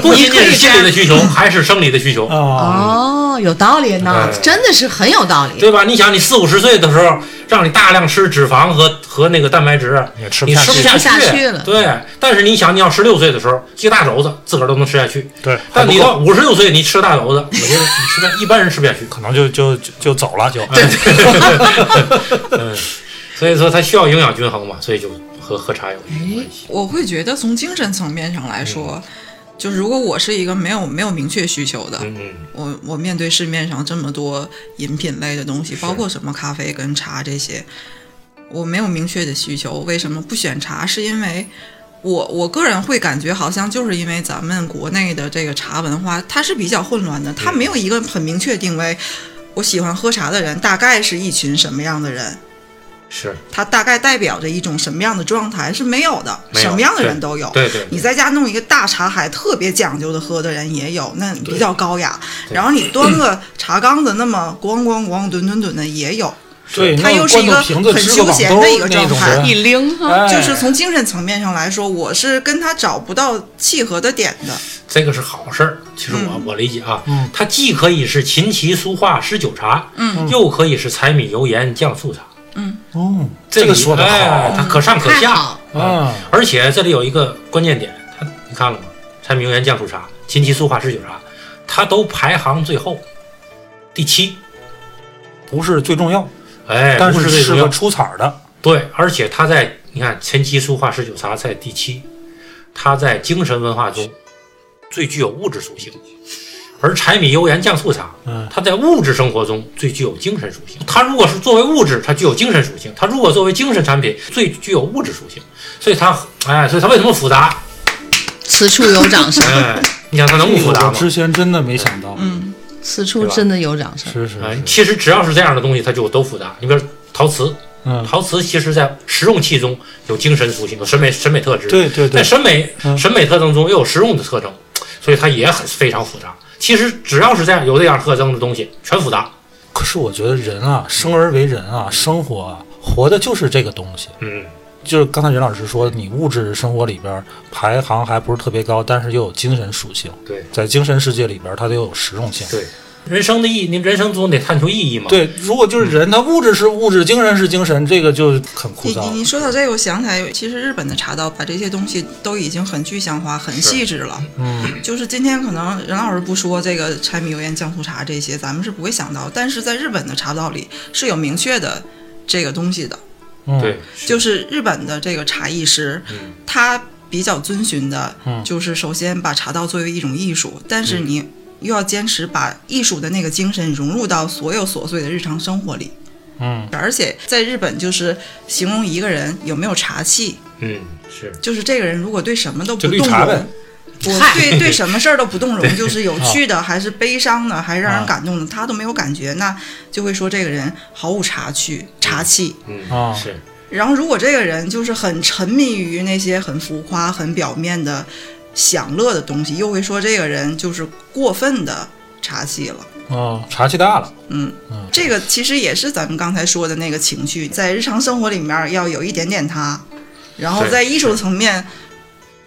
[SPEAKER 5] 不仅仅是心理的需求，还是生理的需求，
[SPEAKER 1] 啊，
[SPEAKER 2] 哦，有道理呢
[SPEAKER 5] 哎，
[SPEAKER 2] 真的是很有道理。
[SPEAKER 5] 对吧？你想，你四五十岁的时候，让你大量吃脂肪和和那个蛋白质，
[SPEAKER 1] 也吃不
[SPEAKER 5] 你
[SPEAKER 1] 下
[SPEAKER 5] 吃
[SPEAKER 1] 去，
[SPEAKER 5] 下
[SPEAKER 2] 吃不下去了
[SPEAKER 5] 对，但是你想，你要十六岁的时候，一个大肘子自个儿都能吃下去。
[SPEAKER 1] 对
[SPEAKER 5] 但你
[SPEAKER 1] 还不
[SPEAKER 5] 到五十六岁，你吃大肘子，我觉得你吃不下，一般人吃不下去。
[SPEAKER 1] 可能就就就就走了，就
[SPEAKER 5] 嗯，所以说它需要营养均衡嘛，所以就和喝茶有一定关系。
[SPEAKER 6] 我会觉得从精神层面上来说，就是如果我是一个没有没有明确需求的，
[SPEAKER 2] 哎
[SPEAKER 5] 嗯嗯，
[SPEAKER 6] 我我面对市面上这么多饮品类的东西，包括什么咖啡跟茶这些，我没有明确的需求。为什么不选茶？是因为我我个人会感觉好像就是因为咱们国内的这个茶文化，它是比较混乱的，它没有一个很明确定位。我喜欢喝茶的人大概是一群什么样的人？
[SPEAKER 5] 是
[SPEAKER 6] 它大概代表着一种什么样的状态是没有的，
[SPEAKER 5] 没有
[SPEAKER 6] 什么样的
[SPEAKER 5] 对
[SPEAKER 6] 人都有。
[SPEAKER 5] 对对
[SPEAKER 6] 你在家弄一个大茶海，特别讲究的喝的人也有，那比较高雅。
[SPEAKER 5] 对
[SPEAKER 6] 然后你端个茶缸子，那么咣咣咣、吨吨吨的也有。
[SPEAKER 1] 对，那
[SPEAKER 6] 它又是
[SPEAKER 1] 罐
[SPEAKER 6] 一
[SPEAKER 1] 头
[SPEAKER 6] 个
[SPEAKER 1] 瓶子
[SPEAKER 6] 很
[SPEAKER 1] 支
[SPEAKER 6] 休
[SPEAKER 1] 个网
[SPEAKER 6] 闲
[SPEAKER 1] 兜
[SPEAKER 6] 的一个
[SPEAKER 1] 那
[SPEAKER 6] 状
[SPEAKER 1] 种
[SPEAKER 6] 态
[SPEAKER 1] 人
[SPEAKER 2] 一拎哈，
[SPEAKER 1] 哎
[SPEAKER 6] 就是从精神层面上来说，我是跟他找不到契合的点的。
[SPEAKER 5] 这个是好事儿。其实我、
[SPEAKER 6] 嗯
[SPEAKER 5] 我理解啊，
[SPEAKER 1] 嗯
[SPEAKER 5] 它既可以是琴棋书画诗酒茶，
[SPEAKER 6] 嗯，
[SPEAKER 5] 又可以是柴米油盐酱醋茶。
[SPEAKER 1] 哦，这
[SPEAKER 5] 个
[SPEAKER 1] 个说的
[SPEAKER 5] 哎
[SPEAKER 1] 好
[SPEAKER 5] 它可上可
[SPEAKER 2] 太
[SPEAKER 5] 下。
[SPEAKER 2] 好，
[SPEAKER 1] 啊，
[SPEAKER 5] 而且这里有一个关键点，它你看了吗？柴米油盐酱醋茶、琴棋书画诗酒茶，它都排行最后，第七。
[SPEAKER 1] 不是最重要，
[SPEAKER 5] 哎，
[SPEAKER 1] 但
[SPEAKER 5] 不
[SPEAKER 1] 是
[SPEAKER 5] 是最
[SPEAKER 1] 是
[SPEAKER 5] 重要
[SPEAKER 1] 个。出彩儿的，
[SPEAKER 5] 对，而且它在你看前期书画十九茶在第七，它在精神文化中最具有物质属性，而柴米油盐酱醋茶
[SPEAKER 1] 嗯，
[SPEAKER 5] 它在物质生活中最具有精神属性。它如果是作为物质，它具有精神属性；它如果作为精神产品，最具有物质属性。所以它，哎，所以它为什么复杂？
[SPEAKER 2] 此处有掌声，
[SPEAKER 5] *laughs* 哎，你想它能不复杂
[SPEAKER 1] 我
[SPEAKER 5] 吗？
[SPEAKER 1] 之前真的没想到，
[SPEAKER 6] 嗯，
[SPEAKER 2] 此处真的有掌声。
[SPEAKER 1] 是是
[SPEAKER 5] 哎，
[SPEAKER 1] 是，
[SPEAKER 5] 其实只要是这样的东西，它就都复杂。你比如陶瓷，
[SPEAKER 1] 嗯，
[SPEAKER 5] 陶瓷其实在实用器中有精神属性，有审美审美特质。
[SPEAKER 1] 对对
[SPEAKER 5] 在
[SPEAKER 1] 对，
[SPEAKER 5] 审美
[SPEAKER 1] 嗯
[SPEAKER 5] 审美特征中又有实用的特征，所以它也很非常复杂。其实只要是这样有这样特征的东西，全复杂。
[SPEAKER 1] 可是我觉得人啊，生而为人啊，生活啊，活的就是这个东西。
[SPEAKER 5] 嗯，
[SPEAKER 1] 就是刚才任老师说，你物质生活里边儿排行还不是特别高，但是又有精神属性，
[SPEAKER 5] 对
[SPEAKER 1] 在精神世界里边儿它得有实用性。
[SPEAKER 5] 对，人生的意义，你人生总得探求意义嘛。，
[SPEAKER 1] 对，如果就是人，他物质是物质，精神是精神，这个就很枯
[SPEAKER 6] 你
[SPEAKER 1] 燥
[SPEAKER 6] 你你
[SPEAKER 1] 了。
[SPEAKER 6] 说到这个，我想起来，其实日本的茶道把这些东西都已经很具象化、很细致了。
[SPEAKER 1] 嗯，
[SPEAKER 6] 就是今天可能任老师不说这个柴米油盐酱醋茶这些，咱们是不会想到，但是在日本的茶道里是有明确的这个东西的，
[SPEAKER 1] 嗯
[SPEAKER 5] 对，
[SPEAKER 6] 就是日本的这个茶艺师，
[SPEAKER 5] 嗯
[SPEAKER 6] 他比较遵循的
[SPEAKER 1] 嗯
[SPEAKER 6] 就是首先把茶道作为一种艺术，但是你又要坚持把艺术的那个精神融入到所有琐碎的日常生活里，
[SPEAKER 1] 嗯，
[SPEAKER 6] 而且在日本就是形容一个人有没有茶气，
[SPEAKER 5] 嗯，是
[SPEAKER 6] 就是这个人如果对什么都
[SPEAKER 1] 就
[SPEAKER 6] 不
[SPEAKER 1] 绿
[SPEAKER 6] 动
[SPEAKER 1] 茶呗
[SPEAKER 6] 容，我对对什么事儿都不
[SPEAKER 1] *laughs*
[SPEAKER 6] 动容，就是有趣的还是悲伤的，还是让
[SPEAKER 1] 啊
[SPEAKER 6] 人感动的，他都没有感觉，那就会说这个人毫无茶趣、茶气。
[SPEAKER 5] 嗯、
[SPEAKER 1] 啊
[SPEAKER 5] 是
[SPEAKER 6] 然后如果这个人就是很沉迷于那些很浮夸、很表面的享乐的东西，又会说这个人就是过分的茶气了。
[SPEAKER 1] 哦，茶气大了，
[SPEAKER 6] 这个其实也是咱们刚才说的那个情绪，在日常生活里面要有一点点它，然后
[SPEAKER 5] 对嗯
[SPEAKER 6] 在艺术层面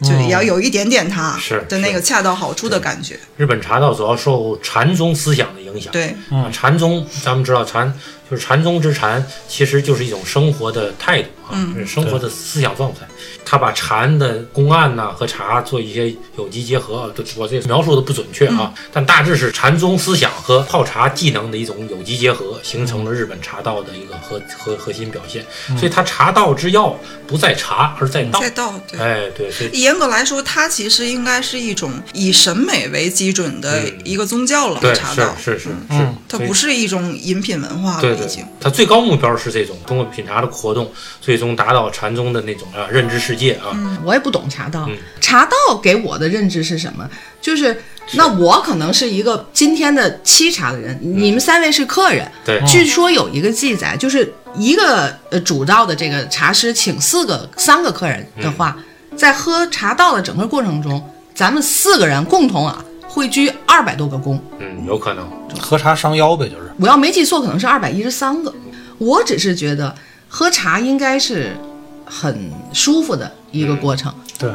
[SPEAKER 6] 就也要有一点点它
[SPEAKER 5] 是
[SPEAKER 6] 的那个恰到好处的感觉。
[SPEAKER 5] 日本茶道主要受禅宗思想的影响。
[SPEAKER 6] 对，
[SPEAKER 5] 啊，禅宗咱们知道禅就是禅宗之禅，其实就是一种生活的态度啊，
[SPEAKER 6] 嗯
[SPEAKER 5] 是生活的思想状态。他把禅的公案呐、和茶做一些有机结合，啊都我这描述的不准确
[SPEAKER 6] 嗯
[SPEAKER 5] 啊，但大致是禅宗思想和泡茶技能的一种有机结合，形成了日本茶道的一个核核核心表现。所以它茶道之要不在茶，而在
[SPEAKER 4] 哦
[SPEAKER 5] 道。
[SPEAKER 6] 再到对。
[SPEAKER 5] 哎，对，所以
[SPEAKER 6] 严格来说，它其实应该是一种以审美为基准的
[SPEAKER 5] 嗯
[SPEAKER 6] 一个宗教了。
[SPEAKER 5] 对
[SPEAKER 6] 茶
[SPEAKER 5] 是
[SPEAKER 6] 道，
[SPEAKER 5] 是是是
[SPEAKER 1] 嗯，
[SPEAKER 6] 它
[SPEAKER 5] 所以
[SPEAKER 6] 不是一种饮品文化了，
[SPEAKER 5] 对
[SPEAKER 6] 已
[SPEAKER 5] 对
[SPEAKER 6] 经。，
[SPEAKER 5] 它最高目标是这种通过品茶的活动，最终达到禅宗的那种啊认知世界啊。
[SPEAKER 4] 我也不懂茶道
[SPEAKER 5] 嗯，
[SPEAKER 4] 茶道给我的认知是什么？就是那我可能是一个今天的沏茶的人，你们三位是客人。
[SPEAKER 5] 嗯对，
[SPEAKER 4] 据说有一个记载，就是一个呃主道的这个茶师请四个三个客人的话，
[SPEAKER 5] 嗯
[SPEAKER 4] 在喝茶道的整个过程中，咱们四个人共同啊会鞠二百多个躬，
[SPEAKER 5] 嗯，有可能，
[SPEAKER 1] 喝茶伤腰呗，就是
[SPEAKER 4] 我要没记错，可能是二百一十三个。我只是觉得喝茶应该是很舒服的一
[SPEAKER 5] 嗯
[SPEAKER 4] 个过程。
[SPEAKER 1] 对，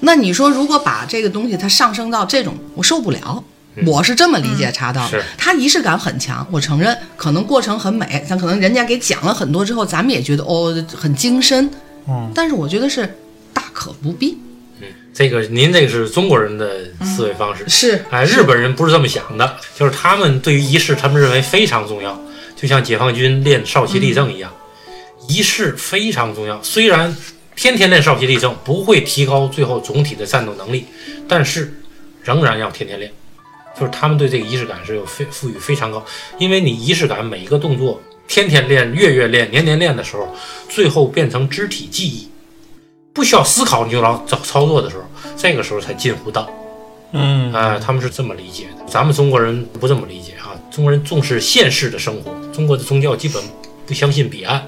[SPEAKER 4] 那你说，如果把这个东西它上升到这种，我受不了。我是这么理解茶道的
[SPEAKER 5] 嗯是，
[SPEAKER 4] 它仪式感很强，我承认，可能过程很美，咱可能人家给讲了很多之后，咱们也觉得哦很精深，
[SPEAKER 1] 嗯，
[SPEAKER 4] 但是我觉得是大可不必，
[SPEAKER 5] 嗯，这个您这个是中国人的思维方式，
[SPEAKER 4] 是
[SPEAKER 5] 哎，日本人不是这么想的，就是他们对于仪式，他们认为非常重要，就像解放军练少旗立正一样，仪式非常重要。虽然天天练少旗立正不会提高最后总体的战斗能力，但是仍然要天天练，就是他们对这个仪式感是有非赋予非常高，因为你仪式感每一个动作天天练、月月练、年年练的时候，最后变成肢体记忆，不需要思考你就老找操作的时候，这个时候才近乎道。
[SPEAKER 1] 嗯
[SPEAKER 5] 啊，他们是这么理解的，咱们中国人不这么理解啊。中国人重视现世的生活，中国的宗教基本不相信彼岸，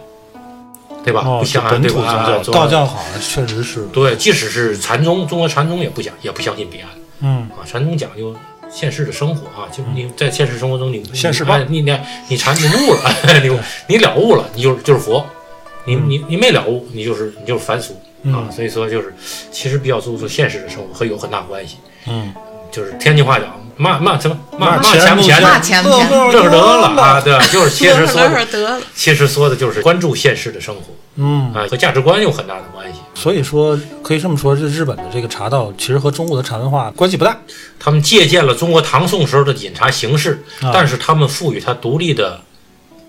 [SPEAKER 5] 对吧？
[SPEAKER 1] 哦，
[SPEAKER 5] 不相
[SPEAKER 1] 本
[SPEAKER 5] 信
[SPEAKER 1] 土宗
[SPEAKER 5] 对吧？啊
[SPEAKER 1] 教，
[SPEAKER 5] 中
[SPEAKER 1] 道教好像确实是，
[SPEAKER 5] 对，即使是禅宗，中国禅宗也不讲，也不相信彼岸
[SPEAKER 1] 嗯，
[SPEAKER 5] 啊。禅宗讲究现实的生活啊，就是你在现实生活中你
[SPEAKER 1] 现世
[SPEAKER 5] 你
[SPEAKER 1] 报
[SPEAKER 5] 哎你你你禅你悟了， *laughs* 你你了悟了，你就是就是佛，你你你没了悟，你就是你就是凡俗啊。
[SPEAKER 1] 嗯
[SPEAKER 5] 所以说就是其实比较注重现实的生活和有很大关系。
[SPEAKER 1] 嗯，
[SPEAKER 5] 就是天津话讲骂骂什么骂骂
[SPEAKER 1] 钱
[SPEAKER 5] 不钱
[SPEAKER 4] 骂
[SPEAKER 5] 呢？
[SPEAKER 4] 钱不
[SPEAKER 1] 乐
[SPEAKER 4] 钱
[SPEAKER 1] 呵
[SPEAKER 5] 这是得了啊，
[SPEAKER 1] 了，
[SPEAKER 5] 对，
[SPEAKER 6] *laughs*
[SPEAKER 5] 就是其实说的，
[SPEAKER 6] 得了，
[SPEAKER 5] 其实说的就是关注现实的生活
[SPEAKER 1] 嗯，
[SPEAKER 5] 啊，和价值观有很大的关系。
[SPEAKER 1] 所以说可以这么说，这日本的这个茶道其实和中国的茶文化关系不大，
[SPEAKER 5] 他们借鉴了中国唐宋时候的饮茶形式，
[SPEAKER 1] 啊
[SPEAKER 5] 但是他们赋予它独立的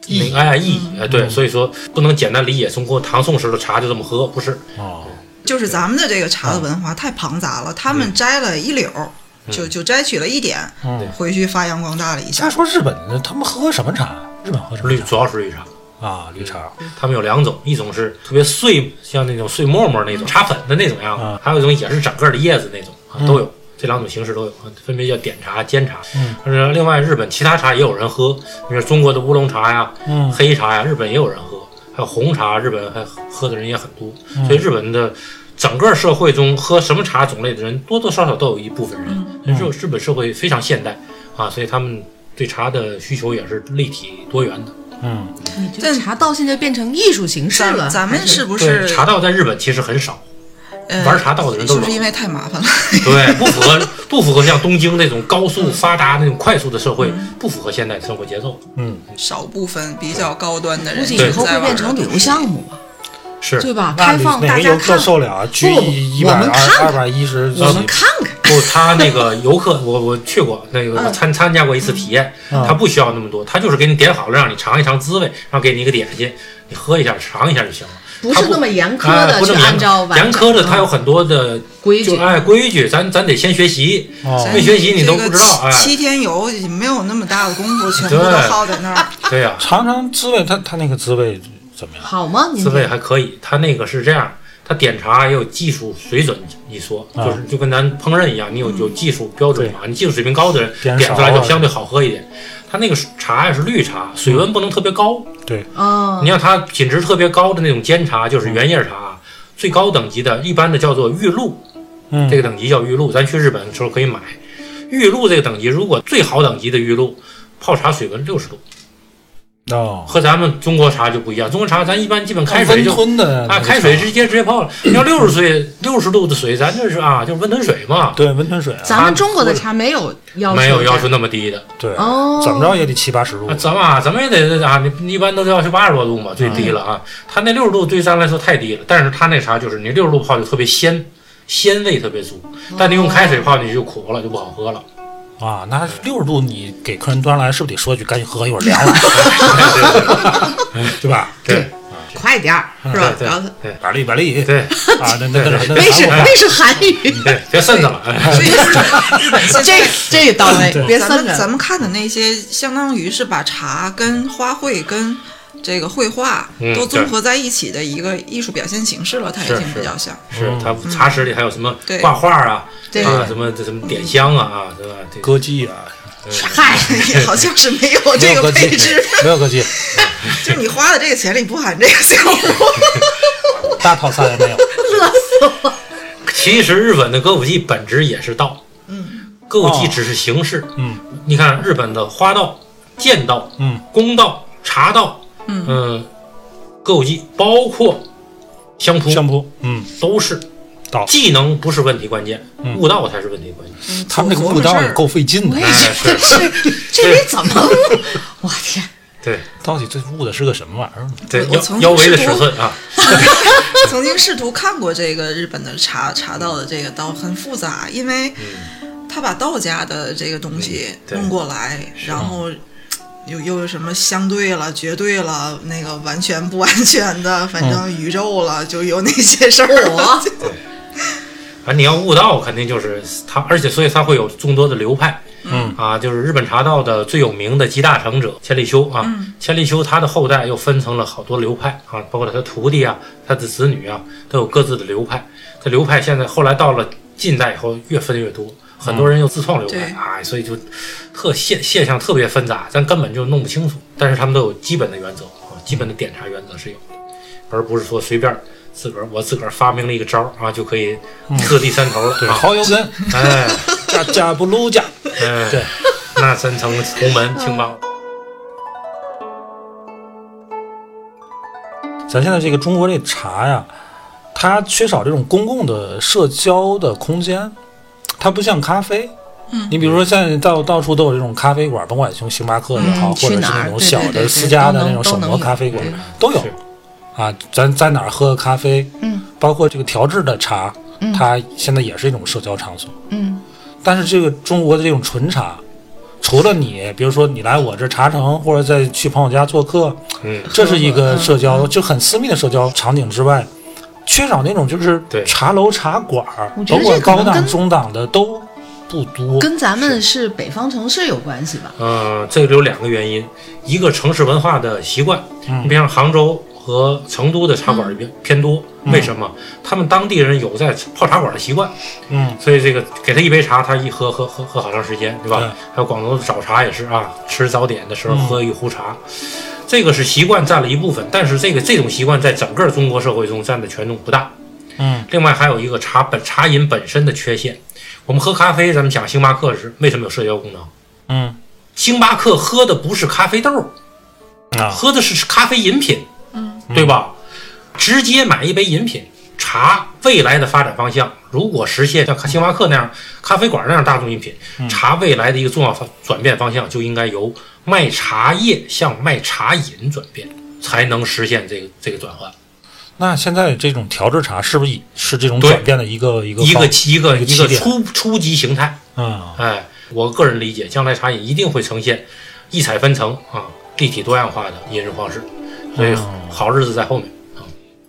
[SPEAKER 1] 意义
[SPEAKER 5] 哎意义，哎对，所以说不能简单理解中国唐宋时候的茶就这么喝，不是？
[SPEAKER 1] 哦，
[SPEAKER 6] *laughs* 就是咱们的这个茶的文化太庞杂
[SPEAKER 1] 嗯
[SPEAKER 6] 了，他们摘了一绺儿，就就摘取了一点，
[SPEAKER 1] 嗯，
[SPEAKER 6] 回去发扬光大了一
[SPEAKER 1] 瞎
[SPEAKER 6] 下。
[SPEAKER 1] 说日本的，他们喝什么茶？日本喝什么
[SPEAKER 5] 绿
[SPEAKER 1] 茶
[SPEAKER 5] 主要是绿茶，
[SPEAKER 1] 啊？绿茶，
[SPEAKER 5] 他们有两种，一种是特别碎，像那种碎沫沫那种茶粉的那种样子，
[SPEAKER 1] 嗯啊
[SPEAKER 5] 还有一种也是整个的叶子那种啊，都有。这两种形式都有，啊分别叫点茶、煎茶。
[SPEAKER 1] 嗯，
[SPEAKER 5] 但是另外日本其他茶也有人喝，比如中国的乌龙茶呀、
[SPEAKER 1] 嗯
[SPEAKER 5] 黑茶呀，日本也有人喝，还有红茶，日本还喝的人也很多。
[SPEAKER 1] 嗯
[SPEAKER 5] 所以日本的整个社会中喝什么茶种类的人，多多少少都有一部分人。
[SPEAKER 1] 嗯
[SPEAKER 5] 日、日本社会非常现代啊，所以他们对茶的需求也是立体多元的。
[SPEAKER 1] 嗯，
[SPEAKER 4] 你这茶道现在变成艺术形式了，
[SPEAKER 6] 咱咱们
[SPEAKER 4] 还
[SPEAKER 6] 是不
[SPEAKER 5] 对，
[SPEAKER 6] 是
[SPEAKER 5] 茶道在日本其实很少。
[SPEAKER 6] 呃
[SPEAKER 5] 玩茶道的人都
[SPEAKER 6] 是
[SPEAKER 5] 是
[SPEAKER 6] 不是因为太麻烦了？ *laughs*
[SPEAKER 5] 对，不符合不符合像东京那种高速发达、那种快速的社会，
[SPEAKER 4] 嗯
[SPEAKER 5] 不符合现代生活节奏。
[SPEAKER 6] 少部分比较高端的
[SPEAKER 4] 估
[SPEAKER 6] 人
[SPEAKER 4] 计
[SPEAKER 6] 一
[SPEAKER 4] 以
[SPEAKER 6] 直
[SPEAKER 4] 后
[SPEAKER 6] 在
[SPEAKER 4] 会
[SPEAKER 6] 玩
[SPEAKER 4] 变成旅游项目吧，
[SPEAKER 5] 是
[SPEAKER 4] 对吧？
[SPEAKER 1] 那
[SPEAKER 4] 开
[SPEAKER 1] 你
[SPEAKER 4] 放
[SPEAKER 1] 哪
[SPEAKER 4] 大
[SPEAKER 1] 个
[SPEAKER 4] 家
[SPEAKER 1] 游客
[SPEAKER 4] 看，
[SPEAKER 1] 受了啊？举
[SPEAKER 4] 不不
[SPEAKER 1] 一
[SPEAKER 4] 我
[SPEAKER 1] 百
[SPEAKER 4] 们
[SPEAKER 1] 二
[SPEAKER 4] 看
[SPEAKER 1] 二百一十，
[SPEAKER 4] 我们看看。
[SPEAKER 5] 不，他那个游客，我我去过那
[SPEAKER 4] 嗯
[SPEAKER 5] 个，我参参加过一次体验，
[SPEAKER 1] 嗯
[SPEAKER 5] 他不需要那么多，他就是给你点好了，让你尝一尝滋味，然后给你一个点心，你喝一下尝一下就行了。
[SPEAKER 4] 不
[SPEAKER 5] 他
[SPEAKER 4] 是那么严苛
[SPEAKER 5] 哎
[SPEAKER 4] 的
[SPEAKER 5] 不
[SPEAKER 4] 去
[SPEAKER 5] 那么严
[SPEAKER 4] 按照完嗯
[SPEAKER 5] 严苛的，他有很多的
[SPEAKER 4] 规
[SPEAKER 5] 就
[SPEAKER 4] 矩。
[SPEAKER 5] 哎规矩，咱咱得先学习，
[SPEAKER 1] 哦
[SPEAKER 5] 没学习你都
[SPEAKER 6] 这个
[SPEAKER 5] 不知道哎
[SPEAKER 6] 七七天游没有那么大的功
[SPEAKER 5] *laughs*
[SPEAKER 6] 夫，全部
[SPEAKER 1] 哎
[SPEAKER 6] 都
[SPEAKER 5] 对
[SPEAKER 6] 耗在那儿。
[SPEAKER 5] 对
[SPEAKER 4] *laughs*
[SPEAKER 5] 呀、
[SPEAKER 1] 尝尝滋味，它它那个滋味怎么样？
[SPEAKER 4] 好吗？您
[SPEAKER 5] 滋味还可以。他那个是这样，他点茶也有技术水准一说，
[SPEAKER 1] 啊
[SPEAKER 5] 就是就跟咱烹饪一样，你有有技术标准嘛，你技术水平高的人
[SPEAKER 1] 点
[SPEAKER 5] 点出来
[SPEAKER 1] 少
[SPEAKER 5] 就
[SPEAKER 1] 啊
[SPEAKER 5] 相对好喝一点。他那个茶呀是绿茶，水温不能特别高。
[SPEAKER 1] 对，
[SPEAKER 4] 啊
[SPEAKER 5] 你，像它品质特别高的那种煎茶，就是原叶茶，最高等级的一般的叫做玉露，
[SPEAKER 1] 嗯，
[SPEAKER 5] 这个等级叫玉露，咱去日本的时候可以买。玉露这个等级，如果最好等级的玉露，泡茶水温六十度，
[SPEAKER 1] 哦，
[SPEAKER 5] 和咱们中国茶就不一样。中国茶咱一般基本开水
[SPEAKER 1] 温
[SPEAKER 5] 就
[SPEAKER 1] 吞的
[SPEAKER 5] 啊，开水直接直接泡了。你要六十岁六十度的水，咱这是啊，就是温吞水嘛，
[SPEAKER 1] 对温吞水啊，
[SPEAKER 4] 咱们中国的茶没有要求，
[SPEAKER 5] 没有要求，那么低的。
[SPEAKER 1] 对，
[SPEAKER 4] 哦
[SPEAKER 1] 怎么着也得七八十度
[SPEAKER 5] 啊，，咱们啊，咱们也得啊，你一般都要求八十多度嘛，最低了啊。他那六十度对咱来说太低了，但是他那啥就是你六十度泡就特别鲜，鲜味特别足，
[SPEAKER 4] 哦
[SPEAKER 5] 但你用开水泡你就苦了，就不好喝了。
[SPEAKER 1] 啊，那六十度你给客人端上来，是不是得说句赶紧喝，一会儿凉了， *laughs* 对吧？
[SPEAKER 5] 对嗯
[SPEAKER 4] 快点儿是吧？然后
[SPEAKER 5] 对哎
[SPEAKER 1] 百利百利，
[SPEAKER 5] 对
[SPEAKER 1] 啊，那那那那
[SPEAKER 5] 对
[SPEAKER 4] 那是
[SPEAKER 1] 那
[SPEAKER 4] 那是韩语，
[SPEAKER 5] 对，别渗
[SPEAKER 4] *laughs*
[SPEAKER 5] 着了。哎
[SPEAKER 6] 所以日本现
[SPEAKER 4] 这
[SPEAKER 6] 在。
[SPEAKER 4] 这到
[SPEAKER 5] 嗯
[SPEAKER 4] 位，别
[SPEAKER 6] 咱
[SPEAKER 4] 三
[SPEAKER 6] 们
[SPEAKER 4] 着。
[SPEAKER 6] 咱们看的那些，相当于是把茶跟花卉跟这个绘画
[SPEAKER 5] 嗯对
[SPEAKER 6] 都综合在一起的一个艺术表现形式了，它已
[SPEAKER 5] 是
[SPEAKER 6] 经
[SPEAKER 5] 是
[SPEAKER 6] 比较像。
[SPEAKER 5] 是他茶室里还有什么
[SPEAKER 6] 对
[SPEAKER 5] 挂画啊，
[SPEAKER 4] 嗯对
[SPEAKER 5] 啊什么什么点香啊啊，对吧？这个
[SPEAKER 1] 歌姬啊，
[SPEAKER 4] 嗨，
[SPEAKER 6] 也好像是没有
[SPEAKER 1] 没
[SPEAKER 6] 这
[SPEAKER 1] 有
[SPEAKER 6] 个
[SPEAKER 1] 歌姬
[SPEAKER 6] 配置，，
[SPEAKER 1] 没有歌姬，
[SPEAKER 6] 就是你花的这个钱里不含这个项目。
[SPEAKER 1] 大套餐也没有。
[SPEAKER 5] 其实日本的歌舞伎本质也是道，嗯，歌舞伎只是形式，
[SPEAKER 1] 嗯，
[SPEAKER 5] 你看日本的花道、剑道、
[SPEAKER 1] 嗯，
[SPEAKER 5] 公道、茶道，嗯歌舞伎包括相扑
[SPEAKER 1] 相扑，嗯，
[SPEAKER 5] 都是
[SPEAKER 1] 道
[SPEAKER 5] 技能不是问题关键，
[SPEAKER 1] 嗯
[SPEAKER 5] 悟道才是问题关键。
[SPEAKER 1] 他们这个悟道也够费劲的，
[SPEAKER 5] 哎，是是，
[SPEAKER 4] 这得怎
[SPEAKER 5] *laughs*
[SPEAKER 4] 么录？我天，
[SPEAKER 5] 对
[SPEAKER 1] 到底这悟的是个什么玩意儿呢？
[SPEAKER 5] 对，
[SPEAKER 6] 我
[SPEAKER 5] 腰
[SPEAKER 6] 从
[SPEAKER 5] 腰围的
[SPEAKER 6] 吃
[SPEAKER 5] 尺
[SPEAKER 6] 播
[SPEAKER 5] 寸啊，
[SPEAKER 6] 曾经试图看过这个日本的茶茶道的这个刀，很复杂，因为他把道家的这个东西
[SPEAKER 5] 嗯对
[SPEAKER 6] 弄过来，然后又又有什么相对了、绝对了，那个完全不完全的，反正宇宙了，就有那些事儿
[SPEAKER 4] 哦
[SPEAKER 6] *laughs* 了。
[SPEAKER 5] 反正你要悟道，肯定就是他，而且所以他会有众多的流派。
[SPEAKER 1] 嗯
[SPEAKER 5] 啊，就是日本茶道的最有名的集大成者千利休啊，千利休他的后代又分成了好多流派啊，包括他的徒弟啊、他的子女啊，都有各自的流派。这流派现在后来到了近代以后，越分越多，很多人又自创流派
[SPEAKER 6] 对
[SPEAKER 5] 啊，所以就特现现象特别纷杂，咱根本就弄不清楚。但是他们都有基本的原则啊，基本的点茶原则是有的，而不是说随便自个儿我自个儿发明了一个招儿啊，就可以特地三头了、
[SPEAKER 1] 对，
[SPEAKER 5] 啊。
[SPEAKER 1] 蚝油根，
[SPEAKER 5] 哎，
[SPEAKER 1] 加加不噜加，
[SPEAKER 5] 哎
[SPEAKER 1] 对，
[SPEAKER 5] 那三层红门青帮。
[SPEAKER 1] 咱现在这个中国这茶呀，它缺少这种公共的社交的空间，它不像咖啡。嗯，你比如说现在到到处都有这种咖啡馆，甭管从星巴克也好，或
[SPEAKER 4] 嗯
[SPEAKER 1] 者是
[SPEAKER 4] 去哪儿
[SPEAKER 1] 那种
[SPEAKER 4] 对
[SPEAKER 1] 小
[SPEAKER 4] 对对
[SPEAKER 1] 的
[SPEAKER 4] 对
[SPEAKER 1] 私家的
[SPEAKER 4] 都
[SPEAKER 1] 那
[SPEAKER 4] 能
[SPEAKER 1] 种
[SPEAKER 4] 都
[SPEAKER 1] 手
[SPEAKER 4] 能
[SPEAKER 1] 磨
[SPEAKER 4] 有
[SPEAKER 1] 咖啡馆
[SPEAKER 4] 对
[SPEAKER 1] 都有
[SPEAKER 5] 是
[SPEAKER 1] 啊。咱在哪儿喝咖啡？
[SPEAKER 4] 嗯，
[SPEAKER 1] 包括这个调制的茶，它现在也是一种社交场所。
[SPEAKER 4] 嗯，
[SPEAKER 1] 但是这个中国的这种纯茶，除了你，比如说你来我这茶城，或者再去朋友家做客，
[SPEAKER 5] 嗯，
[SPEAKER 1] 这是一个社交就很私密的社交场景之外，缺少那种就是
[SPEAKER 5] 对
[SPEAKER 1] 茶楼、茶馆儿
[SPEAKER 4] 我，觉
[SPEAKER 1] 甭
[SPEAKER 4] 得
[SPEAKER 1] 管
[SPEAKER 4] 这可
[SPEAKER 1] 高
[SPEAKER 4] 能
[SPEAKER 1] 档、
[SPEAKER 4] 跟
[SPEAKER 1] 中档的都不多。
[SPEAKER 4] 跟咱们是北方城市有关系吧？
[SPEAKER 5] 呃，这个有两个原因，一个城市文化的习惯，你比方杭州和成都的茶馆儿偏偏多，为什么？他们当地人有在泡茶馆儿的习惯，
[SPEAKER 1] 嗯，
[SPEAKER 5] 所以这个给他一杯茶，他一喝喝喝喝好长时间，对吧？
[SPEAKER 1] 对嗯
[SPEAKER 5] 还有广东的早茶也是啊，吃早点的时候喝一壶茶，这个是习惯占了一部分，但是这个这种习惯在整个中国社会中占的权重不大。
[SPEAKER 1] 嗯，
[SPEAKER 5] 另外还有一个茶本茶饮本身的缺陷，我们喝咖啡，咱们讲星巴克是为什么有社交功能？
[SPEAKER 1] 嗯，
[SPEAKER 5] 星巴克喝的不是咖啡豆，
[SPEAKER 1] 啊，
[SPEAKER 5] 喝的是咖啡饮品，嗯，对吧？直接买一杯饮品茶，未来的发展方向，如果实现像星巴克那样咖啡馆那样大众饮品，
[SPEAKER 1] 嗯
[SPEAKER 5] 茶未来的一个重要发转变方向就应该由卖茶叶向卖茶饮转变，才能实现这个这个转换，
[SPEAKER 1] 那现在这种调制茶是不是以是这种
[SPEAKER 5] 对
[SPEAKER 1] 转变的一个一个
[SPEAKER 5] 一
[SPEAKER 1] 方
[SPEAKER 5] 个一个
[SPEAKER 1] 一个
[SPEAKER 5] 一
[SPEAKER 1] 起
[SPEAKER 5] 个
[SPEAKER 1] 点
[SPEAKER 5] 初初级形态。
[SPEAKER 1] 嗯
[SPEAKER 5] 哎，我个人理解，将来茶饮一定会呈现异彩纷呈啊，立体多样化的饮食方式，所以
[SPEAKER 1] 哦
[SPEAKER 5] 好日子在后面。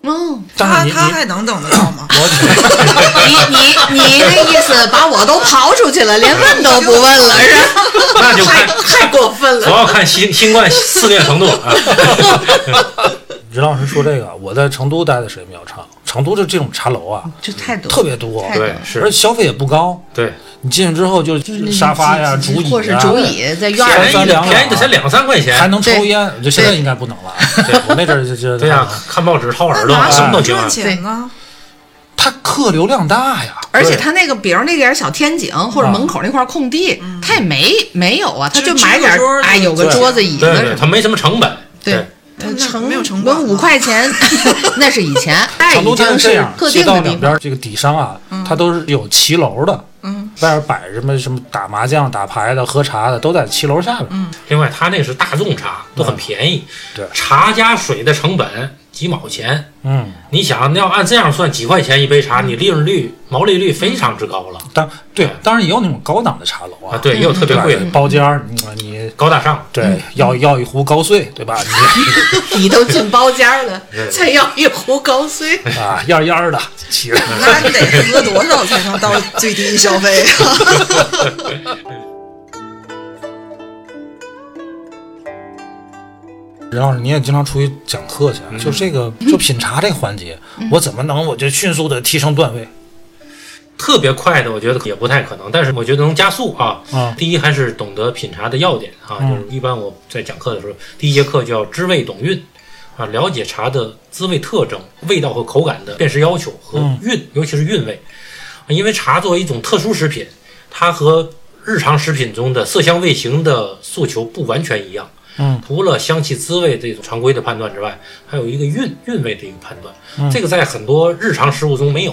[SPEAKER 4] 嗯，
[SPEAKER 1] 但
[SPEAKER 6] 他
[SPEAKER 1] 是你
[SPEAKER 6] 他
[SPEAKER 1] 你
[SPEAKER 6] 还能等得到吗？
[SPEAKER 4] 你你你那意思把我都刨出去了，连问都不问了，是吧？
[SPEAKER 5] 那就
[SPEAKER 4] 太
[SPEAKER 5] 看
[SPEAKER 4] 太过分
[SPEAKER 5] 主
[SPEAKER 4] 了。
[SPEAKER 5] 要看新新冠肆虐程度 *laughs* 啊。
[SPEAKER 1] 任老师说这个，我在成都待的时间比较长，成都的这种茶楼啊
[SPEAKER 4] 就太多，
[SPEAKER 1] 特别多，
[SPEAKER 4] 太
[SPEAKER 5] 对，
[SPEAKER 1] 而且
[SPEAKER 5] 是，
[SPEAKER 1] 消费也不高。
[SPEAKER 5] 对，
[SPEAKER 1] 你进去之后就
[SPEAKER 4] 就是那
[SPEAKER 1] 沙发呀、
[SPEAKER 4] 几
[SPEAKER 1] 竹椅
[SPEAKER 4] 或是
[SPEAKER 1] 啊
[SPEAKER 4] 竹椅在院
[SPEAKER 1] 三
[SPEAKER 4] 儿
[SPEAKER 5] 便
[SPEAKER 4] 里，
[SPEAKER 1] 三
[SPEAKER 5] 宜
[SPEAKER 1] 两两
[SPEAKER 5] 的便宜的才两三块
[SPEAKER 1] 还
[SPEAKER 5] 钱。
[SPEAKER 1] 能抽
[SPEAKER 4] 对
[SPEAKER 1] 烟，就现在应该不
[SPEAKER 4] *laughs*
[SPEAKER 1] 能了。对我那阵儿就就
[SPEAKER 5] 对呀，看报纸、掏耳朵
[SPEAKER 6] 拿，
[SPEAKER 5] 什
[SPEAKER 6] 什
[SPEAKER 5] 么
[SPEAKER 6] 么
[SPEAKER 5] 都行啊
[SPEAKER 6] 赚。钱呢？
[SPEAKER 1] 它客流量大呀。
[SPEAKER 4] 而且他那个，比如那点小天井或者
[SPEAKER 1] 啊
[SPEAKER 4] 门口那块空地，他也没没有啊，他
[SPEAKER 6] 嗯就
[SPEAKER 4] 就买点
[SPEAKER 6] 支个桌
[SPEAKER 4] 儿
[SPEAKER 6] 子
[SPEAKER 4] 哎，有个
[SPEAKER 1] 对
[SPEAKER 4] 桌子椅子
[SPEAKER 5] 对
[SPEAKER 4] 什
[SPEAKER 5] 对，
[SPEAKER 4] 么的
[SPEAKER 5] 它没什么成本。
[SPEAKER 4] 对
[SPEAKER 5] 对
[SPEAKER 4] 呃
[SPEAKER 6] 那
[SPEAKER 4] 成
[SPEAKER 6] 没有成本
[SPEAKER 4] 我五
[SPEAKER 6] 嘛
[SPEAKER 4] 块
[SPEAKER 6] *laughs*
[SPEAKER 4] 钱，那是以前，但
[SPEAKER 1] 成
[SPEAKER 4] 已
[SPEAKER 1] 都它
[SPEAKER 4] 经
[SPEAKER 1] 是这
[SPEAKER 4] 是
[SPEAKER 1] 样，
[SPEAKER 4] 特
[SPEAKER 1] 街
[SPEAKER 4] 定
[SPEAKER 1] 道
[SPEAKER 4] 的地
[SPEAKER 1] 两
[SPEAKER 4] 方。嗯
[SPEAKER 1] 边这个底商啊，它都是有骑楼的，嗯，外边摆什么什么打麻将、打牌的、喝茶的，都在骑楼下边。
[SPEAKER 4] 嗯
[SPEAKER 5] 另外，它那是大众茶，都很便宜。
[SPEAKER 1] 对
[SPEAKER 5] 茶加水的成本几毛钱，
[SPEAKER 1] 嗯，
[SPEAKER 5] 你想要按这样算，几块钱一杯茶，你利润率、毛利率非常之高了
[SPEAKER 1] 当对，当然也有那种高档的茶楼啊，
[SPEAKER 5] 啊！
[SPEAKER 4] 嗯
[SPEAKER 5] 对，也有特别
[SPEAKER 1] 对吧
[SPEAKER 5] 贵的，？
[SPEAKER 1] 包间儿，你你
[SPEAKER 5] 高大上。
[SPEAKER 1] 对，要要一壶高碎，对吧？你
[SPEAKER 2] 你都进包间儿了
[SPEAKER 5] 对，对
[SPEAKER 2] 再要一壶高碎，
[SPEAKER 4] *laughs*
[SPEAKER 1] 啊，燕儿燕儿的起来。
[SPEAKER 6] 那你得喝多少才能到最低消费啊？
[SPEAKER 1] 任老师，你也经常出去讲课去啊，就这个就品茶这个环节，我怎么能我就迅速的提升段位？
[SPEAKER 5] 特别快的，我觉得也不太可能，但是我觉得能加速啊。
[SPEAKER 1] 啊
[SPEAKER 5] 第一还是懂得品茶的要点啊，
[SPEAKER 1] 嗯
[SPEAKER 5] 就是一般我在讲课的时候，第一节课叫知味懂韵啊，了解茶的滋味特征、味道和口感的辨识要求和
[SPEAKER 1] 嗯
[SPEAKER 5] 韵，尤其是韵味，啊因为茶作为一种特殊食品，它和日常食品中的色香味形的诉求不完全一样。
[SPEAKER 1] 嗯，
[SPEAKER 5] 除了香气、滋味这种常规的判断之外，还有一个韵韵味的一个判断，
[SPEAKER 1] 嗯
[SPEAKER 5] 这个在很多日常食物中没有。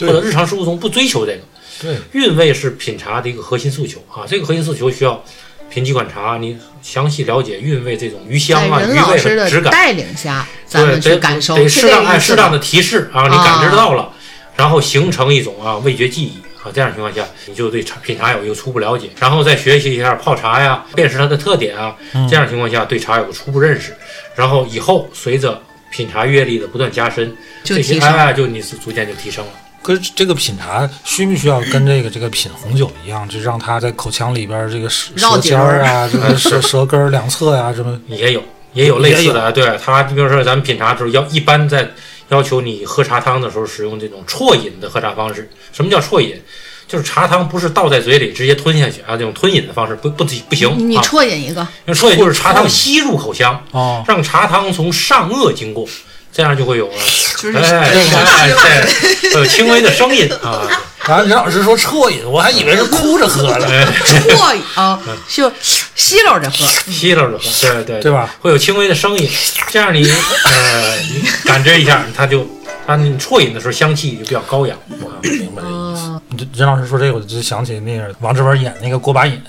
[SPEAKER 5] 或者日常生活中不追求这个。
[SPEAKER 1] 对，
[SPEAKER 5] 韵味是品茶的一个核心诉求啊，这个核心诉求需要品几款茶，你详细了解韵味这种
[SPEAKER 4] 在
[SPEAKER 5] 余香啊、
[SPEAKER 4] 任
[SPEAKER 5] 余
[SPEAKER 4] 老
[SPEAKER 5] 味
[SPEAKER 4] 师
[SPEAKER 5] 和质
[SPEAKER 4] 的
[SPEAKER 5] 感，
[SPEAKER 4] 带领下，咱
[SPEAKER 5] 对，
[SPEAKER 4] 们
[SPEAKER 5] 得
[SPEAKER 4] 去感受，
[SPEAKER 5] 得
[SPEAKER 4] 是
[SPEAKER 5] 适
[SPEAKER 4] 这
[SPEAKER 5] 当
[SPEAKER 4] 个
[SPEAKER 5] 按
[SPEAKER 4] 意思
[SPEAKER 5] 适
[SPEAKER 4] 吧
[SPEAKER 5] 当的提示啊，你感知到了，然后形成一种啊味觉记忆。啊，这样的情况下，你就对茶品茶有一个初步了解，然后再学习一下泡茶呀，辨识它的特点啊。这样的情况下，对茶有个初步认识，然后以后随着品茶阅历的不断加深，
[SPEAKER 4] 就
[SPEAKER 5] 这些
[SPEAKER 4] 提升
[SPEAKER 5] 哎，就你逐渐就提升了。
[SPEAKER 1] 可是这个品茶需不需要跟这个这个品红酒一样，就让它在口腔里边儿这个舌
[SPEAKER 4] 绕
[SPEAKER 1] 舌
[SPEAKER 4] 颈
[SPEAKER 1] 尖
[SPEAKER 4] 儿
[SPEAKER 1] 儿啊，这个舌舌根儿两侧呀、什么？
[SPEAKER 5] 也有也有类似的，啊，对他，比如说咱们品茶的时候要一般在要求你喝茶汤的时候使用这种啜饮的喝茶方式。什么叫啜饮？就是茶汤不是倒在嘴里直接吞下去啊，这种吞饮的方式不不不行
[SPEAKER 4] 你
[SPEAKER 5] 啊。
[SPEAKER 4] 啜饮一
[SPEAKER 5] *laughs*
[SPEAKER 4] 个，
[SPEAKER 5] 因为啜饮就是茶汤吸入口腔，
[SPEAKER 1] 哦，
[SPEAKER 5] 让茶汤从上颚经过，这样就会有了
[SPEAKER 6] 就是
[SPEAKER 5] 哎哎哎哎哎有轻微的声音啊。
[SPEAKER 1] 然后任老师说啜饮，我还以为是哭着喝
[SPEAKER 5] *laughs*
[SPEAKER 1] 的，
[SPEAKER 5] 哎
[SPEAKER 4] 啜饮啊，
[SPEAKER 5] 嗯
[SPEAKER 4] 就吸溜着喝，
[SPEAKER 5] 吸溜着喝，对对
[SPEAKER 1] 嗯对吧？
[SPEAKER 5] 会有轻微的声音，
[SPEAKER 1] *laughs*
[SPEAKER 5] 这样你呃你感知一下，它就它你啜饮的时候香气就比较
[SPEAKER 1] *coughs*
[SPEAKER 5] 高扬。啊
[SPEAKER 1] 明白这意思。任任老师说这个，我就想起那个王志文演那个锅巴瘾，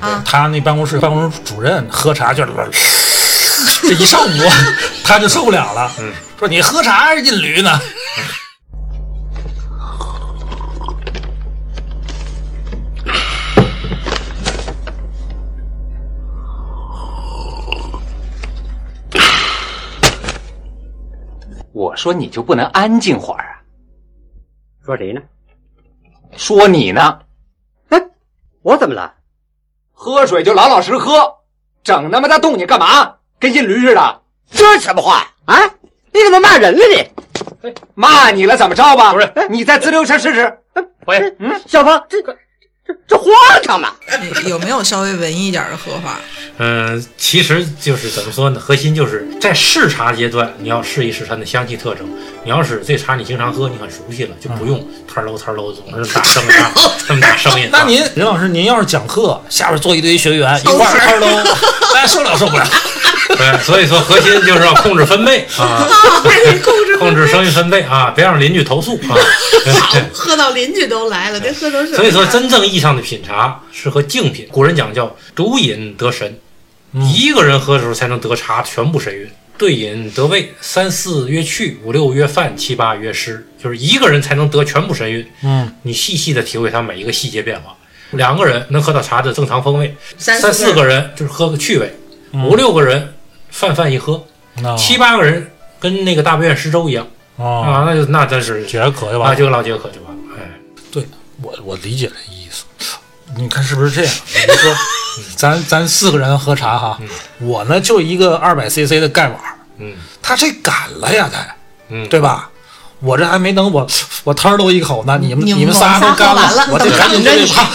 [SPEAKER 5] 哎，
[SPEAKER 1] 他那办公室办公室主任喝茶就是这一上午，他就受不了了，
[SPEAKER 5] 嗯
[SPEAKER 1] 说你喝茶还是印驴呢？
[SPEAKER 7] 我说你就不能安静会儿啊？
[SPEAKER 8] 说谁呢？
[SPEAKER 7] 说你呢，
[SPEAKER 8] 我怎么了？
[SPEAKER 7] 喝水就老老实喝，整那么大动静干嘛？跟印驴似的，
[SPEAKER 8] 这什么话啊？你怎么骂人了你？
[SPEAKER 7] 骂你了怎么着吧？
[SPEAKER 8] 不是
[SPEAKER 7] 你再滋溜一下试试。
[SPEAKER 8] 喂，嗯，小芳，这个这这荒唐吗？
[SPEAKER 6] 有有没有稍微文艺一点的喝法？
[SPEAKER 5] 嗯，其实就是怎么说呢？核心就是在试茶阶段，你要试一试它的香气特征。你要是这茶你经常喝，你很熟悉了，就不用摊喽摊喽总是这么大声
[SPEAKER 1] *laughs*
[SPEAKER 5] 音啊，这么大声音啊。
[SPEAKER 1] 嗯那您任老师，您要是讲课，下边坐一堆学员，一块儿二楼，哎，受不了受不了。
[SPEAKER 5] 对，所以说核心就是要控制分贝
[SPEAKER 2] *laughs*
[SPEAKER 5] 啊，控制控制生育分贝啊，别让邻居投诉
[SPEAKER 2] *laughs*
[SPEAKER 5] 啊。
[SPEAKER 2] 喝到邻居都来了，得喝啊成什么样？
[SPEAKER 5] 所以说，真正意义上的品茶是和竞品。古人讲叫“独饮得神”，一个人喝的时候才能得茶全部神韵；对饮得味，三四曰趣，五六曰饭，七八曰诗，就是一个人才能得全部神韵。
[SPEAKER 1] 嗯，
[SPEAKER 5] 你细细的体会它每一个细节变化。两个人能喝到茶的正常风味，
[SPEAKER 4] 三
[SPEAKER 5] 三
[SPEAKER 4] 四
[SPEAKER 5] 四
[SPEAKER 4] 个
[SPEAKER 5] 个人就是喝个趣味，
[SPEAKER 1] 嗯
[SPEAKER 5] 五六个人泛泛一喝，
[SPEAKER 1] 那
[SPEAKER 5] 七八个人跟那个大不院十粥一样
[SPEAKER 1] 啊，
[SPEAKER 5] 啊，那就那真是
[SPEAKER 1] 觉得可就完
[SPEAKER 5] 啊，
[SPEAKER 1] 了。
[SPEAKER 5] 就老解渴就完了。哎，
[SPEAKER 1] 对，我我理解这意思。你看是不是这样？你就
[SPEAKER 5] *laughs*
[SPEAKER 1] 说，咱咱四个人喝茶哈，我呢就一个二百 CC 的盖碗儿，
[SPEAKER 5] 嗯
[SPEAKER 1] 他这赶了呀，他，
[SPEAKER 5] 嗯，
[SPEAKER 1] 对吧？我这还没等我我摊儿都一口呢，你们
[SPEAKER 4] 你
[SPEAKER 1] 你
[SPEAKER 4] 们
[SPEAKER 1] 们仨
[SPEAKER 4] 仨
[SPEAKER 1] 都干
[SPEAKER 4] 喝完了
[SPEAKER 1] 我这赶紧就
[SPEAKER 4] 等着
[SPEAKER 1] 得
[SPEAKER 4] 你
[SPEAKER 1] 泡。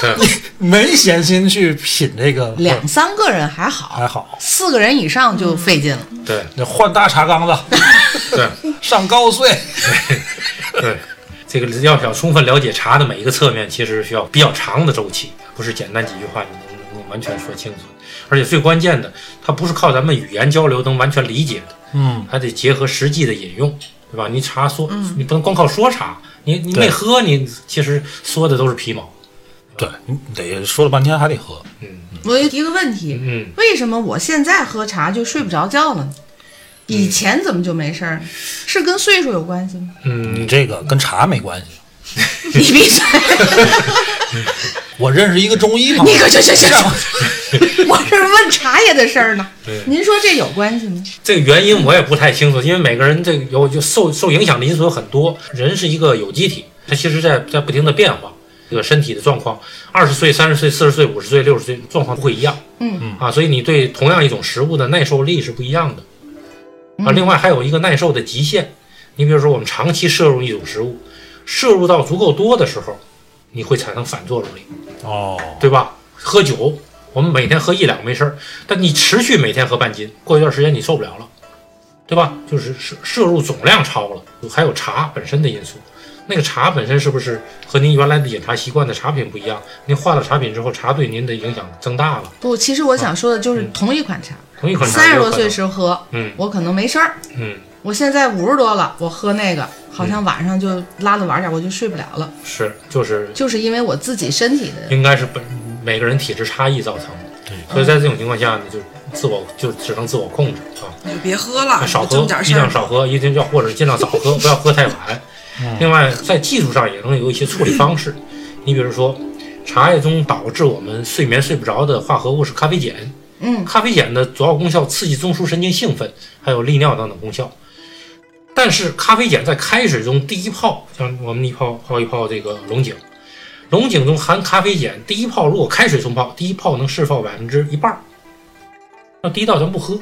[SPEAKER 5] 对。
[SPEAKER 1] *laughs* 没闲心去品这个，
[SPEAKER 4] 两三个人还好，
[SPEAKER 1] 还好，
[SPEAKER 4] 四个人以上就费劲了。
[SPEAKER 5] 对
[SPEAKER 1] *laughs* 那换大茶缸子，
[SPEAKER 5] *laughs* 对，
[SPEAKER 1] 上高碎。
[SPEAKER 5] 对，这个要想充分了解茶的每一个侧面，其实需要比较长的周期，不是简单几句话你能能完全说清楚。而且最关键的，它不是靠咱们语言交流能完全理解的，
[SPEAKER 1] 嗯，
[SPEAKER 5] 还得结合实际的饮用，对吧？你茶说，你不能光靠说茶，你你
[SPEAKER 1] 对
[SPEAKER 5] 没喝，你其实说的都是皮毛。
[SPEAKER 1] 对，你得说了半天还得喝，
[SPEAKER 4] 我有一个问题，
[SPEAKER 5] 嗯，
[SPEAKER 4] 为什么我现在喝茶就睡不着觉了呢？以前怎么就没事
[SPEAKER 5] *laughs*
[SPEAKER 4] 儿呢？是跟岁数有关系吗？
[SPEAKER 5] 嗯
[SPEAKER 1] 你这个跟茶没关系。
[SPEAKER 4] 你闭
[SPEAKER 5] *laughs*
[SPEAKER 4] 嘴！
[SPEAKER 1] 我认识一个中医嘛，
[SPEAKER 4] 你可去去去
[SPEAKER 5] *laughs*
[SPEAKER 4] 去！我这是问茶叶的事儿呢
[SPEAKER 5] 对。
[SPEAKER 4] 您说这有关系吗？
[SPEAKER 5] 这个原因我也不太清楚，因为每个人这个有就受受影响的因素有很多。人是一个有机体，它其实在在不停的变化，这个身体的状况，二十岁、三十岁、四十岁、五十岁、六十岁状况不会一样。
[SPEAKER 4] 嗯
[SPEAKER 5] 嗯啊，所以你对同样一种食物的耐受力是不一样的。啊，另外还有一个耐受的极限，你比如说我们长期摄入一种食物，摄入到足够多的时候，你会产生反作用力。
[SPEAKER 1] 哦，
[SPEAKER 5] 对吧？喝酒，我们每天喝一两没事儿，但你持续每天喝半斤，过一段时间你受不了了，对吧？就是摄摄入总量超了，还有茶本身的因素。那个茶本身是不是和您原来的饮茶习惯的茶品不一样？您换了茶品之后，茶对您的影响增大了。
[SPEAKER 4] 不，其实我想说的就是同一款茶，
[SPEAKER 5] 嗯同一款茶，
[SPEAKER 4] 三十多岁，时候喝，
[SPEAKER 5] 嗯
[SPEAKER 4] 我可能没事儿。
[SPEAKER 5] 嗯，
[SPEAKER 4] 我现在五十多了，我喝那个好像晚上就拉了晚点，我就睡不了了，
[SPEAKER 5] 是就是
[SPEAKER 4] 就是因为我自己身体的。
[SPEAKER 5] 应该是本每个人体质差异造成的。所以在这种情况下，你就自我就只能自我控制啊。
[SPEAKER 6] 你就别喝了，
[SPEAKER 5] 少
[SPEAKER 6] 就这
[SPEAKER 5] 喝
[SPEAKER 6] 么，点
[SPEAKER 5] 尽
[SPEAKER 6] 事儿
[SPEAKER 5] 量。少喝，一定要或者尽量早喝，不要喝太晚。另外，在技术上也能有一些处理方式，你比如说，茶叶中导致我们睡眠睡不着的化合物是咖啡碱，
[SPEAKER 4] 嗯，
[SPEAKER 5] 咖啡碱的主要功效刺激中枢神经兴奋，还有利尿等等功效。但是咖啡碱在开水中第一泡，像我们一泡泡一泡这个龙井，龙井中含咖啡碱，第一泡如果开水冲泡，第一泡能释放百分之一半儿，那第一道咱不喝，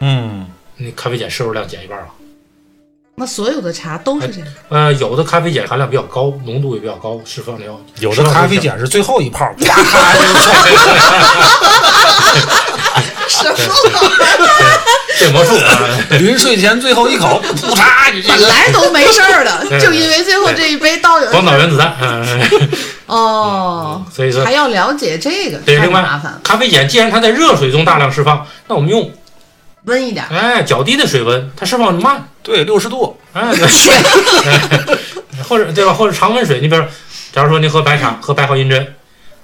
[SPEAKER 1] 嗯，
[SPEAKER 5] 那咖啡碱摄入量减一半儿了。啊
[SPEAKER 4] 那所有的茶都是这样。
[SPEAKER 5] 呃，有的咖啡碱含量比较高，浓度也比较高，释放量
[SPEAKER 1] 有的咖啡碱是最后一
[SPEAKER 5] *laughs*
[SPEAKER 1] 泡，啪，
[SPEAKER 5] 变魔术啊，
[SPEAKER 1] 临睡前最后一
[SPEAKER 5] *laughs*
[SPEAKER 1] 口，噗嚓，你这
[SPEAKER 4] 本
[SPEAKER 1] 个
[SPEAKER 4] 来都没事儿的，
[SPEAKER 5] 对
[SPEAKER 4] 就因为最后这一杯倒
[SPEAKER 5] 广
[SPEAKER 4] 有
[SPEAKER 5] 岛原子弹。嗯，
[SPEAKER 4] 哦，
[SPEAKER 5] 所以说
[SPEAKER 4] 还要了解这个，
[SPEAKER 5] 嗯对，
[SPEAKER 4] 太
[SPEAKER 5] 另
[SPEAKER 4] 麻
[SPEAKER 5] 外
[SPEAKER 4] 烦了，
[SPEAKER 5] 咖啡碱既然它在热水中大量释放，那我们用
[SPEAKER 4] 温一点。
[SPEAKER 5] 哎较低的水温，它释放慢，
[SPEAKER 1] 对，六十度，
[SPEAKER 5] 哎，对哎 *laughs* 或者对吧？或者常温水，你比如说，假如说您喝白茶，喝白毫银针。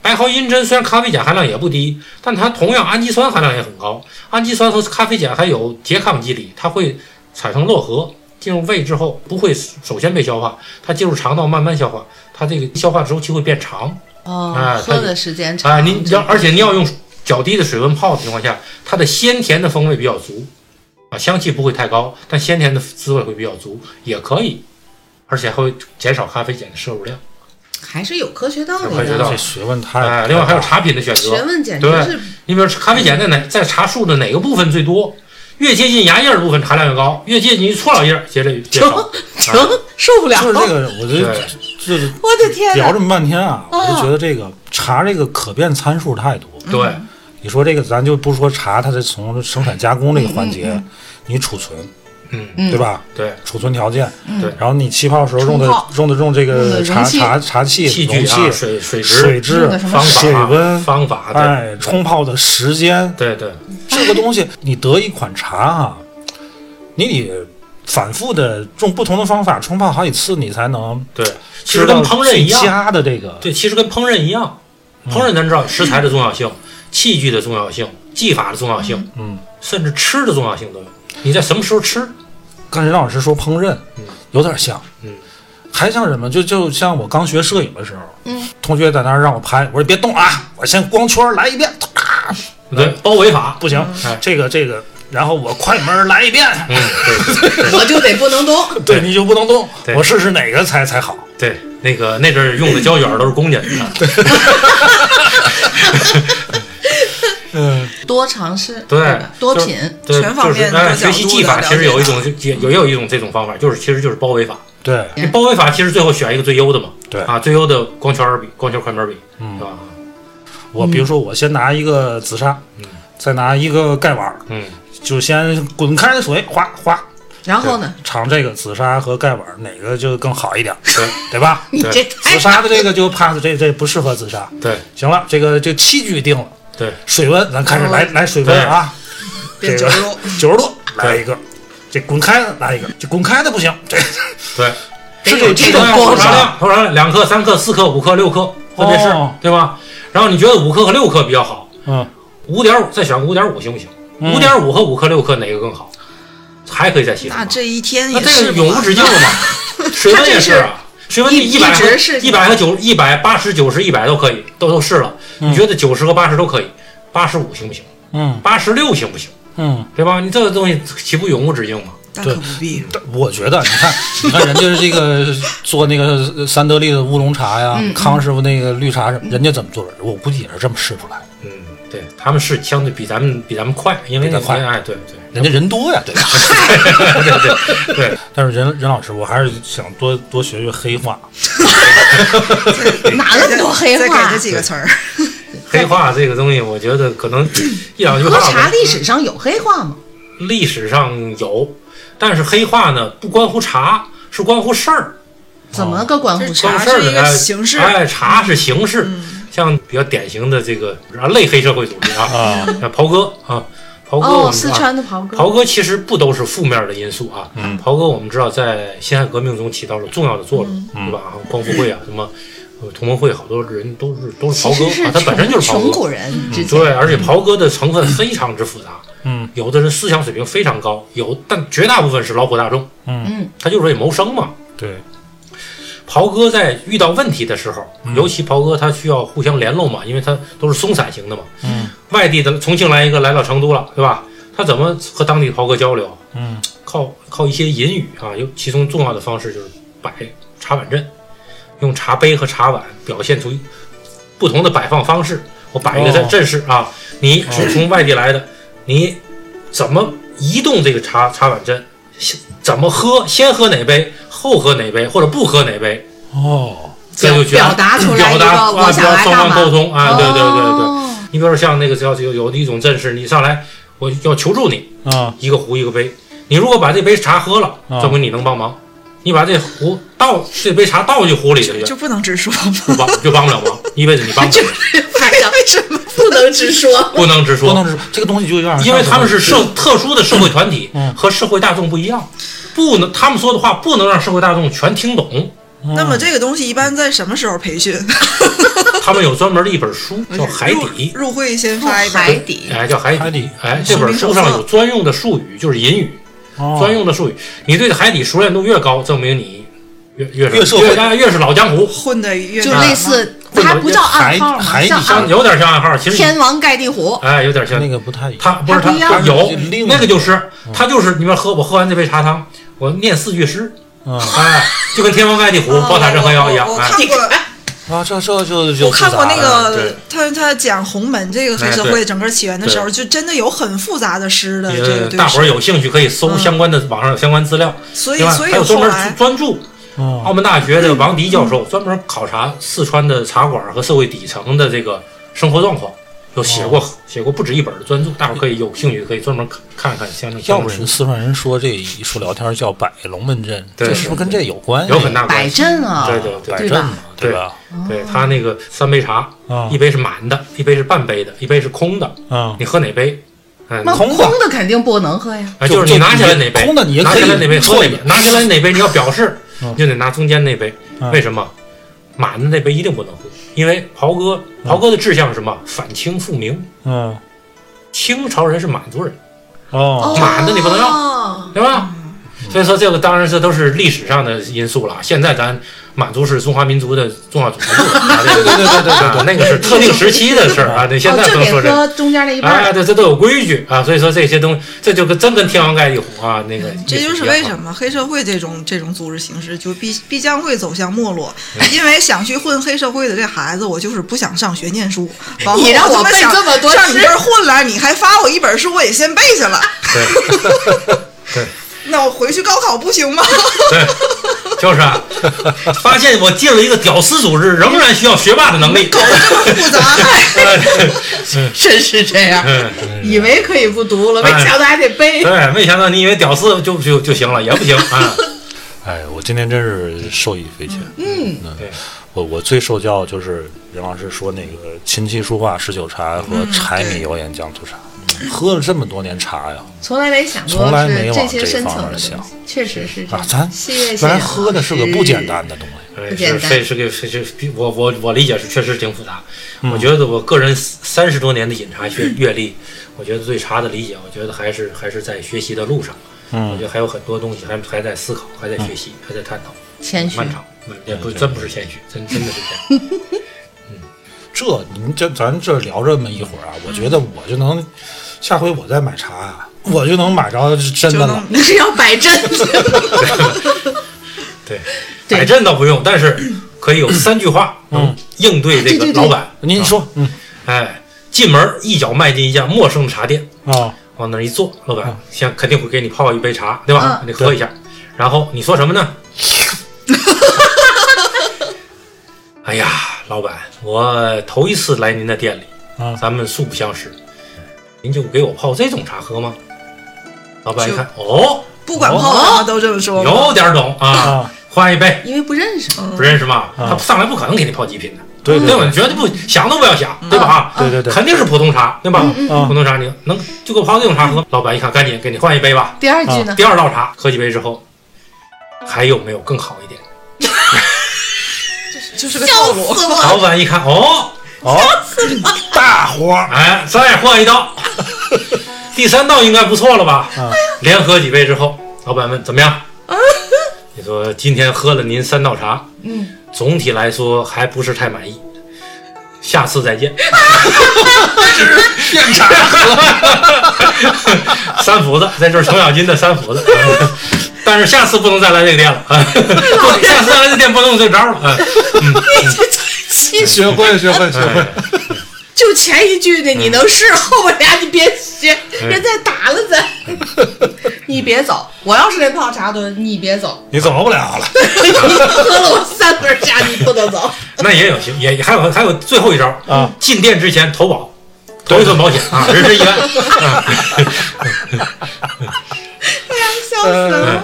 [SPEAKER 5] 白毫银针虽然咖啡碱含量也不低，但它同样氨基酸含量也很高。氨基酸和咖啡碱还有拮抗机理，它会产生络合，进入胃之后不会首先被消化，它进入肠道慢慢消化，它这个消化周期会变长。哎
[SPEAKER 4] 哦，
[SPEAKER 5] 它
[SPEAKER 4] 喝的时间长。
[SPEAKER 5] 啊，您要而且您要用较低的水温泡的情况下，它的鲜甜的风味比较足，啊，香气不会太高，但鲜甜的滋味会比较足，也可以，而且还会减少咖啡碱的摄入量。
[SPEAKER 4] 还是有科学道理
[SPEAKER 5] 有科学
[SPEAKER 4] 的
[SPEAKER 5] 道。
[SPEAKER 1] 这学问太……
[SPEAKER 5] 哎，另外还有茶品的选
[SPEAKER 4] 学
[SPEAKER 5] 择，
[SPEAKER 4] 问简直
[SPEAKER 5] 对
[SPEAKER 4] 是，
[SPEAKER 5] 你比如说咖啡碱在哪在茶树的哪个部分最多？越接近芽叶的部分含量越高，越接近错老叶儿，接着越
[SPEAKER 1] *laughs*
[SPEAKER 5] 少。
[SPEAKER 4] *laughs* 停，受不了
[SPEAKER 1] 就是
[SPEAKER 4] 了
[SPEAKER 1] 这。个，我觉得
[SPEAKER 5] 对
[SPEAKER 1] 就是
[SPEAKER 4] 我的天
[SPEAKER 1] 聊
[SPEAKER 4] 哪！嗯
[SPEAKER 1] 这么半天啊，我就觉得这个茶这个可变参数太多。
[SPEAKER 5] 对，
[SPEAKER 1] 你说这个，咱就不说茶，它是从生产加工这个环
[SPEAKER 4] 嗯
[SPEAKER 1] 节，你储存，
[SPEAKER 5] 嗯，
[SPEAKER 1] 对吧？
[SPEAKER 5] 对，
[SPEAKER 1] 储存条件，
[SPEAKER 5] 对
[SPEAKER 1] 然后你气泡时候用的
[SPEAKER 4] 嗯冲泡
[SPEAKER 1] 用的用这
[SPEAKER 4] 用的
[SPEAKER 1] 个
[SPEAKER 4] 容
[SPEAKER 1] 茶
[SPEAKER 4] 器
[SPEAKER 1] 茶茶器、
[SPEAKER 5] 器具
[SPEAKER 1] 容
[SPEAKER 5] 啊，
[SPEAKER 1] 器、
[SPEAKER 5] 水水质、
[SPEAKER 1] 水质
[SPEAKER 4] 用的什、么
[SPEAKER 5] 方法、啊
[SPEAKER 1] 水温、
[SPEAKER 5] 方法，对
[SPEAKER 1] 哎，冲泡的时间，
[SPEAKER 5] 对对，
[SPEAKER 1] 这个东西，你得一款茶哈、你得反复的用不同的方法冲泡好几次，你才能
[SPEAKER 5] 对，其
[SPEAKER 1] 知
[SPEAKER 5] 实跟
[SPEAKER 1] 道
[SPEAKER 5] 烹饪一
[SPEAKER 1] 最
[SPEAKER 5] 样，
[SPEAKER 1] 佳的这个。
[SPEAKER 5] 对，其实跟烹饪一样，烹饪咱知道食材的重要性、器具的重要性、技法的重要性，
[SPEAKER 1] 嗯，
[SPEAKER 5] 甚至吃的重要性都有。你在什么时候吃？
[SPEAKER 1] 刚才张老师说烹饪，
[SPEAKER 5] 嗯
[SPEAKER 1] 有点像，
[SPEAKER 5] 嗯，
[SPEAKER 1] 还像什么？就就像我刚学摄影的时候，
[SPEAKER 4] 嗯，
[SPEAKER 1] 同学在那儿让我拍，我说别动啊，我先光圈来一遍，咔
[SPEAKER 5] 对，包围法。
[SPEAKER 1] 不行，
[SPEAKER 5] 嗯哎
[SPEAKER 1] 这个这个，然后我快门来一遍，
[SPEAKER 5] 嗯，对
[SPEAKER 4] 我就得不能动。
[SPEAKER 1] 对你就不能动，
[SPEAKER 5] 对
[SPEAKER 1] 我试试哪个才才好。
[SPEAKER 5] 对，那个那阵儿用的胶卷都是公家的，
[SPEAKER 1] 嗯，
[SPEAKER 4] 多尝试，
[SPEAKER 5] 对
[SPEAKER 4] 吧多
[SPEAKER 5] 就是
[SPEAKER 4] 品。
[SPEAKER 5] 对，
[SPEAKER 6] 嗯全方
[SPEAKER 5] 就是
[SPEAKER 6] 面
[SPEAKER 5] 哎，
[SPEAKER 6] 各角
[SPEAKER 5] 学习
[SPEAKER 6] 度
[SPEAKER 5] 技
[SPEAKER 6] 的
[SPEAKER 5] 法
[SPEAKER 6] 了
[SPEAKER 5] 其实
[SPEAKER 6] 解
[SPEAKER 5] 有一
[SPEAKER 6] 它
[SPEAKER 5] 种也也有一种这种方法，就是其实就是包围法。
[SPEAKER 1] 对，
[SPEAKER 5] 你
[SPEAKER 6] 嗯
[SPEAKER 5] 包围法其实最后选一个最优的嘛，
[SPEAKER 1] 对
[SPEAKER 5] 啊，最优的光圈比光圈快门比，啊
[SPEAKER 1] 嗯
[SPEAKER 5] 是吧？
[SPEAKER 1] 我比如说我先拿一个紫砂，
[SPEAKER 5] 嗯
[SPEAKER 1] 再拿一个盖碗，
[SPEAKER 5] 嗯，
[SPEAKER 1] 就先滚开水，哗哗，
[SPEAKER 4] 然后呢？
[SPEAKER 1] 尝这个紫砂和盖碗哪个就更好一点，对对吧？
[SPEAKER 4] 你这哎
[SPEAKER 5] 对
[SPEAKER 4] 太
[SPEAKER 1] 紫砂的这个就 pass，这这不适合紫砂。
[SPEAKER 5] 对
[SPEAKER 1] 行了，这个这器具定了，
[SPEAKER 5] 对，
[SPEAKER 1] 水温咱开始来来水温啊，这
[SPEAKER 6] 变
[SPEAKER 1] 个
[SPEAKER 6] 九十度，
[SPEAKER 1] 九十度来一个，这滚开的来一个，这滚开的不行，这
[SPEAKER 5] 对，
[SPEAKER 1] 是有这种
[SPEAKER 5] 头
[SPEAKER 1] 光
[SPEAKER 5] 啥
[SPEAKER 1] 场
[SPEAKER 5] 量？头啥量？两克、三克、四克、五克、六克，分别是
[SPEAKER 1] 哦，
[SPEAKER 5] 对吧？然后你觉得五克和六克比较好，
[SPEAKER 1] 嗯，
[SPEAKER 5] 五点五再选五点五行不行？
[SPEAKER 1] 嗯
[SPEAKER 5] 五点五和五克、六克哪个更好？还可以再细数
[SPEAKER 6] 那
[SPEAKER 5] 吗。
[SPEAKER 6] 这一天
[SPEAKER 5] 那
[SPEAKER 6] 也
[SPEAKER 5] 这
[SPEAKER 6] 是
[SPEAKER 5] 个永无止境了嘛？水温也是啊，水温
[SPEAKER 4] 一
[SPEAKER 5] 一百
[SPEAKER 4] 一直是
[SPEAKER 5] 一百和九一百八十九十一百都可以，都都试了。你觉得九十和八十都可以，八十五行不行？
[SPEAKER 1] 嗯
[SPEAKER 5] 八十六行不行？
[SPEAKER 1] 嗯，
[SPEAKER 5] 对吧？你这个东西岂不永无止境吗？
[SPEAKER 6] 大可不必。
[SPEAKER 1] 但我觉得你看，你看人家这个做那个三得利的乌龙茶呀，康师傅那个绿茶什么，人家怎么做的？我估计也是这么试出来的，
[SPEAKER 5] 嗯，对，他们是相对比咱们比咱们快，因为
[SPEAKER 1] 比咱快
[SPEAKER 5] 哎，对对。
[SPEAKER 1] 人家人多
[SPEAKER 5] *laughs*
[SPEAKER 1] 呀，对吧？
[SPEAKER 5] 对对对，
[SPEAKER 1] 但是任任老师，我还是想多多学学黑话。
[SPEAKER 2] 哪那么多黑
[SPEAKER 6] 再给
[SPEAKER 2] 话啊
[SPEAKER 6] 这？几个词儿，
[SPEAKER 5] 黑化这个东西，我觉得可能一两句
[SPEAKER 4] 喝
[SPEAKER 5] 话
[SPEAKER 4] 茶
[SPEAKER 5] 吧。
[SPEAKER 4] 历史上有黑话吗？
[SPEAKER 5] 历史上有，但是黑化呢，不关乎茶，是关乎事儿。
[SPEAKER 4] 怎
[SPEAKER 5] 哦
[SPEAKER 4] 么个嗯关乎
[SPEAKER 6] 就是
[SPEAKER 4] 事儿？
[SPEAKER 5] 关
[SPEAKER 6] 茶
[SPEAKER 5] 乎事儿
[SPEAKER 6] 是
[SPEAKER 5] 的
[SPEAKER 6] 一个
[SPEAKER 5] 哎
[SPEAKER 6] 形式
[SPEAKER 5] 哎，茶是形式，像比较典型的这个人类黑社会组织啊，像袍哥啊，袍哥我们
[SPEAKER 4] 哦，
[SPEAKER 5] 啊
[SPEAKER 4] 四川的袍哥，
[SPEAKER 5] 袍哥其实不都是负面的因素啊。嗯，袍哥我们知道在辛亥革命中起到了重要的作用，
[SPEAKER 4] 嗯
[SPEAKER 5] 对吧？光复会啊，什么呃同盟会，好多人都是都是袍
[SPEAKER 4] 其
[SPEAKER 5] 哥
[SPEAKER 4] 实是
[SPEAKER 5] 啊，他本身就是袍
[SPEAKER 4] 穷
[SPEAKER 5] 哥。嗯
[SPEAKER 4] 苦人之间，
[SPEAKER 5] 对，而且袍哥的成分非常之复杂。
[SPEAKER 1] 嗯，
[SPEAKER 5] 有的人思想水平非常高，有但绝大部分是劳苦大众。
[SPEAKER 1] 嗯
[SPEAKER 4] 嗯，
[SPEAKER 5] 他就是为谋生嘛。
[SPEAKER 1] 对，
[SPEAKER 5] 袍哥在遇到问题的时候，
[SPEAKER 1] 嗯
[SPEAKER 5] 尤其袍哥他需要互相联络嘛，因为他都是松散型的嘛。
[SPEAKER 1] 嗯，
[SPEAKER 5] 外地的重庆来一个来到成都了，对吧？他怎么和当地袍哥交流？
[SPEAKER 1] 嗯，
[SPEAKER 5] 靠靠一些引语啊，有其中重要的方式就是摆茶碗阵，用茶杯和茶碗表现出不同的摆放方式。我摆一个
[SPEAKER 1] 哦
[SPEAKER 5] 阵阵势啊，你是从外地来的，你怎么移动这个茶茶碗阵？先怎么喝？先喝哪杯，后喝哪杯，或者不喝哪杯？
[SPEAKER 1] 哦，
[SPEAKER 5] 这就觉得
[SPEAKER 4] 表达出来
[SPEAKER 5] 表
[SPEAKER 4] 一个
[SPEAKER 5] 达啊，
[SPEAKER 4] 我想
[SPEAKER 5] 表
[SPEAKER 4] 来
[SPEAKER 5] 双
[SPEAKER 4] 干
[SPEAKER 5] 方
[SPEAKER 4] 嘛
[SPEAKER 5] 沟通啊，对对对对。
[SPEAKER 4] 哦
[SPEAKER 5] 你比如说像那个叫有有的一种阵势，你上来我要求助你，
[SPEAKER 1] 啊，
[SPEAKER 5] 一个壶一个杯。你如果把这杯茶喝了，
[SPEAKER 1] 啊
[SPEAKER 5] 证明你能帮忙。你把这壶倒这杯茶倒进壶里去，
[SPEAKER 6] 就不能直说
[SPEAKER 5] 就
[SPEAKER 6] 吗？
[SPEAKER 5] 帮就帮不了忙，一辈子你帮不了，
[SPEAKER 6] 为什么？
[SPEAKER 2] 不能直说。
[SPEAKER 5] *laughs* 不能直
[SPEAKER 1] 不
[SPEAKER 5] 说，
[SPEAKER 1] 能是这个东西就有点像什
[SPEAKER 5] 因
[SPEAKER 1] 么，
[SPEAKER 5] 为他们是社特殊的社会团体
[SPEAKER 1] 嗯，
[SPEAKER 5] 和社会大众不一样，不能他们说的话不能让社会大众全听懂。
[SPEAKER 6] 那
[SPEAKER 5] 嗯
[SPEAKER 6] 么这个东西一般在什么时候培训？
[SPEAKER 5] 他们有专门的一本书
[SPEAKER 6] *laughs*
[SPEAKER 5] 叫《哦海底
[SPEAKER 6] 入入会先发一
[SPEAKER 4] 哦海
[SPEAKER 6] 本，
[SPEAKER 4] 底》，
[SPEAKER 5] 哎，叫《海
[SPEAKER 1] 海
[SPEAKER 5] 底
[SPEAKER 1] 底》
[SPEAKER 5] 哎，这本书上有专用的术语，就是引语，
[SPEAKER 1] 哦
[SPEAKER 5] 专用的术语。你对海底熟练度越高，证明你越越
[SPEAKER 1] 越社会
[SPEAKER 5] 越哎越是老江湖。
[SPEAKER 6] 混的越
[SPEAKER 4] 就
[SPEAKER 6] 难
[SPEAKER 4] 类似，
[SPEAKER 5] 混
[SPEAKER 4] 它
[SPEAKER 5] 得
[SPEAKER 4] 不叫暗
[SPEAKER 1] 海
[SPEAKER 4] 号吗？
[SPEAKER 1] 海
[SPEAKER 4] 叫
[SPEAKER 1] 底
[SPEAKER 5] 像
[SPEAKER 6] 啊
[SPEAKER 2] 啊
[SPEAKER 1] 像
[SPEAKER 5] 有点像暗号，其实
[SPEAKER 4] 天
[SPEAKER 5] 你
[SPEAKER 4] 王盖地虎。
[SPEAKER 5] 哎有点像
[SPEAKER 1] 那个不太一样。
[SPEAKER 5] 他不是
[SPEAKER 4] 他
[SPEAKER 5] 他
[SPEAKER 4] 不一样
[SPEAKER 5] 他有
[SPEAKER 1] 是另嗯
[SPEAKER 5] 那个就是他就是你们喝我喝完这杯茶汤，我念四句诗，
[SPEAKER 1] 嗯
[SPEAKER 5] 哎，就跟天王盖地虎、宝塔镇河妖一样
[SPEAKER 6] 哦我我，我
[SPEAKER 5] 哎
[SPEAKER 6] 看过，
[SPEAKER 1] 啊，这这就就
[SPEAKER 6] 我看过那
[SPEAKER 5] 对
[SPEAKER 6] 个他他讲洪门这个黑社
[SPEAKER 5] 哎对
[SPEAKER 6] 会整个起源的时候，就真的有很复杂的诗的这个
[SPEAKER 5] 也
[SPEAKER 6] 对
[SPEAKER 5] 大伙儿
[SPEAKER 6] 诗
[SPEAKER 5] 有兴趣可以搜相关的网上有相关资料，
[SPEAKER 6] 所以
[SPEAKER 5] 另外
[SPEAKER 6] 所以
[SPEAKER 5] 还有专
[SPEAKER 6] 后
[SPEAKER 5] 门
[SPEAKER 6] 来
[SPEAKER 5] 专注澳
[SPEAKER 1] 哦，
[SPEAKER 5] 门大学的王迪教授专门考察四川的茶馆和社会底层的这个生活状况，有写过
[SPEAKER 1] 哦
[SPEAKER 5] 写过不止一本的专著，大伙儿可以有兴趣可以专门看看看相关
[SPEAKER 1] 要
[SPEAKER 5] 相
[SPEAKER 1] 不
[SPEAKER 5] 关
[SPEAKER 1] 人
[SPEAKER 5] 书，
[SPEAKER 1] 四川人说这一说聊天叫摆龙门阵，
[SPEAKER 5] 对
[SPEAKER 1] 这是不是跟这有关系？
[SPEAKER 5] 有很大关
[SPEAKER 4] 摆
[SPEAKER 5] 系。
[SPEAKER 4] 阵啊，
[SPEAKER 5] 对对对
[SPEAKER 1] 摆阵嘛，对吧？
[SPEAKER 5] 对他那个三杯茶，
[SPEAKER 1] 啊
[SPEAKER 5] 一杯是满的，一杯是半杯的，一杯是空的，
[SPEAKER 1] 啊
[SPEAKER 5] 你，喝哪杯？嗯，
[SPEAKER 4] 那
[SPEAKER 1] 空
[SPEAKER 4] 空
[SPEAKER 1] 的
[SPEAKER 4] 的肯定不能喝呀。
[SPEAKER 5] 啊
[SPEAKER 1] 就
[SPEAKER 5] 就是你
[SPEAKER 1] 就
[SPEAKER 5] 拿起来哪杯，
[SPEAKER 1] 空的你也
[SPEAKER 5] 拿
[SPEAKER 1] 可以
[SPEAKER 5] 起来哪杯喝哪
[SPEAKER 1] 啐
[SPEAKER 5] 杯
[SPEAKER 1] 一，
[SPEAKER 5] 拿起来哪杯你要表示，
[SPEAKER 1] 嗯
[SPEAKER 5] 你就得拿中间那杯
[SPEAKER 1] 嗯。
[SPEAKER 5] 为什么？满的那杯一定不能喝，因为袍哥，袍哥的志向是什么？反清复明。
[SPEAKER 1] 嗯，
[SPEAKER 5] 清朝人是满族人，
[SPEAKER 1] 哦，
[SPEAKER 5] 满的你不能要，
[SPEAKER 4] 要，
[SPEAKER 5] 对吧？所以说这个当然这都是历史上的因素了。现在咱满族是中华民族的重
[SPEAKER 4] *laughs*
[SPEAKER 5] 要组成部分，啊对对对对对对，那个是特定时期的事儿啊，对，现在
[SPEAKER 4] *laughs* 哦就
[SPEAKER 5] 不能
[SPEAKER 4] 得
[SPEAKER 5] 说这个。
[SPEAKER 4] 喝中间那一半
[SPEAKER 5] 哎，
[SPEAKER 4] 儿。
[SPEAKER 5] 对，这都有规矩啊，所以说这些东西，这就跟真跟天王盖地虎啊，那个
[SPEAKER 6] 嗯这就是为什
[SPEAKER 5] 么
[SPEAKER 6] 么黑社会这种这种组织形式就必必将会走向没落，因为想去混黑社会的这孩子，我就是不想上学念书，然后
[SPEAKER 4] 你让
[SPEAKER 6] 我
[SPEAKER 4] 我
[SPEAKER 6] 他妈
[SPEAKER 4] 背
[SPEAKER 6] 想
[SPEAKER 4] 这么多
[SPEAKER 6] 上你
[SPEAKER 4] 诗
[SPEAKER 6] 这儿混来，你还发我一本书，我也先背下来，
[SPEAKER 5] 对对
[SPEAKER 6] *laughs* 那我回去高考不行吗？
[SPEAKER 5] 对， *laughs* 就是啊， *laughs* 发现我进了一个屌丝组织，仍然需要学霸的能力。
[SPEAKER 2] *laughs*
[SPEAKER 6] *laughs*
[SPEAKER 4] 复杂，
[SPEAKER 2] 真是这样，
[SPEAKER 5] 嗯，
[SPEAKER 2] 以为可以不读了，没
[SPEAKER 5] 哎
[SPEAKER 2] 想到还得背。
[SPEAKER 5] 对，没想到你以为屌丝就就就行了，也不行啊。
[SPEAKER 1] 哎，我今天真是受益匪浅。嗯，
[SPEAKER 5] 对
[SPEAKER 1] 我我最受教就是任老师说那个琴棋书画诗酒茶和
[SPEAKER 2] 嗯
[SPEAKER 1] 柴米油盐酱醋茶，喝了这么多年茶呀
[SPEAKER 2] 从来没想过
[SPEAKER 1] 从来没
[SPEAKER 2] 是
[SPEAKER 1] 往
[SPEAKER 2] 这些
[SPEAKER 1] 这
[SPEAKER 2] 深
[SPEAKER 1] 方
[SPEAKER 2] 层的
[SPEAKER 1] 面
[SPEAKER 2] 东西
[SPEAKER 1] 想，
[SPEAKER 2] 确实是这
[SPEAKER 1] 啊
[SPEAKER 2] 样，。
[SPEAKER 1] 咱
[SPEAKER 2] 谢谢
[SPEAKER 1] 原来喝的是个不简单的东西。
[SPEAKER 5] 对
[SPEAKER 2] 不
[SPEAKER 5] 是
[SPEAKER 2] 简单
[SPEAKER 5] 非是个非是比我我我理解是确实挺复杂。我觉得我个人三十多年的饮茶学阅历，我觉得对茶的理解，我觉得还是还是在学习的路上。我觉得还有很多东西还还在思考，还在学习，还在探讨，
[SPEAKER 2] 谦虚
[SPEAKER 5] 漫，长。嗯也不真不是谦虚，真真的是谦 *laughs* 虚。
[SPEAKER 1] 这您这咱这聊这么一会儿啊，我觉
[SPEAKER 2] 嗯
[SPEAKER 1] 得我就能，下回我再买茶啊，我就能买着真
[SPEAKER 6] 就
[SPEAKER 1] 的了
[SPEAKER 6] 能。
[SPEAKER 2] 你是 *laughs* 要摆正
[SPEAKER 5] *laughs* 对，摆阵倒不用，但是可以有三句话能应对这个老板。
[SPEAKER 1] 您
[SPEAKER 2] 啊
[SPEAKER 1] 说，嗯
[SPEAKER 5] 哎，进门一脚迈进一家陌生茶店，
[SPEAKER 1] 啊，
[SPEAKER 5] 往那儿一坐，老
[SPEAKER 1] 嗯
[SPEAKER 5] 板先肯定会给你泡一杯茶，
[SPEAKER 2] 嗯
[SPEAKER 5] 对吧？你喝一下，然后你说什么呢？ *laughs* 哎呀，老板，我头一次来您的店里，
[SPEAKER 1] 嗯
[SPEAKER 5] 咱们素不相识，您就给我泡这种茶喝吗？老板一
[SPEAKER 6] 就
[SPEAKER 5] 看，哦，
[SPEAKER 6] 不管泡什么都这么说。
[SPEAKER 5] 有点懂啊
[SPEAKER 1] 啊，
[SPEAKER 5] 换一杯，
[SPEAKER 2] 因为不认识嘛。
[SPEAKER 5] 不认识吗？
[SPEAKER 1] 嗯
[SPEAKER 5] 他上来不可能给你泡极品的，
[SPEAKER 1] 对
[SPEAKER 5] 对
[SPEAKER 1] 对
[SPEAKER 5] 吧？你绝对不想都不要想，对吧？
[SPEAKER 1] 对对对
[SPEAKER 5] 肯定是普通茶，对吧？
[SPEAKER 1] 嗯
[SPEAKER 5] 普通茶你能就给我泡这种茶喝？老板一看，赶紧给你换一杯吧，
[SPEAKER 2] 第二
[SPEAKER 1] 啊
[SPEAKER 2] 句呢？
[SPEAKER 5] 第二道茶喝几杯之后，还有没有更好一点？
[SPEAKER 6] 就是个套路。
[SPEAKER 5] 老板一看，哦，
[SPEAKER 1] 哦，大活
[SPEAKER 2] *laughs*
[SPEAKER 1] 儿
[SPEAKER 5] 哎，再换
[SPEAKER 1] *laughs*
[SPEAKER 5] 一道，第三道应该不错了吧？
[SPEAKER 1] 啊
[SPEAKER 5] 连喝几杯之后，老板问怎么样？你说今天喝了您三道茶，嗯，总体来说还不是太满意，下次再见。
[SPEAKER 1] *laughs* 变茶
[SPEAKER 5] 三福子，在这是程咬金的三福子。嗯 *laughs* 但是下次不能再来这个店了，啊！ *laughs* 不下次再来这店不能用这招了。啊
[SPEAKER 1] 学会学会学会
[SPEAKER 5] 哎，
[SPEAKER 2] 就前一句呢，你能是，后边俩你别学，人再打了咱。你别走，我要是那泡茶的，你别走，
[SPEAKER 1] 你走不啊了了。
[SPEAKER 2] 你喝了我三杯茶，你不能走。
[SPEAKER 5] 那也有行，也也还有还有最后一招
[SPEAKER 1] 啊！
[SPEAKER 5] 进店之前投保，投一份保险啊，
[SPEAKER 2] *laughs*
[SPEAKER 5] 人身意外。啊
[SPEAKER 2] 笑死
[SPEAKER 1] *laughs*
[SPEAKER 2] 了。
[SPEAKER 1] 嗯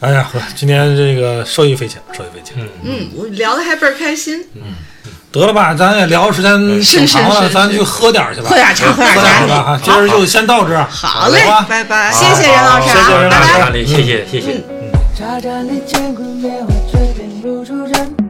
[SPEAKER 1] 哎呀，呵今天这个受益匪浅，受益匪浅。
[SPEAKER 2] 嗯， *laughs* 我聊的还倍儿开心，
[SPEAKER 1] 得了吧，咱也聊的时间挺长
[SPEAKER 2] 是是
[SPEAKER 1] 了，
[SPEAKER 2] 是
[SPEAKER 1] 咱去喝点儿去吧，
[SPEAKER 2] 喝点茶，喝点
[SPEAKER 1] 喝点儿
[SPEAKER 2] 茶
[SPEAKER 1] 去。吧。哈今儿就先到这儿，
[SPEAKER 2] 好嘞
[SPEAKER 1] 吧
[SPEAKER 6] 拜拜，
[SPEAKER 2] 谢谢任老师啊，
[SPEAKER 1] 谢谢任
[SPEAKER 2] 拜
[SPEAKER 1] 老师
[SPEAKER 2] 拜。
[SPEAKER 5] 大力，谢谢谢谢。
[SPEAKER 9] 眨眨你见过面，我这边不住人。